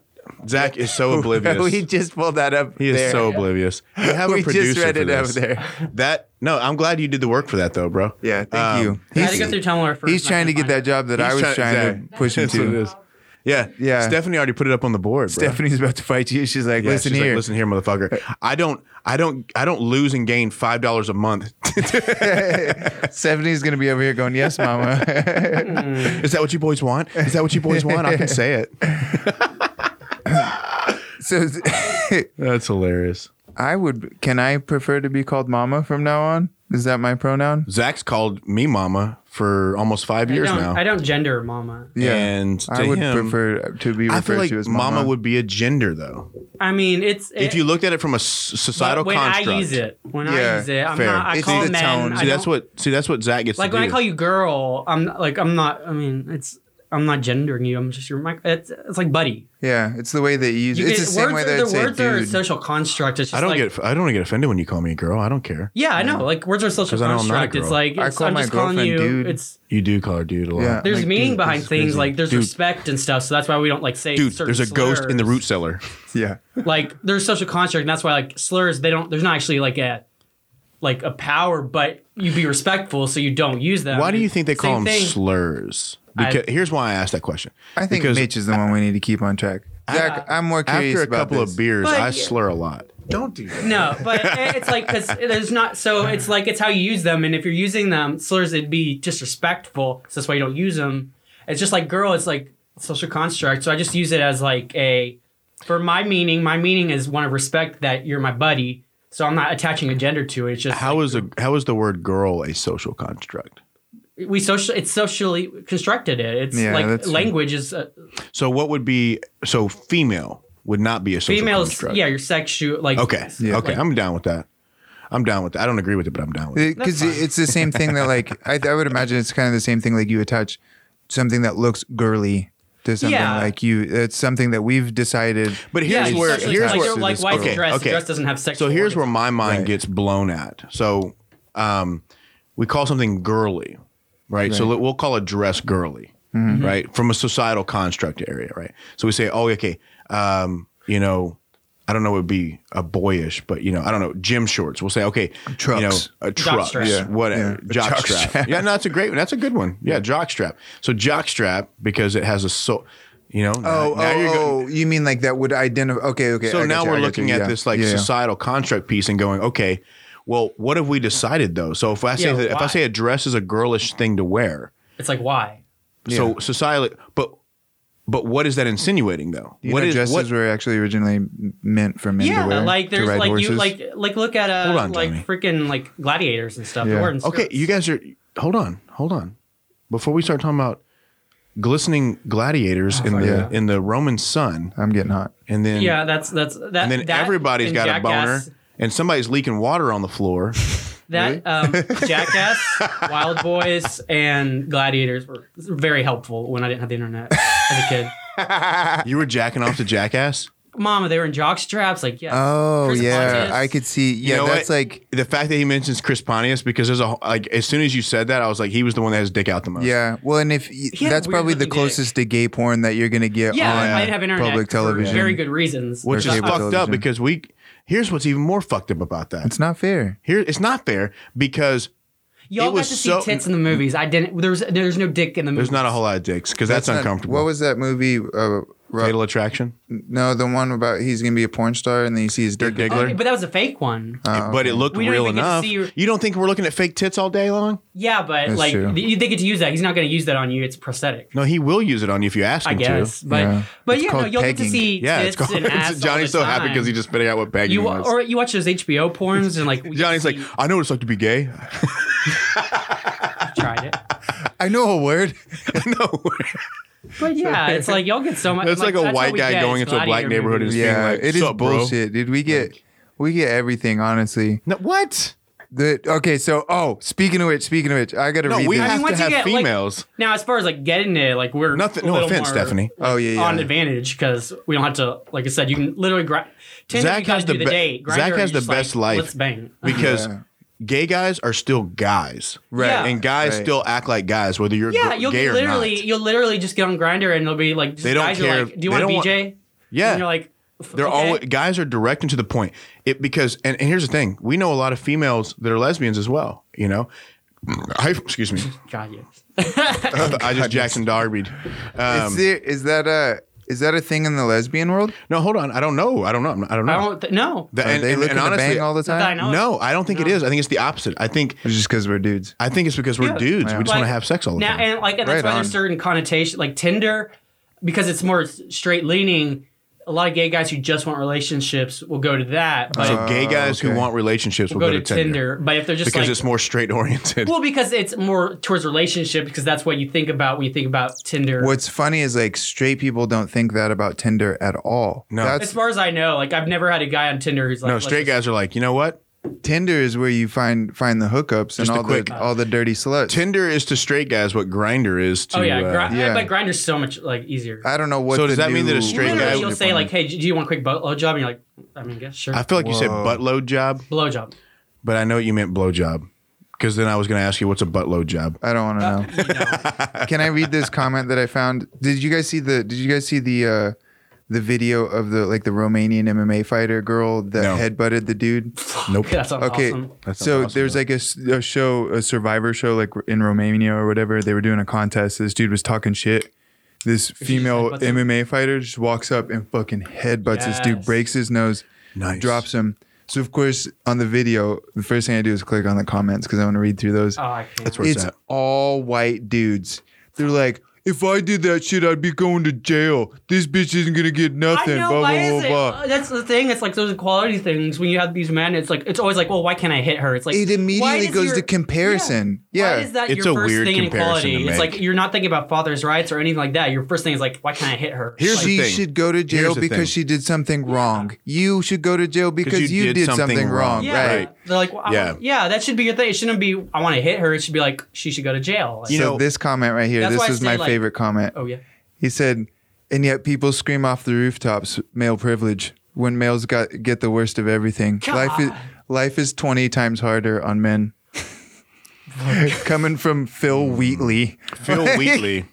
Speaker 2: Zach
Speaker 1: (laughs)
Speaker 2: is so (laughs) oblivious.
Speaker 3: (laughs)
Speaker 1: he just pulled that up.
Speaker 2: He is
Speaker 1: there.
Speaker 2: so oblivious. We have
Speaker 1: (laughs) We
Speaker 2: a
Speaker 1: just
Speaker 2: producer
Speaker 1: read
Speaker 2: for
Speaker 1: it over
Speaker 2: this.
Speaker 1: there.
Speaker 2: That no, I'm glad you did the work for that though, bro.
Speaker 1: Yeah, thank
Speaker 2: Um,
Speaker 1: you.
Speaker 3: I had to
Speaker 1: He's,
Speaker 3: go through Tumblr first.
Speaker 1: he's
Speaker 3: and I
Speaker 1: trying to
Speaker 3: couldn't
Speaker 1: get that
Speaker 3: find
Speaker 1: job that I
Speaker 2: He's
Speaker 1: was
Speaker 2: try-
Speaker 1: trying to
Speaker 2: Zach,
Speaker 1: push him
Speaker 2: that's what it
Speaker 1: to.
Speaker 2: is. Yeah,
Speaker 1: Yeah.
Speaker 2: Stephanie already put it up on the board. Bro.
Speaker 1: Stephanie's about to fight you. She's like,
Speaker 2: Yeah,
Speaker 1: listen
Speaker 2: she's like,
Speaker 1: here.
Speaker 2: listen here, motherfucker. I don't, I don't, I don't lose and gain five dollars a month.
Speaker 1: (laughs)
Speaker 2: (laughs)
Speaker 1: Stephanie's gonna be over here going, yes, mama. (laughs)
Speaker 2: Is that what you boys want? Is that what you boys want?
Speaker 1: (laughs)
Speaker 2: I can say it.
Speaker 1: so
Speaker 2: That's hilarious.
Speaker 1: I would. Can I prefer to be called mama from now on? Is that my pronoun?
Speaker 2: Zach's called me mama for almost five
Speaker 3: it.
Speaker 2: years
Speaker 3: I don't,
Speaker 2: now.
Speaker 3: I don't gender mama.
Speaker 1: Yeah,
Speaker 2: And to
Speaker 1: I would
Speaker 2: him-
Speaker 1: prefer to be
Speaker 2: I feel
Speaker 1: referred
Speaker 2: like
Speaker 1: to as
Speaker 2: mama.
Speaker 1: mama.
Speaker 2: would be a gender though.
Speaker 3: I mean, it's
Speaker 2: if you looked at it from a s- societal
Speaker 3: when
Speaker 2: construct.
Speaker 3: I use it, when
Speaker 1: Yeah,
Speaker 3: I use it, I'm
Speaker 2: fair.
Speaker 3: not. I
Speaker 1: It's
Speaker 3: call
Speaker 1: the
Speaker 3: men.
Speaker 1: tone.
Speaker 3: I
Speaker 2: See, that's
Speaker 3: don't-
Speaker 2: what. See, that's what Zach gets.
Speaker 3: Like
Speaker 2: to
Speaker 3: when I
Speaker 2: do.
Speaker 3: call you girl, I'm like I'm not. I mean, it's I'm not gendering you. I'm just your. mic- It's it's like buddy.
Speaker 1: yeah, it's the way that you use.
Speaker 3: You
Speaker 1: it. It's
Speaker 3: get-
Speaker 1: the same
Speaker 3: words
Speaker 1: way
Speaker 3: are-
Speaker 1: that I'd
Speaker 3: the
Speaker 1: say,
Speaker 3: words are a
Speaker 1: dude.
Speaker 3: social construct. It's just
Speaker 2: I don't
Speaker 3: like,
Speaker 2: get. I don't get offended when you call me a girl. I don't care.
Speaker 3: Yeah, I know. Like words are a social
Speaker 2: 'Cause I know I'm not a
Speaker 3: construct. It's
Speaker 2: girl.
Speaker 3: like
Speaker 1: I
Speaker 3: it's,
Speaker 1: call
Speaker 3: I'm
Speaker 1: my
Speaker 3: just calling you.
Speaker 1: girlfriend dude.
Speaker 3: It's
Speaker 2: You do call her dude a lot.
Speaker 1: Yeah.
Speaker 3: there's
Speaker 1: Like,
Speaker 3: meaning
Speaker 1: dude,
Speaker 3: behind
Speaker 1: this is
Speaker 3: things.
Speaker 1: crazy.
Speaker 3: Like there's
Speaker 2: Dude.
Speaker 3: respect and stuff. So that's why we don't like say.
Speaker 2: Dude,
Speaker 3: certain
Speaker 2: there's a ghost in the
Speaker 3: slurs.
Speaker 2: root cellar.
Speaker 1: yeah,
Speaker 3: Like there's social construct. And that's why like slurs. They don't. There's not actually like a like a power, but you be respectful, so you don't use them.
Speaker 2: Why do you think they call
Speaker 3: Same
Speaker 2: them
Speaker 3: thing.
Speaker 2: slurs?
Speaker 3: I-
Speaker 2: Because here's why I asked that question.
Speaker 1: I think
Speaker 2: because
Speaker 1: Mitch is the one we need to keep on track. Zach, I'm more curious
Speaker 2: after a
Speaker 1: about
Speaker 2: couple
Speaker 1: this.
Speaker 2: of beers,
Speaker 3: But-
Speaker 2: I slur a lot. Don't do that.
Speaker 3: No, but it- it's like because there's not. So it's like it's how you use them, and if you're using them slurs, it'd be disrespectful. So that's why you don't use them. It's just like girl. It's like social construct. So I just use it as like a for my meaning. My meaning is one of respect that you're my buddy. So I'm not attaching a gender to it. It's just
Speaker 2: How is a how is the word girl a social construct?
Speaker 3: we social. It's socially constructed. It. It's
Speaker 1: Yeah,
Speaker 3: like
Speaker 1: that's-
Speaker 3: language is uh,
Speaker 2: So what would be so female would not be a social
Speaker 3: females.
Speaker 2: construct.
Speaker 3: Yeah, your sexual like
Speaker 2: Okay.
Speaker 1: Yeah.
Speaker 2: Okay.
Speaker 3: Like-
Speaker 2: I'm down with that. I'm down with that. I don't agree with it, but I'm down with it.
Speaker 1: because
Speaker 3: That's fine.
Speaker 1: Uh, it's the same thing that
Speaker 3: (laughs)
Speaker 1: like I, I would imagine it's kind of the same thing like you attach something that looks girly to something
Speaker 3: Yeah.
Speaker 1: like you. It's something that we've decided.
Speaker 2: But
Speaker 3: Yeah,
Speaker 2: here's where
Speaker 3: especially
Speaker 2: here's
Speaker 3: like,
Speaker 2: where
Speaker 3: you're like white
Speaker 2: Okay,
Speaker 3: dress.
Speaker 2: okay.
Speaker 3: Dress doesn't have sex.
Speaker 2: So here's where my mind
Speaker 1: Right.
Speaker 2: gets blown at. So um, we call something girly, right? So we'll call a dress girly,
Speaker 1: Mm-hmm.
Speaker 2: right? From a societal construct area, right? So we say, oh, okay, um, you know, I don't know, it would be a boyish, but you know, I don't know, gym shorts. We'll say, okay, you know,
Speaker 1: Trucks.
Speaker 2: a trucks,
Speaker 3: Jockstrap. Yeah,
Speaker 2: whatever,
Speaker 1: yeah.
Speaker 2: jock strap.
Speaker 1: Jockstrap.
Speaker 2: Yeah, no, that's a great one. That's a good one. Yeah, jock strap. So jock strap because it has a so, you know,
Speaker 1: Oh, oh,
Speaker 2: go-
Speaker 1: oh, you mean like that would identify? Okay, okay.
Speaker 2: so
Speaker 1: I
Speaker 2: now
Speaker 1: gotcha, I
Speaker 2: we're
Speaker 1: gotcha,
Speaker 2: looking at
Speaker 1: yeah,
Speaker 2: this like
Speaker 1: yeah, yeah.
Speaker 2: societal construct piece and going, okay, well, what have we decided though? So if I say
Speaker 3: Yeah,
Speaker 2: that, if I
Speaker 3: why?
Speaker 2: say a dress is a girlish thing to wear,
Speaker 3: It's like why.
Speaker 2: so societally, but but what is that insinuating though?
Speaker 1: You
Speaker 2: what
Speaker 1: know,
Speaker 2: is
Speaker 1: dresses
Speaker 2: what?
Speaker 1: were actually originally meant for men
Speaker 3: yeah,
Speaker 1: to wear
Speaker 3: like
Speaker 1: to
Speaker 3: there's
Speaker 1: ride
Speaker 3: like
Speaker 1: horses.
Speaker 3: you like like look at uh
Speaker 2: Hold on,
Speaker 3: like
Speaker 2: Johnny.
Speaker 3: freaking like gladiators and stuff.
Speaker 1: Yeah.
Speaker 3: Yeah.
Speaker 2: okay, you guys are hold on, hold on. Before we start talking about glistening gladiators in the
Speaker 1: yeah.
Speaker 2: in the Roman sun,
Speaker 1: I'm getting hot.
Speaker 2: and then
Speaker 3: Oh, Yeah, that's that's that.
Speaker 2: and then
Speaker 3: that
Speaker 2: everybody's
Speaker 3: and
Speaker 2: got a boner.
Speaker 3: Jackass-
Speaker 2: And somebody's leaking water on
Speaker 1: (laughs)
Speaker 2: the floor.
Speaker 3: That
Speaker 2: (laughs)
Speaker 3: um, Jackass, Wild Boys, and Gladiators were very helpful when I didn't have the internet as a
Speaker 2: (laughs)
Speaker 3: kid.
Speaker 2: You were jacking off to jackass.
Speaker 3: Mama, they were in jock straps. Like yes.
Speaker 1: Oh
Speaker 3: Chris
Speaker 1: yeah,
Speaker 3: Pontius.
Speaker 1: I could see. Yeah,
Speaker 2: know
Speaker 1: that's
Speaker 2: what?
Speaker 1: like
Speaker 2: the fact that he mentions Chris Pontius because there's a like as soon as you said that I was like he was the one that has dick out the most.
Speaker 1: yeah. Well, and if y-
Speaker 3: He had a
Speaker 1: that's probably the
Speaker 3: weird-looking dick.
Speaker 1: closest to gay porn that you're gonna get
Speaker 2: oh,
Speaker 3: Yeah,
Speaker 1: on
Speaker 3: I didn't have internet.
Speaker 1: public
Speaker 3: for
Speaker 1: television.
Speaker 3: Very good reasons.
Speaker 2: which
Speaker 1: Or
Speaker 2: is
Speaker 1: cable
Speaker 2: fucked up
Speaker 1: television.
Speaker 2: because we here's what's even more fucked up about that.
Speaker 1: It's not fair.
Speaker 2: Here it's not fair because
Speaker 3: Y'all
Speaker 2: it
Speaker 3: got
Speaker 2: was
Speaker 3: to see
Speaker 2: so-
Speaker 3: tits in the movies. I didn't. There's there's no dick in the movies.
Speaker 2: there's not a whole lot of dicks because that's,
Speaker 1: not-
Speaker 2: uncomfortable.
Speaker 1: What was that movie? Uh, Ro-
Speaker 2: fatal attraction?
Speaker 1: no, the one about he's gonna be a porn star and then you see his dick.
Speaker 2: Diggler.
Speaker 3: Okay, but that was a fake one.
Speaker 2: But it looked
Speaker 3: We don't
Speaker 2: real
Speaker 3: even get to
Speaker 2: enough.
Speaker 3: see your-
Speaker 2: You don't think we're looking at fake tits all day long?
Speaker 3: yeah, but
Speaker 1: That's
Speaker 3: like
Speaker 1: true.
Speaker 3: th- they get to use that. He's not going to use that on you. It's prosthetic.
Speaker 2: No, he will use it on you if you ask
Speaker 3: I
Speaker 2: him
Speaker 3: guess,
Speaker 2: to.
Speaker 3: but
Speaker 1: Yeah.
Speaker 3: but
Speaker 1: It's
Speaker 3: yeah, no,
Speaker 1: called
Speaker 3: you'll get
Speaker 1: pegging.
Speaker 3: to see
Speaker 2: Yeah, (laughs)
Speaker 3: tits
Speaker 2: it's called.
Speaker 3: and ass all
Speaker 2: Johnny's
Speaker 3: the
Speaker 2: so happy
Speaker 3: time.
Speaker 2: because he just spitting out what bag
Speaker 3: you
Speaker 2: was.
Speaker 3: or you watch those HBO porns and like
Speaker 2: (laughs)
Speaker 3: we
Speaker 2: Johnny's like, I know what it's like to be gay. (laughs)
Speaker 3: tried it,
Speaker 1: I know a word.
Speaker 2: no, (laughs)
Speaker 3: but yeah, it's like y'all get so much.
Speaker 2: it's like, a
Speaker 3: that's what
Speaker 2: white
Speaker 3: we
Speaker 2: guy
Speaker 3: get,
Speaker 2: going
Speaker 3: it's
Speaker 2: into a black
Speaker 3: gladiator
Speaker 2: neighborhood and
Speaker 3: movies.
Speaker 2: just being
Speaker 1: yeah,
Speaker 2: like,
Speaker 1: it is
Speaker 2: "Sup, bro?"
Speaker 1: bullshit, dude. We get we get everything honestly.
Speaker 2: No, what?
Speaker 1: The okay, so oh, speaking of which, speaking of which, I gotta
Speaker 2: No,
Speaker 1: read
Speaker 2: we
Speaker 1: this.
Speaker 2: have
Speaker 3: once
Speaker 2: to
Speaker 3: you
Speaker 2: have
Speaker 3: get, like-
Speaker 2: females.
Speaker 3: Now, as far as like getting it, like we're
Speaker 2: Nothing.
Speaker 3: a
Speaker 2: No
Speaker 3: little
Speaker 2: offense,
Speaker 3: more
Speaker 2: Stephanie.
Speaker 1: oh yeah, yeah.
Speaker 3: on advantage because we don't have to. Like I said, you can literally grind.
Speaker 2: Zach has the
Speaker 3: do the
Speaker 2: be-
Speaker 3: date. Grindr,
Speaker 2: Zach has
Speaker 3: you're just
Speaker 2: the best
Speaker 3: like,
Speaker 2: life.
Speaker 3: Let's bang.
Speaker 2: because
Speaker 1: Yeah.
Speaker 2: gay guys are still guys,
Speaker 1: right.
Speaker 3: Yeah.
Speaker 2: and guys
Speaker 1: Right.
Speaker 2: still act like guys, whether you're
Speaker 3: yeah,
Speaker 2: gr-
Speaker 3: you'll
Speaker 2: gay
Speaker 3: get
Speaker 2: or
Speaker 3: literally
Speaker 2: not.
Speaker 3: you'll literally just get on grinder and it'll be like just
Speaker 2: They don't
Speaker 3: guys
Speaker 2: care.
Speaker 3: Are like, Do you
Speaker 2: They
Speaker 3: want a
Speaker 2: don't want-
Speaker 3: BJ?
Speaker 2: Yeah,
Speaker 3: and you're like, "F-
Speaker 2: They're
Speaker 3: okay."
Speaker 2: all guys are direct and to the point. It because and, and here's the thing: we know a lot of females that are lesbians as well. You know, I, excuse
Speaker 3: (laughs)
Speaker 2: me,
Speaker 3: God, yeah.
Speaker 2: I just Jackson Darby.
Speaker 1: Is
Speaker 2: Um,
Speaker 1: there is that a is that a thing in the lesbian world?
Speaker 2: no, hold on. I don't know. I don't know. I don't know.
Speaker 3: I don't th- no.
Speaker 2: The-
Speaker 1: Are
Speaker 2: and,
Speaker 1: they
Speaker 2: and,
Speaker 1: looking
Speaker 2: and
Speaker 1: to
Speaker 2: honestly,
Speaker 1: bang all the
Speaker 3: that I
Speaker 1: time?
Speaker 3: know.
Speaker 2: Uh, no, I don't think it
Speaker 3: No.
Speaker 2: is. I think it's the opposite. I think
Speaker 1: It's just because we're dudes.
Speaker 2: I think it's because we're
Speaker 3: Yeah.
Speaker 2: dudes. We just want
Speaker 3: Like,
Speaker 2: to have sex all the
Speaker 3: now
Speaker 2: time.
Speaker 3: and like and that's
Speaker 1: Right
Speaker 3: why
Speaker 1: on.
Speaker 3: there's certain connotation like Tinder because it's more straight leaning. A lot of gay guys who just want relationships will go to that. But
Speaker 2: so gay guys
Speaker 1: Oh, okay.
Speaker 2: who want relationships will
Speaker 3: will go, to Tinder. But if they're just
Speaker 2: because
Speaker 3: like
Speaker 2: it's more straight oriented.
Speaker 3: well, because it's more towards relationship because that's what you think about when you think about Tinder.
Speaker 1: What's funny is like straight people don't think that about Tinder at all.
Speaker 2: No.
Speaker 3: as
Speaker 1: That's
Speaker 3: far as I know, like I've never had a guy on Tinder who's like
Speaker 2: no,
Speaker 3: let's
Speaker 2: straight
Speaker 3: just-
Speaker 2: guys are like, you know what?
Speaker 1: Tinder is where you find find the hookups and
Speaker 2: Just a
Speaker 1: all
Speaker 2: quick-
Speaker 1: the all the dirty sluts.
Speaker 2: Tinder is to straight guys what grinder is to.
Speaker 3: Oh yeah,
Speaker 2: uh,
Speaker 3: Gri-
Speaker 1: yeah.
Speaker 3: but Grinder's so much like easier.
Speaker 1: I don't know what.
Speaker 2: So does
Speaker 1: the
Speaker 2: that mean that a
Speaker 1: new-
Speaker 2: straight
Speaker 3: Literally,
Speaker 2: guy
Speaker 3: you'll say like, "Hey, do you want a quick blow job?" And you're like, "I mean, yeah, sure."
Speaker 2: I feel like you said
Speaker 1: Whoa.
Speaker 2: buttload job,
Speaker 3: blow job.
Speaker 2: but I know you meant blowjob because then I was going to ask you what's a buttload job.
Speaker 1: I don't want to know.
Speaker 3: Uh, You
Speaker 1: (laughs)
Speaker 3: know,
Speaker 1: Can I read this comment that I found? Did you guys see the? Did you guys see the? uh the video of the like the Romanian MMA fighter girl that
Speaker 2: No.
Speaker 1: headbutted the dude.
Speaker 3: (laughs)
Speaker 2: Nope.
Speaker 3: that's
Speaker 1: Okay,
Speaker 3: awesome.
Speaker 2: That's
Speaker 1: so
Speaker 2: awesome,
Speaker 1: there's
Speaker 2: though.
Speaker 1: like a, s- a show, a Survivor show, like in Romania or whatever. They were doing a contest. This dude was talking shit. This female
Speaker 3: headbutts him?
Speaker 1: MMA fighter just walks up and fucking headbutts this dude,
Speaker 3: Yes.
Speaker 1: breaks his nose, (laughs)
Speaker 2: Nice.
Speaker 1: drops him. So of course, on the video, the first thing I do is click on the comments because I want to read through those.
Speaker 3: Oh, I can't.
Speaker 2: That's where it's
Speaker 1: it's
Speaker 2: at.
Speaker 1: all white dudes. They're like, if I did that shit, I'd be going to jail. This bitch isn't gonna get
Speaker 3: I
Speaker 1: nothing.
Speaker 3: know.
Speaker 1: blah
Speaker 3: why
Speaker 1: blah
Speaker 3: is
Speaker 1: blah
Speaker 3: it?
Speaker 1: blah.
Speaker 3: Uh, That's the thing. It's like those quality things. When you have these men, it's like it's always like, well, why can't I hit her? It's like
Speaker 1: It
Speaker 3: why
Speaker 1: immediately
Speaker 3: does
Speaker 1: goes
Speaker 3: your-
Speaker 1: to comparison. Yeah.
Speaker 3: Why is that
Speaker 2: It's
Speaker 3: your
Speaker 2: a
Speaker 3: first
Speaker 2: weird
Speaker 3: thing in
Speaker 2: comparison
Speaker 3: equality?
Speaker 2: to
Speaker 3: It's
Speaker 2: make.
Speaker 3: like you're not thinking about father's rights or anything like that. Your first thing is like, why can't I hit her?
Speaker 2: Here's
Speaker 3: Like,
Speaker 2: the
Speaker 1: she
Speaker 2: thing.
Speaker 1: should go to jail
Speaker 2: Here's the thing.
Speaker 1: because she did something wrong. You should go to jail because you, did, something, wrong.
Speaker 3: yeah.
Speaker 1: Right.
Speaker 2: right.
Speaker 3: They're like, well, I-
Speaker 2: Yeah.
Speaker 3: yeah, that should be your thing. It shouldn't be I want to hit her. It should be like she should go to jail. Like,
Speaker 2: You
Speaker 1: so
Speaker 2: know-
Speaker 1: this comment right here,
Speaker 3: That's why
Speaker 1: this
Speaker 3: I
Speaker 1: is
Speaker 3: say,
Speaker 1: my
Speaker 3: like-
Speaker 1: favorite comment.
Speaker 3: oh yeah.
Speaker 1: He said, "And yet people scream off the rooftops, male privilege, when males got get the worst of everything. Life is
Speaker 3: God.
Speaker 1: life is 20 times harder on
Speaker 3: (laughs)
Speaker 1: men." Coming from Phil Wheatley.
Speaker 2: Phil
Speaker 3: (laughs)
Speaker 2: Wheatley.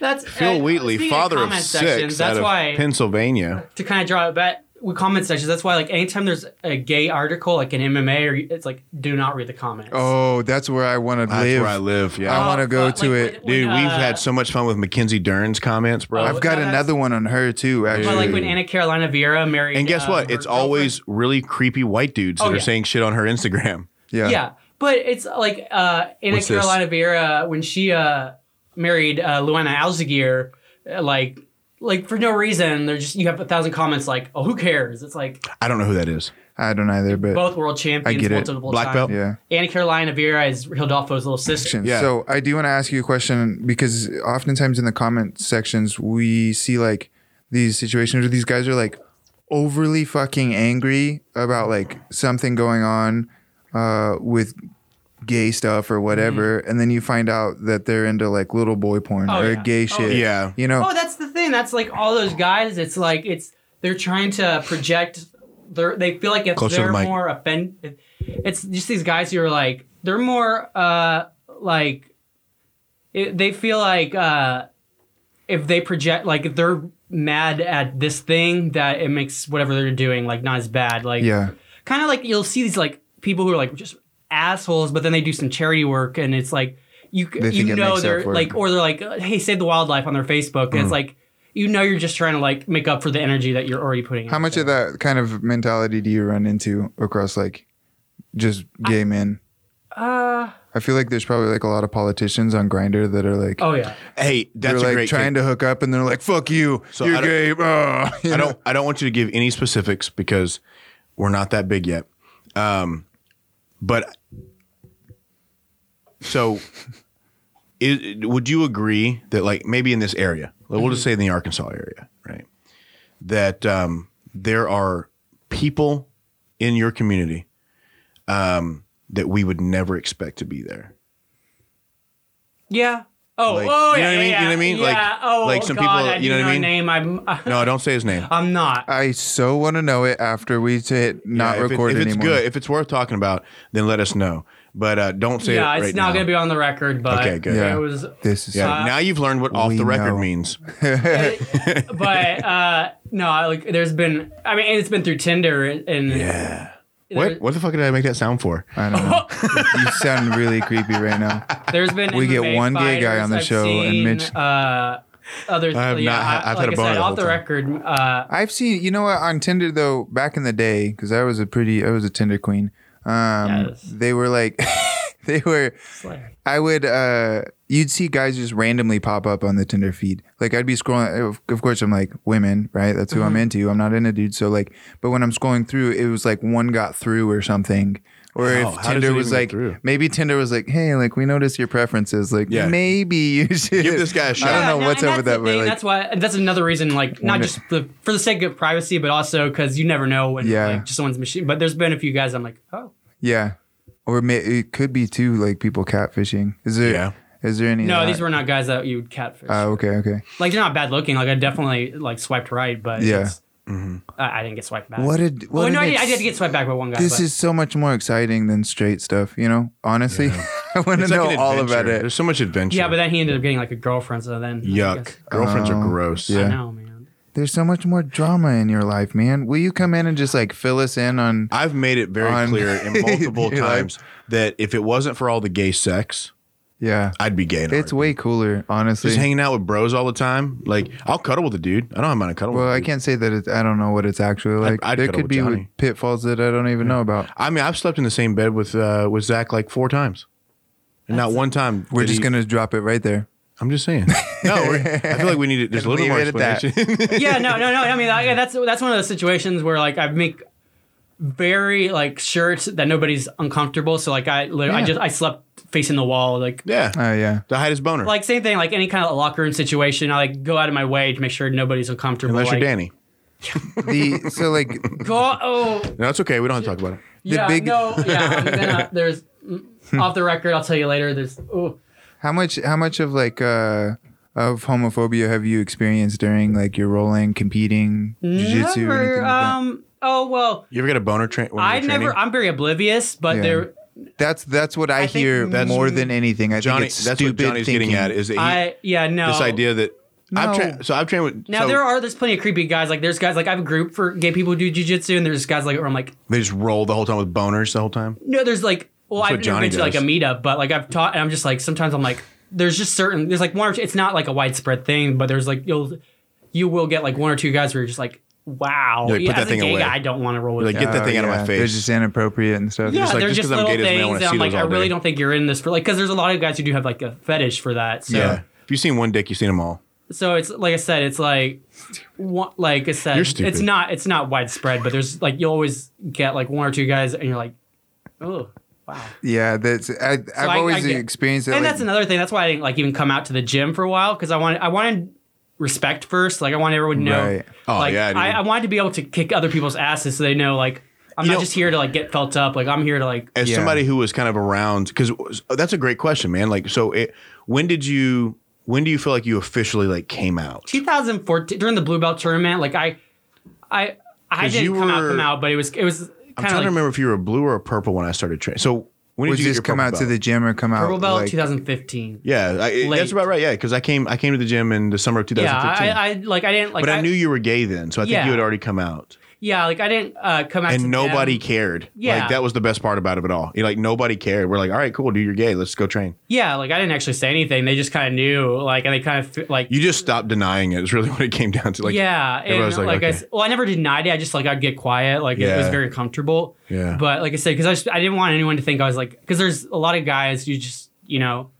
Speaker 3: That's
Speaker 2: Phil
Speaker 3: uh,
Speaker 2: Wheatley,
Speaker 3: speaking of
Speaker 2: father of,
Speaker 3: comment
Speaker 2: six
Speaker 3: sections,
Speaker 2: out
Speaker 3: That's
Speaker 2: of
Speaker 3: why
Speaker 2: Pennsylvania.
Speaker 3: to kind of draw it back with comment sections. That's why like anytime there's a gay article like an MMA or it's like do not read the comments.
Speaker 1: Oh, that's where I want to
Speaker 2: That's
Speaker 1: live.
Speaker 2: where I live. Yeah.
Speaker 1: I
Speaker 3: Oh,
Speaker 1: wanna
Speaker 3: fuck,
Speaker 1: go to it.
Speaker 3: when-
Speaker 2: Dude,
Speaker 3: when,
Speaker 2: we've
Speaker 3: uh, Oh,
Speaker 2: had so much fun with Mackenzie Dern's comments, bro.
Speaker 1: I've got
Speaker 3: No, that's-
Speaker 1: another one on her too, actually.
Speaker 3: well, like when Anna Carolina Vieira married.
Speaker 2: and guess
Speaker 3: uh,
Speaker 2: what?
Speaker 3: her
Speaker 2: It's always really creepy white dudes that
Speaker 3: Oh,
Speaker 2: are
Speaker 3: yeah.
Speaker 2: saying shit on her Instagram.
Speaker 1: yeah.
Speaker 3: girlfriend. yeah. But it's like uh, Anna
Speaker 2: What's this?
Speaker 3: Carolina Vieira when she uh, married uh, Luana Alzagir, uh, like like for no reason. They're just you have a thousand comments like, oh, who cares? It's like
Speaker 2: I don't know who that is.
Speaker 1: I don't either, but
Speaker 3: both world champions,
Speaker 1: I get it.
Speaker 3: multiple
Speaker 2: Black
Speaker 3: times.
Speaker 2: belt?
Speaker 1: yeah.
Speaker 3: Anna Carolina Vieira is Hildolfo's little sister.
Speaker 1: question.
Speaker 2: Yeah.
Speaker 1: So I do want to ask you a question because oftentimes in the comment sections we see like these situations where these guys are like overly fucking angry about like something going on uh, with gay stuff or whatever, and then you find out that they're into like little boy porn
Speaker 3: Mm-hmm. Oh,
Speaker 1: or
Speaker 3: yeah.
Speaker 1: gay
Speaker 3: Oh,
Speaker 1: shit.
Speaker 2: yeah.
Speaker 1: You know.
Speaker 3: Oh, that's the thing. That's like all those guys. It's like it's they're trying to project. They're they feel like if
Speaker 2: Closer to
Speaker 3: they're
Speaker 2: the mic.
Speaker 3: more offended, it's just these guys who are like they're more uh like it, they feel like uh if they project like if they're mad at this thing that it makes whatever they're doing like not as bad like
Speaker 1: yeah.
Speaker 3: kind of like you'll see these like people who are like just assholes, but then they do some charity work, and it's like you
Speaker 1: They think
Speaker 3: you
Speaker 1: it
Speaker 3: know
Speaker 1: makes up
Speaker 3: they're
Speaker 1: for it.
Speaker 3: like or they're like uh, hey save the wildlife on their Facebook,
Speaker 2: Hmm.
Speaker 3: and it's like you know you're just trying to like make up for the energy that you're already putting.
Speaker 1: How
Speaker 3: out
Speaker 1: much
Speaker 3: there.
Speaker 1: of that kind of mentality do you run into across like just gay men?
Speaker 3: Uh,
Speaker 1: I feel like there's probably like a lot of politicians on Grinder that are like,
Speaker 3: oh yeah,
Speaker 2: Hey, that's
Speaker 1: they're
Speaker 2: a
Speaker 1: like
Speaker 2: great
Speaker 1: trying to hook up and they're like, fuck you.
Speaker 2: So
Speaker 1: you're
Speaker 2: I don't-
Speaker 1: gay. ah," you
Speaker 2: I
Speaker 1: know?
Speaker 2: don't I don't want you to give any specifics because we're not that big yet. Um, but so is, would you agree that like maybe in this area, like, we'll just
Speaker 3: Mm-hmm.
Speaker 2: say in the Arkansas area, right? That um, there are people in your community um, that we would never expect to be there.
Speaker 3: Yeah. Oh,
Speaker 2: Like,
Speaker 3: oh,
Speaker 2: you know
Speaker 3: yeah,
Speaker 2: what I mean?
Speaker 3: yeah,
Speaker 2: You know what I mean? Like-
Speaker 3: yeah. oh,
Speaker 2: like some
Speaker 3: God,
Speaker 2: people-
Speaker 3: I
Speaker 2: you know
Speaker 3: do
Speaker 2: what I mean?
Speaker 3: Name. I'm. (laughs)
Speaker 2: No, don't say his name.
Speaker 3: I'm not.
Speaker 1: I so want to know it after we hit not
Speaker 2: Yeah, if it-
Speaker 1: record
Speaker 2: if it's
Speaker 1: anymore.
Speaker 2: good, if it's worth talking about, then let us know. But uh, don't say
Speaker 3: yeah,
Speaker 2: it
Speaker 3: it's
Speaker 2: right
Speaker 3: not
Speaker 2: now.
Speaker 3: gonna be on the record, but
Speaker 2: Okay, good.
Speaker 1: Yeah.
Speaker 2: (laughs)
Speaker 3: it was.
Speaker 1: This is
Speaker 2: yeah,
Speaker 3: Uh,
Speaker 2: now you've learned what off
Speaker 1: we
Speaker 2: the record
Speaker 1: know.
Speaker 2: means.
Speaker 3: but uh, no, I, like there's been. I mean, and it's been through Tinder and. and
Speaker 2: Yeah. What? What the fuck did I make that sound for?
Speaker 1: I don't know. you sound really creepy right
Speaker 2: (laughs)
Speaker 1: now.
Speaker 3: There's been
Speaker 1: We get
Speaker 3: MMA
Speaker 1: one gay guy
Speaker 3: fighters
Speaker 1: on the
Speaker 3: I've
Speaker 1: show, and
Speaker 3: seen,
Speaker 1: Mitch-
Speaker 3: Uh, others,
Speaker 2: I have
Speaker 3: yeah,
Speaker 2: not ha-
Speaker 3: I-
Speaker 2: I've
Speaker 3: like
Speaker 2: had a boner
Speaker 3: I said,
Speaker 2: the
Speaker 3: off
Speaker 2: whole
Speaker 3: the
Speaker 2: time.
Speaker 3: record. Uh,
Speaker 1: I've seen, you know what, on Tinder though, back in the day, because I was a pretty, I was a Tinder queen. Um,
Speaker 3: Yes.
Speaker 1: They were like, (laughs) they were,
Speaker 3: it's like-
Speaker 1: I would, uh, you'd see guys just randomly pop up on the Tinder feed. Like I'd be scrolling, of- of course, I'm like, women, right? That's who
Speaker 2: Mm-hmm.
Speaker 1: I'm into. I'm not into dudes. So like, but when I'm scrolling through, it was like one got through or something. Or
Speaker 2: Wow,
Speaker 1: if
Speaker 2: how does
Speaker 1: Tinder
Speaker 2: it
Speaker 1: was
Speaker 2: even get
Speaker 1: like,
Speaker 2: through?
Speaker 1: maybe Tinder was like, hey, like we notice your preferences. Like
Speaker 2: Yeah.
Speaker 1: maybe you should
Speaker 2: Give this guy a
Speaker 1: I
Speaker 2: shot.
Speaker 1: don't know
Speaker 3: no,
Speaker 1: what's
Speaker 3: and
Speaker 1: up with
Speaker 3: that's
Speaker 1: that.
Speaker 3: the
Speaker 1: but
Speaker 3: thing,
Speaker 1: like,
Speaker 3: that's why. That's another reason, like not
Speaker 1: Wonder-
Speaker 3: just the, for the sake of privacy, but also because you never know when,
Speaker 1: Yeah.
Speaker 3: like, just someone's machine. But there's been a few guys I'm like, oh
Speaker 1: Yeah, or may, it could be too like people catfishing. Is there?
Speaker 2: Yeah.
Speaker 1: Is there any? of
Speaker 3: no,
Speaker 1: that?
Speaker 3: these were not guys that you would catfish.
Speaker 1: Oh, okay, okay.
Speaker 3: like they're not bad looking. Like I definitely like swiped right, but
Speaker 1: Yeah.
Speaker 3: it's-
Speaker 1: Mm-hmm.
Speaker 3: I, I didn't get swiped back.
Speaker 1: What did? What
Speaker 3: well, no,
Speaker 1: an
Speaker 3: I did, I
Speaker 1: ex-
Speaker 3: did get swiped back by one guy.
Speaker 1: This
Speaker 3: but-
Speaker 1: is so much more exciting than straight stuff. You know, honestly, (laughs) I want to
Speaker 2: It's like
Speaker 1: know
Speaker 2: an
Speaker 1: all
Speaker 2: adventure.
Speaker 1: about it.
Speaker 2: There's so much adventure.
Speaker 3: yeah, but then he ended up getting like a girlfriend. So then I
Speaker 2: yuck.
Speaker 3: guess-
Speaker 2: Girlfriends
Speaker 1: Oh,
Speaker 2: are gross.
Speaker 1: yeah.
Speaker 3: I know, man.
Speaker 1: There's so much more drama in your life, man. Will you come in and just like fill us in on?
Speaker 2: I've made it very
Speaker 1: On- (laughs)
Speaker 2: clear in multiple
Speaker 1: You're like-
Speaker 2: times that if it wasn't for all the gay sex,
Speaker 1: Yeah,
Speaker 2: I'd be gay. in a
Speaker 1: it's
Speaker 2: heartbeat.
Speaker 1: way cooler, honestly.
Speaker 2: just hanging out with bros all the time. Like I'll cuddle with a dude. I don't have mind to cuddle.
Speaker 1: well,
Speaker 2: with a
Speaker 1: I
Speaker 2: dude.
Speaker 1: can't say that it's. I don't know what it's actually like.
Speaker 2: I'd
Speaker 1: there
Speaker 2: cuddle
Speaker 1: could
Speaker 2: with
Speaker 1: be
Speaker 2: Johnny.
Speaker 1: pitfalls that I don't even know about.
Speaker 2: I mean, I've slept in the same bed with uh, with Zach like four times, and not one time.
Speaker 1: We're
Speaker 2: did
Speaker 1: just
Speaker 2: he-
Speaker 1: gonna drop it right there.
Speaker 2: I'm just
Speaker 1: (laughs)
Speaker 2: saying. No, we're- I feel like we need it. There's a little bit more
Speaker 1: Leave it at that.
Speaker 2: explanation. (laughs)
Speaker 3: yeah, no, no, no. I mean, like, that's that's one of those situations where like I make very like sure it's- that nobody's uncomfortable. So like I, li- I
Speaker 2: Yeah.
Speaker 3: just I slept facing the wall. Like
Speaker 2: yeah,
Speaker 1: Oh
Speaker 2: (laughs)
Speaker 1: yeah.
Speaker 2: to hide his boner.
Speaker 3: like same thing. Like any kind of locker room situation, I like go out of my way to make sure nobody's uncomfortable.
Speaker 2: Unless
Speaker 3: like,
Speaker 2: you're Danny.
Speaker 1: The so like
Speaker 3: Go, oh,
Speaker 2: No, it's okay. We don't have to talk about it.
Speaker 3: yeah,
Speaker 1: big-
Speaker 3: no, yeah.
Speaker 1: (laughs)
Speaker 3: I'm gonna, there's mm, off the record. I'll tell you later. There's oh,
Speaker 1: How much how much of like uh of homophobia have you experienced during like your rolling, competing, jiu-jitsu or anything
Speaker 3: never.
Speaker 1: like that?
Speaker 3: Um, oh well,
Speaker 2: You ever get a boner train?
Speaker 3: I never. I'm very oblivious, but
Speaker 1: Yeah.
Speaker 3: there.
Speaker 1: That's that's what I,
Speaker 3: I think
Speaker 1: hear
Speaker 3: that's-
Speaker 1: more than anything. I
Speaker 2: Johnny.
Speaker 1: think it's
Speaker 2: That's what
Speaker 1: stupid
Speaker 2: Johnny's
Speaker 1: thinking.
Speaker 2: getting at. Is that he,
Speaker 3: I yeah no.
Speaker 2: this idea that
Speaker 1: No.
Speaker 2: I've tra- so I've trained with
Speaker 3: Now
Speaker 2: so
Speaker 3: there are there's plenty of creepy guys. Like there's guys like I have a group for gay people who do jujitsu, and there's guys like where I'm like,
Speaker 2: they just roll the whole time with boners the whole time.
Speaker 3: no, there's like, well,
Speaker 2: That's what
Speaker 3: I've never been
Speaker 2: Johnny
Speaker 3: to like a
Speaker 2: does.
Speaker 3: meetup, but like I've taught, and I'm just like sometimes I'm like, there's just certain there's like one or two. It's not like a widespread thing, but there's like you'll you will get like one or two guys where you're just like, wow,
Speaker 2: You're like,
Speaker 3: yeah,
Speaker 2: put that
Speaker 3: as a
Speaker 2: thing
Speaker 3: gay
Speaker 2: away.
Speaker 3: guy, I don't want to roll with.
Speaker 2: Like,
Speaker 3: that.
Speaker 2: Get that thing out of my face.
Speaker 1: Oh, They're just inappropriate and stuff.
Speaker 3: yeah,
Speaker 1: Just
Speaker 2: like,
Speaker 3: they're
Speaker 2: just
Speaker 3: just
Speaker 2: 'cause I'm
Speaker 3: little
Speaker 2: gay doesn't mean I
Speaker 3: things.
Speaker 2: wanna
Speaker 3: that I'm
Speaker 2: see
Speaker 3: like,
Speaker 2: those
Speaker 3: I
Speaker 2: all
Speaker 3: really
Speaker 2: day.
Speaker 3: don't think you're in this for like, because there's a lot of guys who do have like a fetish for that. So,
Speaker 2: Yeah. If you've seen one dick, you've seen them all.
Speaker 3: so it's like I said, it's like, one, like I said,
Speaker 2: You're stupid.
Speaker 3: it's not it's not widespread, but there's like you always get like one or two guys, and you're like, oh wow.
Speaker 1: yeah, that's I, I've
Speaker 3: I-
Speaker 1: always
Speaker 3: I get-
Speaker 1: experienced that.
Speaker 3: and
Speaker 1: like,
Speaker 3: that's another thing. That's why I didn't like even come out to the gym for a while because I wanted I wanted respect first. Like I want everyone to know.
Speaker 1: Right.
Speaker 2: Oh,
Speaker 3: like,
Speaker 2: yeah, dude.
Speaker 3: I, I wanted to be able to kick other people's asses so they know like I'm
Speaker 2: You
Speaker 3: not
Speaker 2: know-
Speaker 3: just here to like get felt up. Like I'm here to like
Speaker 2: as
Speaker 1: Yeah.
Speaker 2: somebody who was kind of around because that's a great question man like so it, when did you when do you feel like you officially like came out
Speaker 3: 2014 during the blue belt tournament. Like I I I
Speaker 2: 'Cause
Speaker 3: didn't
Speaker 2: you
Speaker 3: come out
Speaker 2: were-
Speaker 3: come out, but it was it was
Speaker 2: i'm
Speaker 3: kind
Speaker 2: trying
Speaker 3: of
Speaker 2: to
Speaker 3: like
Speaker 2: remember if you were a blue or a purple when i started training so when
Speaker 1: was
Speaker 2: did you
Speaker 1: just come out to the gym or come out
Speaker 3: purple belt
Speaker 1: like,
Speaker 3: 2015. Yeah,
Speaker 2: yeah I, it-
Speaker 3: Late.
Speaker 2: that's about right yeah because i came i came to the gym in the summer of 2015
Speaker 3: I, I like I didn't like
Speaker 2: but I, knew you were gay then so i
Speaker 3: Yeah.
Speaker 2: think you had already come out
Speaker 3: yeah like I didn't uh, come out to
Speaker 2: and
Speaker 3: them.
Speaker 2: nobody cared
Speaker 3: Yeah.
Speaker 2: like that was the best part about it at all You're like nobody cared we're like all right cool dude you're gay let's go train
Speaker 3: Yeah, like I didn't actually say anything. They just kind of knew like and they kind of like
Speaker 2: you just stopped denying it is really (laughs) what it came down to like
Speaker 3: yeah, and
Speaker 2: everybody's
Speaker 3: like,
Speaker 2: like,
Speaker 3: I
Speaker 2: okay.
Speaker 3: s- well, I never denied it. I just like I'd get quiet. Like it was
Speaker 2: Yeah.
Speaker 3: very comfortable.
Speaker 2: Yeah.
Speaker 3: But like I said, because I just, I didn't want anyone to think I was like because there's a lot of guys you just you know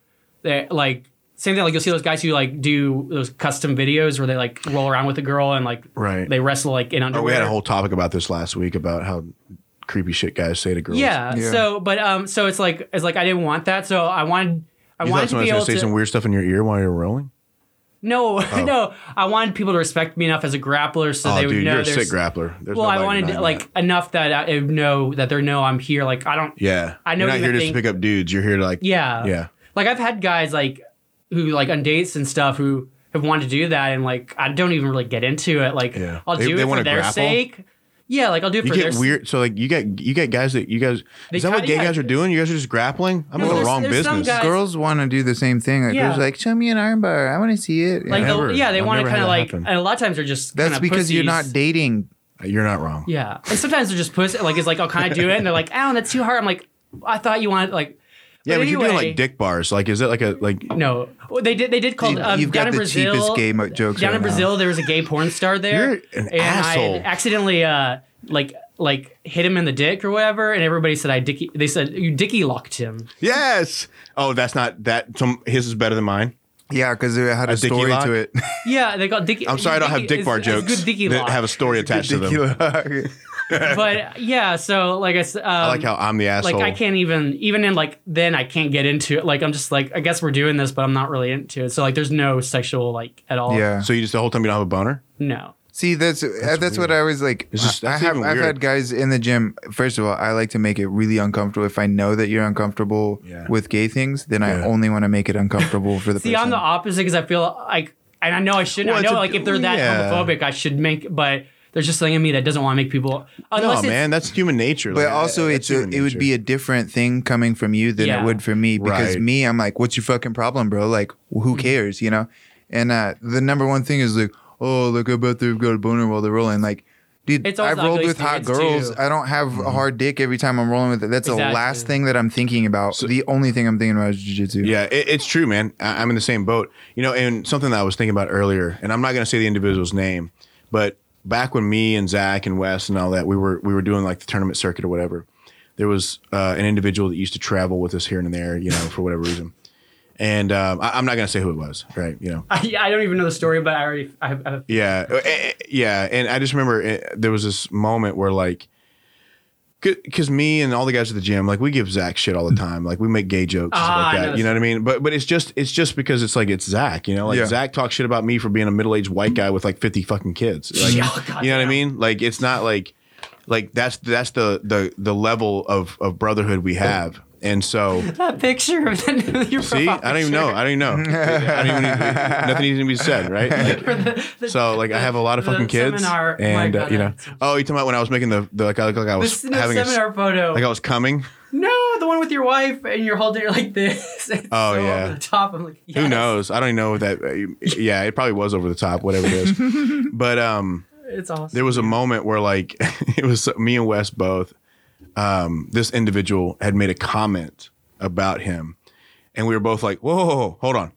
Speaker 3: they like same thing like you'll see those guys who like do those custom videos where they like roll around with a girl and like
Speaker 2: Right.
Speaker 3: they wrestle like in
Speaker 2: Oh,
Speaker 3: underwear.
Speaker 2: we had a whole topic about this last week about how creepy shit guys say to girls.
Speaker 3: yeah,
Speaker 1: Yeah.
Speaker 3: So but um so it's like it's like I didn't want that. So I wanted I
Speaker 2: You
Speaker 3: wanted
Speaker 2: thought someone
Speaker 3: to be
Speaker 2: was
Speaker 3: able
Speaker 2: gonna say
Speaker 3: to
Speaker 2: some weird stuff in your ear while you were rolling?
Speaker 3: No, (laughs) no. I wanted people to respect me enough as a grappler so
Speaker 2: oh,
Speaker 3: they would
Speaker 2: dude,
Speaker 3: know
Speaker 2: you're a sick
Speaker 3: there's-
Speaker 2: grappler. There's
Speaker 3: Well, I
Speaker 2: nobody
Speaker 3: wanted
Speaker 2: denying
Speaker 3: like
Speaker 2: that.
Speaker 3: enough that I know that they know I'm here. Like I don't.
Speaker 2: yeah.
Speaker 3: I know
Speaker 2: You're not
Speaker 3: you
Speaker 2: here
Speaker 3: would
Speaker 2: just to
Speaker 3: think-
Speaker 2: pick up dudes. You're here to like
Speaker 3: Yeah.
Speaker 2: yeah.
Speaker 3: Like I've had guys like who like on dates and stuff who have wanted to do that and like I don't even really get into it. Like
Speaker 2: Yeah.
Speaker 3: I'll
Speaker 2: They-
Speaker 3: do
Speaker 2: they
Speaker 3: it
Speaker 2: wanna
Speaker 3: for their
Speaker 2: grapple?
Speaker 3: sake. Yeah, like I'll do it
Speaker 2: You
Speaker 3: for their
Speaker 2: get
Speaker 3: s-
Speaker 2: weird. So like you got you got guys that you guys.
Speaker 3: They
Speaker 2: Is that what
Speaker 3: kinda-
Speaker 2: gay
Speaker 3: yeah.
Speaker 2: guys are doing? You guys are just grappling. I'm
Speaker 3: No,
Speaker 2: in the
Speaker 3: there's-
Speaker 2: wrong
Speaker 3: there's some
Speaker 2: business.
Speaker 3: guys-
Speaker 1: Girls want to do the same thing. Like,
Speaker 3: Yeah.
Speaker 1: girls are like, show me an armbar. I want to see it.
Speaker 3: Like
Speaker 1: Yeah.
Speaker 3: they'll-
Speaker 2: Never.
Speaker 3: yeah, they
Speaker 2: I've
Speaker 3: want to
Speaker 2: never had
Speaker 3: kind of
Speaker 2: that
Speaker 3: like
Speaker 2: happen.
Speaker 3: and a lot of times they're just
Speaker 1: That's
Speaker 3: kinda
Speaker 1: because you're
Speaker 3: pussies.
Speaker 1: not dating.
Speaker 2: You're not wrong.
Speaker 3: Yeah, and sometimes they're just pussy. Like it's like I'll kind of do it and they're like, Alan, that's too hard. I'm like, I thought you wanted like.
Speaker 2: Yeah, but you're doing
Speaker 3: anyway-
Speaker 2: like dick bars. Like, is it like a like?
Speaker 3: No, Well, they did. They did call.
Speaker 1: You-
Speaker 3: um,
Speaker 1: You've
Speaker 3: down
Speaker 1: got
Speaker 3: in
Speaker 1: the
Speaker 3: Brazil,
Speaker 1: cheapest gay mo- jokes
Speaker 3: down
Speaker 1: right
Speaker 3: in
Speaker 1: now.
Speaker 3: Brazil, there was a gay porn star there,
Speaker 2: You're an
Speaker 3: and
Speaker 2: asshole.
Speaker 3: I accidentally uh, like like hit him in the dick or whatever, and everybody said I dicky. They said you dicky locked him.
Speaker 2: Yes. Oh, that's not that. Some his is better than mine.
Speaker 1: Yeah, because it had a,
Speaker 2: dicky
Speaker 1: story
Speaker 2: lock?
Speaker 1: to it. (laughs)
Speaker 3: Yeah, they got dicky.
Speaker 2: I'm sorry, I don't have dick bar
Speaker 3: it's- it's
Speaker 2: jokes
Speaker 3: Good dicky
Speaker 2: that
Speaker 3: lock,
Speaker 2: have a story attached to them.
Speaker 1: Ridiculous.
Speaker 3: but yeah. So like I said, um,
Speaker 2: I like how I'm the asshole.
Speaker 3: like I can't even even in like then I can't get into it. Like I'm just like I guess we're doing this, but I'm not really into it. So like there's no sexual like at all.
Speaker 1: yeah.
Speaker 2: So you just the whole time you don't have a boner.
Speaker 3: No.
Speaker 1: See, that's that's, that's what I always like.
Speaker 2: It's just-
Speaker 1: I
Speaker 2: that's
Speaker 1: have
Speaker 2: even
Speaker 1: I've
Speaker 2: weirder.
Speaker 1: had guys in the gym. First of all, I like to make it really uncomfortable. If I know that you're uncomfortable
Speaker 2: Yeah.
Speaker 1: with gay things, then I
Speaker 2: Yeah.
Speaker 1: only want to make it uncomfortable for the
Speaker 3: See,
Speaker 1: person.
Speaker 3: I'm the opposite because I feel like, and I know I shouldn't.
Speaker 2: Well,
Speaker 3: I
Speaker 2: it's
Speaker 3: know
Speaker 2: a-
Speaker 3: like if they're that
Speaker 2: yeah.
Speaker 3: homophobic, I should make. But there's just something in me that doesn't want to make people. Unless
Speaker 2: No,
Speaker 3: it's, (laughs)
Speaker 2: man, that's human nature.
Speaker 1: but
Speaker 2: Like,
Speaker 1: also,
Speaker 2: uh, that's
Speaker 1: it's a,
Speaker 2: human
Speaker 1: it would
Speaker 2: nature.
Speaker 1: be a different thing coming from you than
Speaker 3: Yeah.
Speaker 1: it would for me because
Speaker 2: Right.
Speaker 1: me, I'm like, what's your fucking problem, bro? Like,
Speaker 3: Mm-hmm.
Speaker 1: who cares, you know? And uh, the number one thing is like, oh, look, I bet they've got a boner while they're rolling. Like, dude,
Speaker 3: It's always
Speaker 1: I've
Speaker 3: the
Speaker 1: rolled with
Speaker 3: ugliest
Speaker 1: hot
Speaker 3: thing. It's
Speaker 1: girls.
Speaker 3: too-
Speaker 1: I don't have
Speaker 2: Mm-hmm.
Speaker 1: a hard dick every time I'm rolling with it. That's the
Speaker 3: Exactly.
Speaker 1: last thing that I'm thinking about. the only thing I'm thinking about is jujitsu.
Speaker 2: Yeah, it, it's true, man. I, I'm in the same boat. You know, and something that I was thinking about earlier, and I'm not going to say the individual's name, but back when me and Zach and Wes and all that, we were we were doing like the tournament circuit or whatever. There was uh, an individual that used to travel with us here and there, you know, for whatever reason. And um, I, I'm not going to say who it was, right? You know,
Speaker 3: I, I don't even know the story, but I already. I, have- I, have-
Speaker 2: yeah, eh, eh, yeah. And I just remember eh, there was this moment where like. Because me and all the guys at the gym, like we give Zach shit all the time. Like we make gay jokes and stuff
Speaker 3: Ah, I
Speaker 2: like
Speaker 3: know
Speaker 2: that.
Speaker 3: this.
Speaker 2: You know what I mean? But but it's just it's just because it's like it's Zach. You know, like
Speaker 1: Yeah.
Speaker 2: Zach talks shit about me for being a middle aged white guy with like fifty fucking kids. Like,
Speaker 3: Yeah, oh, God
Speaker 2: you know what I
Speaker 3: damn.
Speaker 2: mean? Like it's not like like that's that's the the the level of of brotherhood we have. And so
Speaker 3: (laughs) that picture of the, your
Speaker 2: see, I don't even know.
Speaker 3: (laughs)
Speaker 2: I don't even know. I don't even nothing needs to be said, right? Like, so like I have a lot of
Speaker 3: the
Speaker 2: fucking kids,
Speaker 3: seminar- my
Speaker 2: and uh,
Speaker 3: God,
Speaker 2: you know.
Speaker 3: that's-
Speaker 2: Oh, you talking about when I was making the, the like I look like I was
Speaker 3: This is the
Speaker 2: having a,
Speaker 3: seminar photo.
Speaker 2: like I was coming.
Speaker 3: no, the one with your wife and you're holding it like this. (laughs) It's
Speaker 2: Oh,
Speaker 3: so
Speaker 2: yeah.
Speaker 3: Over the top. I'm like,
Speaker 2: Who
Speaker 3: yes.
Speaker 2: knows? I don't even know what that. uh, Yeah, it probably was over the top, whatever it
Speaker 3: (laughs)
Speaker 2: is. but um,
Speaker 3: It's awesome.
Speaker 2: there was a moment where like (laughs) it was so- me and Wes both. Um, this individual had made a comment about him, and we were both like, "Whoa, whoa, whoa, hold on,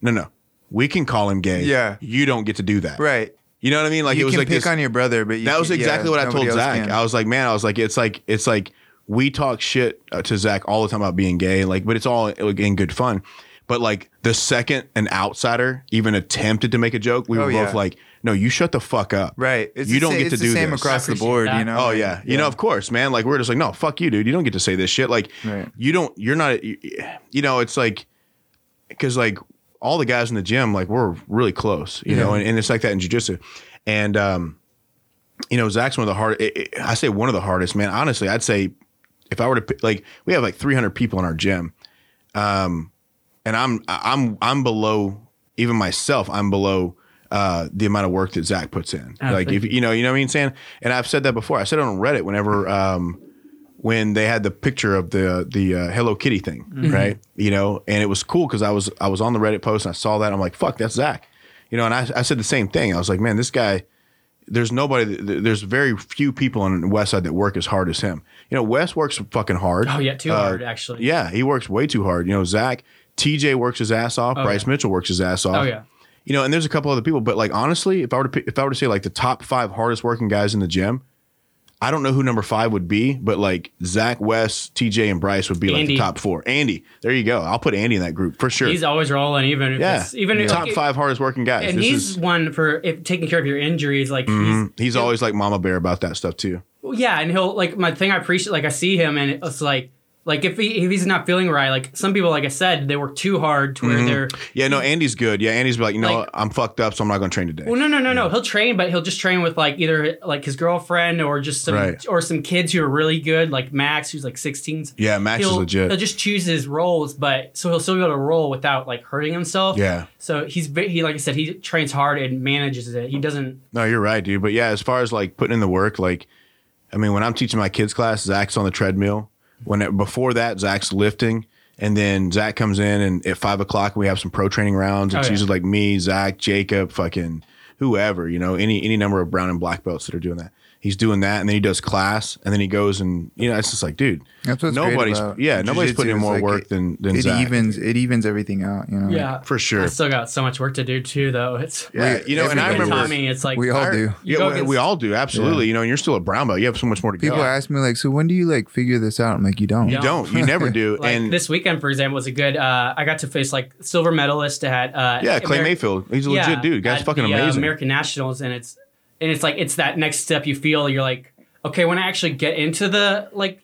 Speaker 2: no, no." We can call him gay.
Speaker 1: Yeah.
Speaker 2: You don't get to do that.
Speaker 1: Right.
Speaker 2: You know what I mean? Like
Speaker 1: you
Speaker 2: it was
Speaker 1: can
Speaker 2: like
Speaker 1: pick
Speaker 2: this,
Speaker 1: on your brother, but you
Speaker 2: that was
Speaker 1: can- yeah,
Speaker 2: exactly what I
Speaker 1: nobody
Speaker 2: told
Speaker 1: else
Speaker 2: Zach.
Speaker 1: can.
Speaker 2: I was like, man, I was like, it's like it's like we talk shit uh, to Zach all the time about being gay, like, but it's all in good fun. But like the second an outsider even attempted to make a joke, we
Speaker 1: Oh,
Speaker 2: were both
Speaker 1: yeah.
Speaker 2: like, no, you shut the fuck up.
Speaker 1: right.
Speaker 2: you
Speaker 1: the
Speaker 2: don't
Speaker 1: sa-
Speaker 2: get to
Speaker 1: it's
Speaker 2: do
Speaker 1: the same
Speaker 2: this.
Speaker 1: across the
Speaker 3: Appreciate
Speaker 1: board,
Speaker 3: that.
Speaker 1: you know?
Speaker 2: Oh yeah, you know, of course, man. Like we're just like, no, fuck you, dude. You don't get to say this shit. Like,
Speaker 1: Right.
Speaker 2: you don't. You're not. You, you know, it's like, because like all the guys in the gym, like we're really close. You know, and, and it's like that in jujitsu, and um, you know, Zach's one of the hard. It, it- I say one of the hardest, man. Honestly, I'd say if I were to pick- like, we have like 300 people in our gym, um, and I'm I'm I'm below even myself. I'm below. Uh, the amount of work that Zach puts in,
Speaker 3: Oh,
Speaker 2: like
Speaker 3: thank
Speaker 2: if you know, you know what I mean, saying, and I've said that before. I said it on Reddit whenever um, when they had the picture of the the uh, Hello Kitty thing,
Speaker 3: Mm-hmm.
Speaker 2: right? You know, and it was cool because I was I was on the Reddit post and I saw that I'm like, fuck, that's Zach, you know. And I, I said the same thing. I was like, man, this guy. There's nobody. that- that- There's very few people on the West Side that work as hard as him. You know, Wes works fucking hard.
Speaker 3: Oh, yeah, too
Speaker 2: Uh,
Speaker 3: hard, actually.
Speaker 2: Yeah, he works way too hard. You know, Zach, TJ works his ass off. Bryce
Speaker 3: Oh, yeah.
Speaker 2: Mitchell works his ass off.
Speaker 3: Oh, yeah.
Speaker 2: You know, and there's a couple other people, but like honestly, if I were to pick- if I were to say like the top five hardest working guys in the gym, I don't know who number five would be, but like Zach West, TJ, and Bryce would be like the
Speaker 3: Andy.
Speaker 2: top four. Andy, there you go. I'll put Andy in that group for sure.
Speaker 3: He's always rolling, even if
Speaker 2: yeah,
Speaker 3: it's, even if
Speaker 2: top
Speaker 3: like,
Speaker 2: five hardest working guys.
Speaker 3: And
Speaker 2: this
Speaker 3: he's
Speaker 2: is mm,
Speaker 3: one for if taking care of your injuries. Like he's
Speaker 2: he's always like Mama Bear about that stuff too.
Speaker 3: Well, yeah, and he'll like my thing. I appreciate like I see him, and it's like Like if he if he's not feeling right, like some people, like I said, they work too hard to where
Speaker 2: Mm-hmm.
Speaker 3: they're.
Speaker 2: Yeah, no, Andy's good. Yeah, Andy's like, you know,
Speaker 3: Like-
Speaker 2: what? I'm fucked up, so I'm not going to train today.
Speaker 3: Well, no, no, no, no. He'll train, but he'll just train with like either like his girlfriend or just some
Speaker 2: Right.
Speaker 3: or some kids who are really good, like Max, who's like 16.
Speaker 2: yeah, Max
Speaker 3: he'll,
Speaker 2: is
Speaker 3: He'll
Speaker 2: legit.
Speaker 3: just choose his roles, but so he'll still be able to roll without like hurting himself.
Speaker 2: Yeah.
Speaker 3: So he's ve- he like I said, he trains hard and manages it. He doesn't.
Speaker 2: No, you're right, dude. But yeah, as far as like putting in the work, like, I mean, when I'm teaching my kids class, Zach's on the treadmill. When it, before that, Zach's lifting, and then Zach comes in, and at five o'clock we have some pro training rounds. It's
Speaker 3: Oh, yeah.
Speaker 2: usually like me, Zach, Jacob, fucking whoever, you know, any any number of brown and black belts that are doing that. He's doing that, and then he does class, and then he goes and you know, it's just like, dude,
Speaker 1: That's what's great
Speaker 2: nobody's
Speaker 1: about
Speaker 2: yeah, nobody's
Speaker 1: jujitsu
Speaker 2: putting in
Speaker 1: is
Speaker 2: more
Speaker 1: like
Speaker 2: work
Speaker 1: it-
Speaker 2: than than
Speaker 1: It
Speaker 2: Zach.
Speaker 1: evens it evens everything out, you know. like,
Speaker 3: Yeah.
Speaker 2: for sure.
Speaker 3: I still got so much work to do too, though. It's
Speaker 2: Yeah,
Speaker 1: we-
Speaker 2: you know, and I
Speaker 1: everybody
Speaker 2: remember
Speaker 1: does.
Speaker 3: Tommy. It's like
Speaker 1: we all do.
Speaker 3: You go
Speaker 2: Yeah, we,
Speaker 3: against-
Speaker 2: we all do. Absolutely. You know, and you're still a brown belt. You have so much more to
Speaker 1: People
Speaker 2: go.
Speaker 1: ask me like, so when do you like figure this out? I'm like, you don't.
Speaker 3: You
Speaker 2: you don't. You never do.
Speaker 3: (laughs) Like
Speaker 2: and
Speaker 3: this weekend, for example, was a good. Uh, I got to face like silver medalist at uh,
Speaker 2: yeah, Clay
Speaker 3: Ameri-
Speaker 2: Mayfield. He's a legit
Speaker 3: yeah,
Speaker 2: dude. Guy's
Speaker 3: at
Speaker 2: fucking
Speaker 3: the, uh,
Speaker 2: amazing.
Speaker 3: American Nationals, and it's and it's like it's that next step you feel. You're like, okay, when I actually get into the like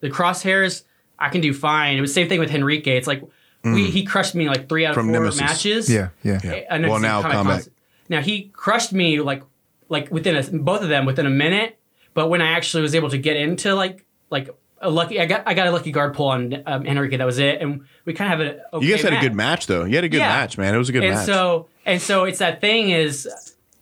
Speaker 3: the crosshairs, I can do fine. It was the same thing with Henrique. It's like we, he crushed me like three out of
Speaker 2: Mm. From
Speaker 3: four
Speaker 2: Nemesis.
Speaker 3: matches.
Speaker 1: Yeah, yeah.
Speaker 2: Yeah.
Speaker 3: I know
Speaker 2: Well,
Speaker 3: it's
Speaker 2: now
Speaker 3: Comic-Con.
Speaker 2: comeback.
Speaker 3: Now he crushed me like like within a both of them within a minute. But when I actually was able to get into like like a lucky, I got I got a lucky guard pull on um, Enrique. That was it, and we kind of have a. Okay
Speaker 2: you guys had
Speaker 3: match
Speaker 2: a good match though. You had a good
Speaker 3: Yeah.
Speaker 2: match, man. It was a good
Speaker 3: and
Speaker 2: match.
Speaker 3: so and so it's that thing is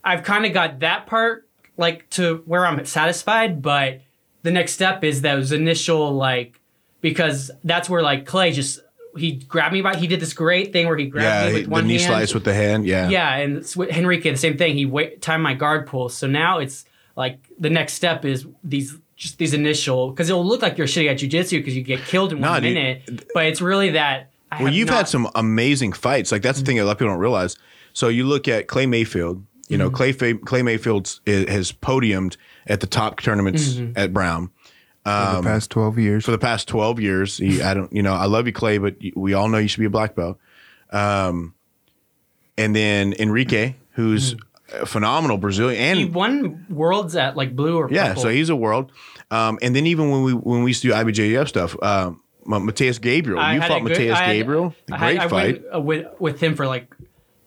Speaker 3: i've kind of got that part like to where i'm satisfied but the next step is those initial like because that's where like clay just he grabbed me by he did this great thing where he
Speaker 2: yeah,
Speaker 3: grabbed me
Speaker 2: he-
Speaker 3: with
Speaker 2: the
Speaker 3: one
Speaker 2: knee
Speaker 3: hand
Speaker 2: slice with the hand. Yeah.
Speaker 3: yeah and it's with henrique the same thing he wait, timed my guard pull so now it's like the next step is these just these initial because it'll look like you're shitty at jujitsu because you get killed in one
Speaker 2: Nah, dude.
Speaker 3: minute but it's really that I
Speaker 2: Well,
Speaker 3: have
Speaker 2: you've
Speaker 3: not-
Speaker 2: had some amazing fights. Like that's the thing that a lot of people don't realize. So you look at Clay Mayfield. You
Speaker 3: Mm-hmm.
Speaker 2: know, Clay Fa- Clay Mayfield has podiumed at the top tournaments
Speaker 3: Mm-hmm.
Speaker 2: at Brown.
Speaker 1: The past 12 years.
Speaker 2: for the past 12 years. He, I don't, you know, I love you, Clay, but you- we all know you should be a black belt. Um, and then Enrique, who's a phenomenal Brazilian, and
Speaker 3: Mm. he won worlds at like blue or purple.
Speaker 2: yeah, so he's a world. Um, and then even when we when we used to do IBJJF stuff, um, Ma- Mateus Gabriel,
Speaker 3: I
Speaker 2: you
Speaker 3: had a
Speaker 2: fought
Speaker 3: good-
Speaker 2: Mateus
Speaker 3: I had-
Speaker 2: Gabriel,
Speaker 3: I
Speaker 2: a
Speaker 3: had-
Speaker 2: great
Speaker 3: I
Speaker 2: fight.
Speaker 3: went, uh, with, with him for like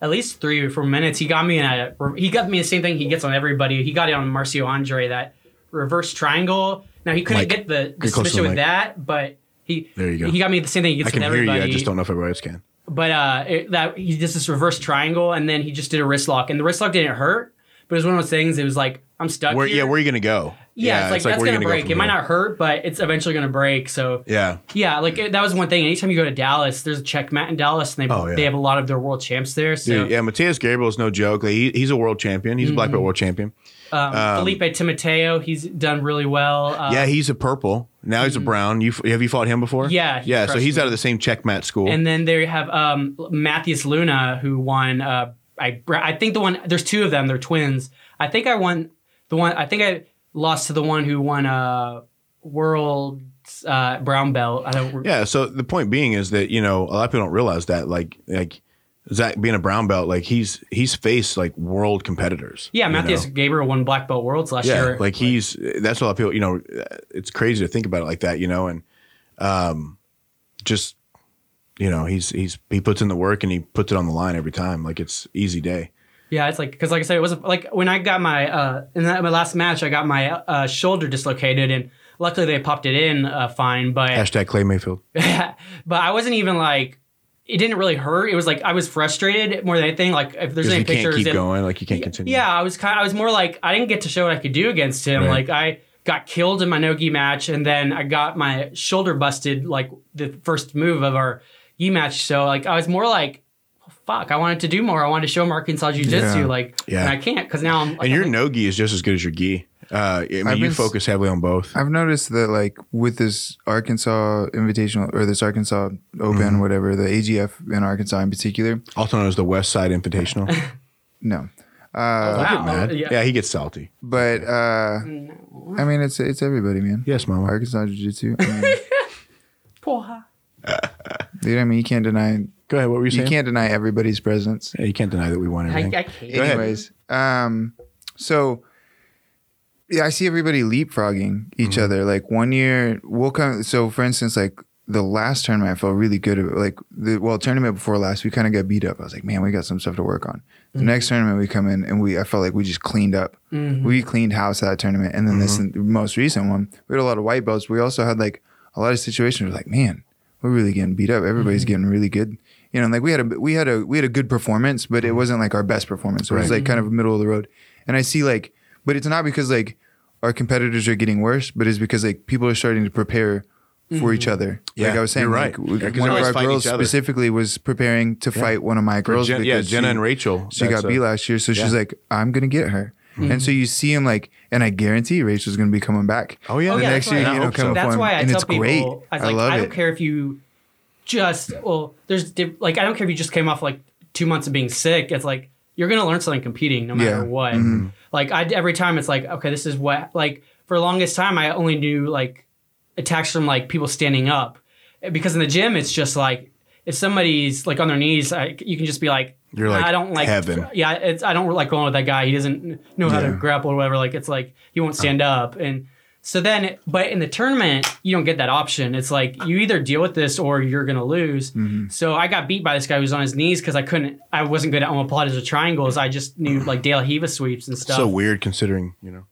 Speaker 3: at least three or four minutes. He got me in a he got me the same thing he gets on everybody. He got it on Marcio Andre that reverse triangle. Now he couldn't
Speaker 2: Mike,
Speaker 3: get the, the
Speaker 2: get close to
Speaker 3: submission
Speaker 2: the
Speaker 3: with
Speaker 2: mic.
Speaker 3: that, but he
Speaker 2: There you go.
Speaker 3: he got me the same thing he
Speaker 2: I
Speaker 3: gets
Speaker 2: can
Speaker 3: with
Speaker 2: hear you.
Speaker 3: everybody.
Speaker 2: I just don't know if everybody else can.
Speaker 3: But uh, it, that he just this reverse triangle, and then he just did a wrist lock, and the wrist lock didn't hurt, but it was one of those things. It was like I'm stuck.
Speaker 2: Where,
Speaker 3: here.
Speaker 2: yeah, where are you gonna go?
Speaker 3: yeah, it's like that's
Speaker 2: where you
Speaker 3: gonna, break.
Speaker 2: from
Speaker 3: it might
Speaker 2: here?
Speaker 3: not hurt, but it's eventually gonna break. So
Speaker 2: Yeah,
Speaker 3: yeah, like it, that was one thing. Anytime you go to Dallas, there's a check mat in Dallas, and they
Speaker 2: Oh, yeah.
Speaker 3: they have a lot of their world champs there. So Mm-hmm.
Speaker 2: Dude, yeah. Mateus Gabriel is no joke. Like, he, he's a world champion. He's a black belt world champion.
Speaker 3: um, Felipe Timoteo, he's done really well. Uh, Mm-hmm.
Speaker 2: Yeah, he's a purple. Now he's a brown. You f- have you fought him before?
Speaker 3: Yeah, he
Speaker 2: yeah. So
Speaker 3: crushed
Speaker 2: he's
Speaker 3: me.
Speaker 2: out of the same checkmat school.
Speaker 3: and then they have um, Matthias Luna, who won. Uh, I I think the one there's two of them. They're twins. I think I won the one. I think I lost to the one who won uh, world uh, brown belt. I don't.
Speaker 2: yeah. So the point being is that you know a lot of people don't realize that like like Zach being a brown belt like he's he's faced like world competitors.
Speaker 3: Yeah,
Speaker 2: you
Speaker 3: Matthias
Speaker 2: know?
Speaker 3: Gabriel won black belt worlds last
Speaker 2: Yeah,
Speaker 3: year.
Speaker 2: like he's that's what a lot of people you know. It's crazy to think about it like that, you know, and um, just you know he's he's he puts in the work and he puts it on the line every time. Like it's easy day.
Speaker 3: Yeah, it's like because like I said, it was like when I got my uh in that, my last match, I got my uh, shoulder dislocated, and luckily they popped it in uh, fine. But
Speaker 2: Hashtag Clay Mayfield.
Speaker 3: (laughs) but I wasn't even like it didn't really hurt. It was like I was frustrated more than anything. Like if
Speaker 2: Because
Speaker 3: there's any
Speaker 2: you can't
Speaker 3: pictures,
Speaker 2: keep
Speaker 3: it-
Speaker 2: going. Like you can't continue.
Speaker 3: yeah, I was kind. I was more like I didn't get to show what I could do against him.
Speaker 2: Right.
Speaker 3: Like I got killed in my nogi match, and then I got my shoulder busted like the first move of our gi match. So like I was more like. "Oh, Fuck! I wanted to do more. I wanted to show him Arkansas Jiu Jitsu,
Speaker 1: Yeah.
Speaker 3: like,
Speaker 2: Yeah.
Speaker 3: and I can't because now I'm. Like,
Speaker 2: and your
Speaker 3: I'm-
Speaker 2: nogi is just as good as your gi. Uh, I mean,
Speaker 1: I've
Speaker 2: you
Speaker 1: been s-
Speaker 2: focus heavily on both.
Speaker 1: I've noticed that like with this Arkansas Invitational or this Arkansas Open, whatever the AGF in Arkansas in particular.
Speaker 2: Also known as the West
Speaker 1: (laughs)
Speaker 2: Side Invitational.
Speaker 1: No, Uh,
Speaker 3: Wow.
Speaker 2: Mad. Yeah.
Speaker 3: Yeah.
Speaker 2: he gets salty.
Speaker 1: but uh,
Speaker 3: "Mm,
Speaker 1: I mean it's it's everybody, man.
Speaker 2: Yes, mama.
Speaker 1: Arkansas Jiu Jitsu. I mean,
Speaker 3: Porra.
Speaker 1: you know what I mean? You can't deny
Speaker 2: Go ahead. What were you
Speaker 1: you
Speaker 2: saying?
Speaker 1: can't deny everybody's presence.
Speaker 2: Yeah, you can't deny that we won
Speaker 3: I,
Speaker 2: everything.
Speaker 3: I can't.
Speaker 2: Go ahead.
Speaker 1: Anyways, um, so
Speaker 2: Mm-hmm.
Speaker 1: yeah, I see everybody leapfrogging each other. Like one year, we'll come. So for instance, like the last tournament, I felt really good. About, like the well tournament before last, we kind of got beat up. I was like, man, we got some stuff to work on.
Speaker 2: Mm-hmm.
Speaker 1: The next tournament, we come in and we I felt like we just cleaned up. We cleaned house at that tournament, and then this
Speaker 2: Mm-hmm.
Speaker 1: most recent one, we had a lot of white belts. We also had like a lot of situations. Where like, man, we're really getting beat up.
Speaker 3: Mm-hmm.
Speaker 1: Everybody's getting really good. You know, and, like we had a we had a we had a good performance, but
Speaker 3: Mm-hmm.
Speaker 1: it wasn't like our best performance. It was like kind of middle of the road. And I see like, but it's not because like our competitors are getting worse, but it's because like people are starting to prepare for each
Speaker 3: Mm-hmm.
Speaker 1: other. like
Speaker 2: Yeah,
Speaker 1: I was saying,
Speaker 2: you're
Speaker 1: like,
Speaker 2: right.
Speaker 1: w-
Speaker 2: Yeah, 'cause
Speaker 1: one of
Speaker 2: everybody's
Speaker 1: our
Speaker 2: fighting
Speaker 1: girls
Speaker 2: each other.
Speaker 1: specifically was preparing to fight one of my girls.
Speaker 2: Jen- yeah,
Speaker 1: because
Speaker 2: Jenna
Speaker 1: she-
Speaker 2: and Rachel.
Speaker 1: She got
Speaker 2: That's, uh,
Speaker 1: beat last year, so she's
Speaker 2: yeah.
Speaker 1: like, I'm gonna get her.
Speaker 3: Mm-hmm.
Speaker 1: And so you see him like, and I guarantee Rachel's gonna be coming back.
Speaker 2: Oh, yeah.
Speaker 3: Oh,
Speaker 1: the
Speaker 3: yeah,
Speaker 1: next
Speaker 3: that's
Speaker 1: year
Speaker 3: why-
Speaker 2: I
Speaker 1: you know
Speaker 2: hope so.
Speaker 1: coming
Speaker 3: That's
Speaker 1: for him,
Speaker 3: why I
Speaker 1: and
Speaker 3: tell
Speaker 1: it's
Speaker 3: people,
Speaker 1: great.
Speaker 3: I, was like, I,
Speaker 1: love
Speaker 3: don't
Speaker 1: it.
Speaker 3: care if you just well, there's diff- like I don't care if you just came off like two months of being sick. It's like you're gonna learn something competing no matter
Speaker 1: Yeah. Mm-hmm.
Speaker 3: what. Like I every time it's like okay, this is what like for the longest time I only knew like attacks from like people standing up because in the gym it's just like if somebody's like on their knees, I, you can just be like.
Speaker 2: You're like
Speaker 3: I don't like
Speaker 2: heaven.
Speaker 3: Yeah, it's I don't like going with that guy. He doesn't know how to
Speaker 1: Yeah.
Speaker 3: grapple or whatever. Like it's like he won't stand up. And so then, but in the tournament, you don't get that option. It's like you either deal with this or you're gonna lose. So I got beat by this guy who was on his knees because I couldn't. I wasn't good at omoplatas or triangles. I just knew like Dale Heva sweeps and stuff
Speaker 2: So weird considering, you know.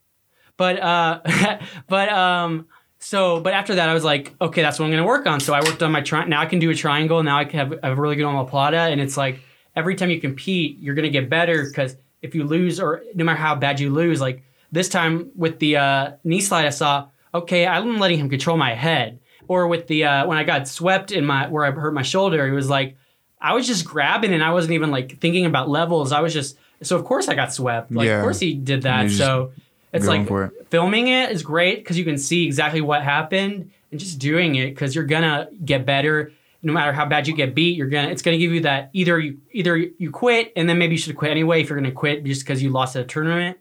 Speaker 3: but uh (laughs) but um so but after that i was like okay that's what i'm gonna work on so i worked on my tri- now i can do a triangle now i can have a really good on plata and it's like every time you compete you're gonna get better because if you lose or no matter how bad you lose like this time with the uh, knee slide i saw okay i'm letting him control my head or with the uh, when i got swept in my where i hurt my shoulder it was like i was just grabbing and i wasn't even like thinking about levels i was just so of course i got swept like
Speaker 1: Yeah.
Speaker 3: of course he did that
Speaker 1: You're just
Speaker 3: so it's
Speaker 1: going
Speaker 3: like
Speaker 1: for it.
Speaker 3: filming it is great because you can see exactly what happened and just doing it because you're gonna get better no matter how bad you get beat you're gonna it's gonna give you that either you either you quit and then maybe you should quit anyway if you're gonna quit just because you lost at a tournament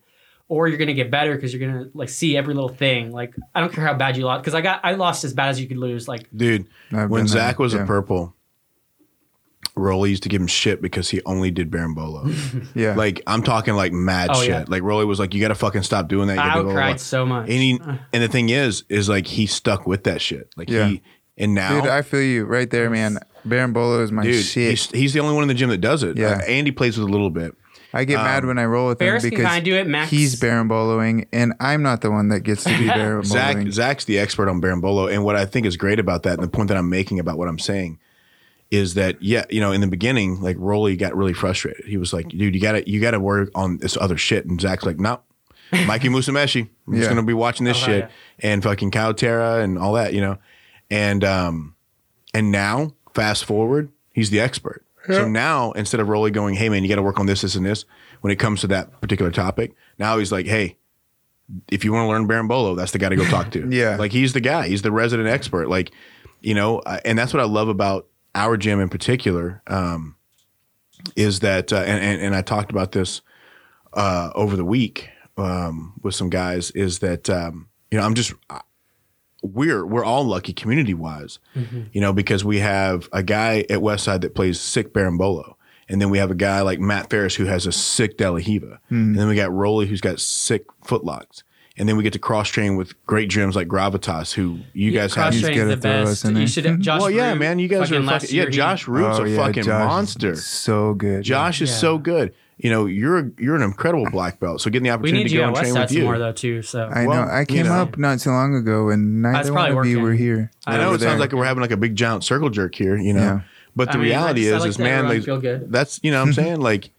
Speaker 3: or you're gonna get better because you're gonna like see every little thing like i don't care how bad you lost because i got i lost as bad as you could lose like
Speaker 2: Dude,
Speaker 1: I've
Speaker 2: when
Speaker 1: been there,
Speaker 2: Zach was
Speaker 1: yeah.
Speaker 2: a purple, Rolly used to give him shit because he only did Barambolo.
Speaker 1: (laughs) Yeah,
Speaker 2: like I'm talking like mad
Speaker 3: Oh,
Speaker 2: shit.
Speaker 3: yeah.
Speaker 2: Like Rolly was like, you got to fucking stop doing that. You gotta
Speaker 3: i
Speaker 2: blah, blah, blah, blah."
Speaker 3: cried so much
Speaker 2: And he, and the thing is, is like he stuck with that shit. Like
Speaker 1: Yeah.
Speaker 2: he, and now
Speaker 1: dude, I feel you right there, man. Baron Bolo is my
Speaker 2: dude,
Speaker 1: shit.
Speaker 2: he's, he's the only one in the gym that does it.
Speaker 1: Yeah.
Speaker 2: Uh, Andy plays with a little bit.
Speaker 1: I get mad
Speaker 2: um,
Speaker 1: when I roll with him
Speaker 3: Ferris can
Speaker 1: because
Speaker 3: kinda do it, Max-
Speaker 1: he's Baron Boloing, and I'm not the one that gets to be Baron
Speaker 2: (laughs) Zach,
Speaker 1: Boloing.
Speaker 2: Zach's the expert on Barambolo, and what I think is great about that, and the point that I'm making about what I'm saying, is that yeah, you know, in the beginning, like Rolly got really frustrated. He was like, "Dude, you gotta, you gotta work on this other shit," and Zach's like, "No." Mikey Musumeci, I'm
Speaker 1: Yeah.
Speaker 2: just gonna be watching this
Speaker 3: Oh,
Speaker 2: shit
Speaker 3: yeah.
Speaker 2: and fucking Kyle Terra and all that, you know, and um, and now fast forward, he's the expert. So now instead of Rolly going, "Hey man, you got to work on this, this, and this," when it comes to that particular topic, now he's like, "Hey, if you want to learn Barambolo, that's the guy to go talk to.
Speaker 1: Yeah.
Speaker 2: Like he's the guy, he's the resident expert. Like, you know, uh, and that's what I love about our gym in particular um, is that, uh, and, and, and I talked about this uh, over the week um, with some guys is that, um, you know, I'm just, we're we're all lucky community wise,
Speaker 3: Mm-hmm.
Speaker 2: you know, because we have a guy at Westside that plays sick Barambolo, and then we have a guy like Matt Ferris who has a sick Delahiva,
Speaker 1: Hmm.
Speaker 2: and then we got Rolly who's got sick footlocks, and then we get to cross train with great gyms like Gravitas who you guys have.
Speaker 1: He's
Speaker 3: Cross-training's
Speaker 1: gotta
Speaker 3: the
Speaker 1: throw us
Speaker 3: best
Speaker 1: in there.
Speaker 3: you should josh
Speaker 2: well, yeah,
Speaker 3: Root,
Speaker 2: man, you guys are
Speaker 3: last
Speaker 2: fucking, yeah.
Speaker 3: year he-
Speaker 2: Josh Root's
Speaker 1: Oh,
Speaker 2: a
Speaker 1: yeah,
Speaker 2: fucking
Speaker 1: Josh is
Speaker 2: monster.
Speaker 1: So good.
Speaker 2: Josh is
Speaker 3: Yeah.
Speaker 2: so good. You know, you're a, you're an incredible black belt. So getting the
Speaker 3: we
Speaker 2: opportunity
Speaker 3: need
Speaker 2: to
Speaker 3: you
Speaker 2: go
Speaker 3: at
Speaker 2: and train with
Speaker 3: Westside some
Speaker 2: you.
Speaker 3: more though too so
Speaker 1: I
Speaker 2: Well,
Speaker 1: know. I
Speaker 2: you
Speaker 1: came
Speaker 2: know.
Speaker 1: up not too long ago, and neither one
Speaker 3: probably
Speaker 1: of you
Speaker 3: working.
Speaker 1: were here.
Speaker 2: I know
Speaker 1: Over
Speaker 2: it sounds
Speaker 1: there.
Speaker 2: like we're having like a big giant circle jerk here, you know.
Speaker 1: Yeah.
Speaker 2: But the
Speaker 3: I mean,
Speaker 2: reality
Speaker 3: I just- I
Speaker 2: is,
Speaker 3: like
Speaker 2: is
Speaker 3: that
Speaker 2: man,
Speaker 3: everyone
Speaker 2: like,
Speaker 3: feel good.
Speaker 2: that's you know what I'm saying like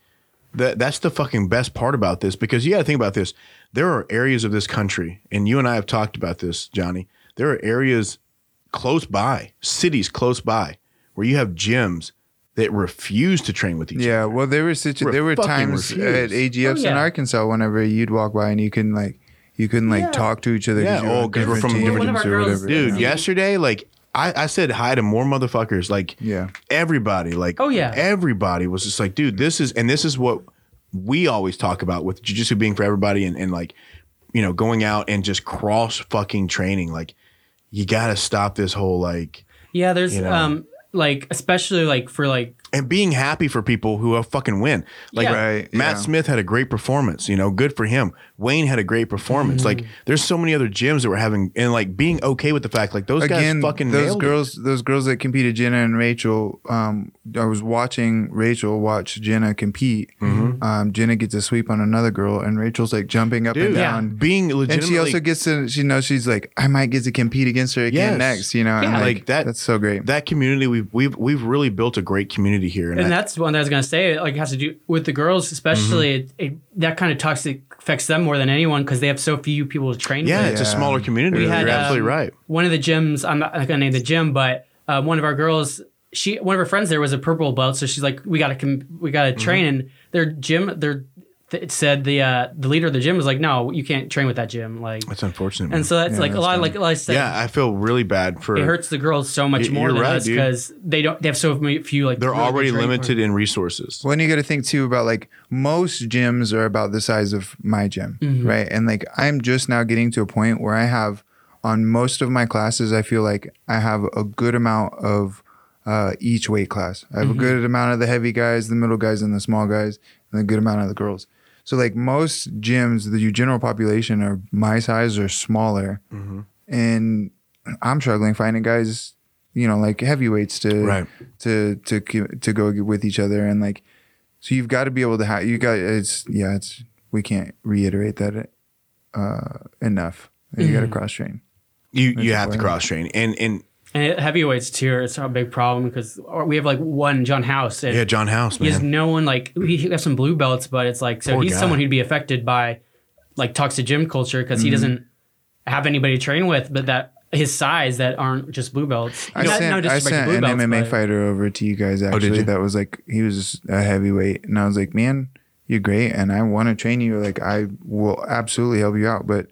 Speaker 2: that that's the fucking best part about this because you got to think about this. There are areas of this country, and you and I have talked about this, Johnny. There are areas close by, cities close by, where you have gyms that refuse to train with each other.
Speaker 1: Yeah, well, there were such
Speaker 2: We're
Speaker 1: there were
Speaker 2: fucking
Speaker 1: times at
Speaker 2: refused.
Speaker 1: AGFs
Speaker 3: Oh,
Speaker 1: in
Speaker 3: yeah.
Speaker 1: Arkansas whenever you'd walk by and you couldn't like you couldn't like talk to each other.
Speaker 2: Yeah,
Speaker 1: you were on
Speaker 2: oh, 'cause we're
Speaker 1: different
Speaker 2: from
Speaker 1: teams
Speaker 2: different
Speaker 3: One of our
Speaker 1: or
Speaker 3: girls-
Speaker 1: whatever.
Speaker 2: Dude,
Speaker 1: yeah.
Speaker 2: yesterday, like I, I said hi to more motherfuckers. Like
Speaker 1: Yeah.
Speaker 2: everybody, like
Speaker 3: Oh, yeah.
Speaker 2: everybody was just like, dude, this is and this is what we always talk about with jujitsu being for everybody and, and like, you know, going out and just cross fucking training. Like, you gotta stop this whole like
Speaker 3: Yeah, there's
Speaker 2: you know?
Speaker 3: um like especially like for like
Speaker 2: and being happy for people who fucking win. Like
Speaker 3: Yeah.
Speaker 1: Right,
Speaker 2: Matt
Speaker 1: yeah.
Speaker 2: Smith had a great performance, you know, good for him. Wayne had a great performance. Like
Speaker 3: Mm-hmm.
Speaker 2: there's so many other gyms that were having and like being okay with the fact like those
Speaker 1: Again,
Speaker 2: guys fucking
Speaker 1: those
Speaker 2: nailed it.
Speaker 1: girls, those girls that competed, Jenna and Rachel. Um, I was watching Rachel watch Jenna compete.
Speaker 2: Mm-hmm.
Speaker 1: Um, Jenna gets a sweep on another girl, and Rachel's like jumping up and
Speaker 2: Dude,
Speaker 3: Yeah.
Speaker 1: down.
Speaker 2: being
Speaker 1: And
Speaker 2: legitimately
Speaker 1: she also gets to, she knows she's like, I might get to compete against her again
Speaker 2: Yes.
Speaker 1: next, you know, and
Speaker 2: Yeah.
Speaker 1: like,
Speaker 2: Like that-
Speaker 1: That's so great.
Speaker 2: that community we've we've we've really built a great community here and,
Speaker 3: and
Speaker 2: I-
Speaker 3: that's one that I was gonna say. Like, has to do with the girls, especially.
Speaker 2: Mm-hmm.
Speaker 3: It, it, that kind of toxic affects them more than anyone because they have so few people to train.
Speaker 2: yeah,
Speaker 3: with.
Speaker 2: it's a
Speaker 1: Yeah.
Speaker 2: smaller community.
Speaker 3: We
Speaker 2: You're
Speaker 3: had,
Speaker 2: absolutely
Speaker 3: um,
Speaker 2: right.
Speaker 3: one of the gyms. I'm not gonna name the gym, but uh, one of our girls, she, one of her friends there was a purple belt, so she's like, we gotta, com- we
Speaker 2: Mm-hmm.
Speaker 3: gotta train. And their gym, their th- it said the uh, the leader of the gym was like, no, you can't train with that gym. Like,
Speaker 2: That's unfortunate. man.
Speaker 3: and so that's
Speaker 1: Yeah,
Speaker 3: like a
Speaker 1: that's
Speaker 3: lot.
Speaker 1: dumb.
Speaker 3: Like, like I said,
Speaker 2: yeah, I feel really bad for
Speaker 3: it hurts the girls so much
Speaker 2: Y-
Speaker 3: more
Speaker 2: you're
Speaker 3: than
Speaker 2: right,
Speaker 3: us
Speaker 2: dude.
Speaker 3: because they don't, they have so many- few. Like,
Speaker 2: they're
Speaker 3: really good
Speaker 2: already
Speaker 3: training
Speaker 2: limited
Speaker 3: partners.
Speaker 2: in resources.
Speaker 1: Well, and you got to think too about like most gyms are about the size of my gym, right? And like I'm just now getting to a point where I have on most of my classes, I feel like I have a good amount of uh, each weight class. I have a good amount of the heavy guys, the middle guys, and the small guys, and a good amount of the girls. So like most gyms, the general population are my size or smaller, and I'm struggling finding guys, you know, like heavyweights to
Speaker 2: Right.
Speaker 1: to to co- to go with each other, and like so you've got to be able to have you got it's yeah it's we can't reiterate that uh, enough. You
Speaker 3: Mm-hmm.
Speaker 1: got to cross train.
Speaker 2: You you have to
Speaker 1: important.
Speaker 2: cross train and and
Speaker 3: And it- heavyweights too. It's a big problem because we have like one John House. And
Speaker 2: yeah, John House
Speaker 3: he has
Speaker 2: man.
Speaker 3: no one like we have some blue belts, but it's like so
Speaker 2: Poor
Speaker 3: he's
Speaker 2: guy.
Speaker 3: someone who'd be affected by like toxic gym culture because
Speaker 2: Mm-hmm.
Speaker 3: he doesn't have anybody to train with, but that his size that aren't just blue belts.
Speaker 1: I
Speaker 3: Not-
Speaker 1: sent,
Speaker 3: no
Speaker 1: I
Speaker 3: disrespect to
Speaker 1: sent
Speaker 3: blue
Speaker 1: an
Speaker 3: belts,
Speaker 1: MMA
Speaker 3: but-
Speaker 1: fighter over to you guys
Speaker 2: Oh, did
Speaker 1: actually.
Speaker 2: you?
Speaker 1: That was like he was a heavyweight, and I was like, man, you're great, and I want to train you. Like I will absolutely help you out, but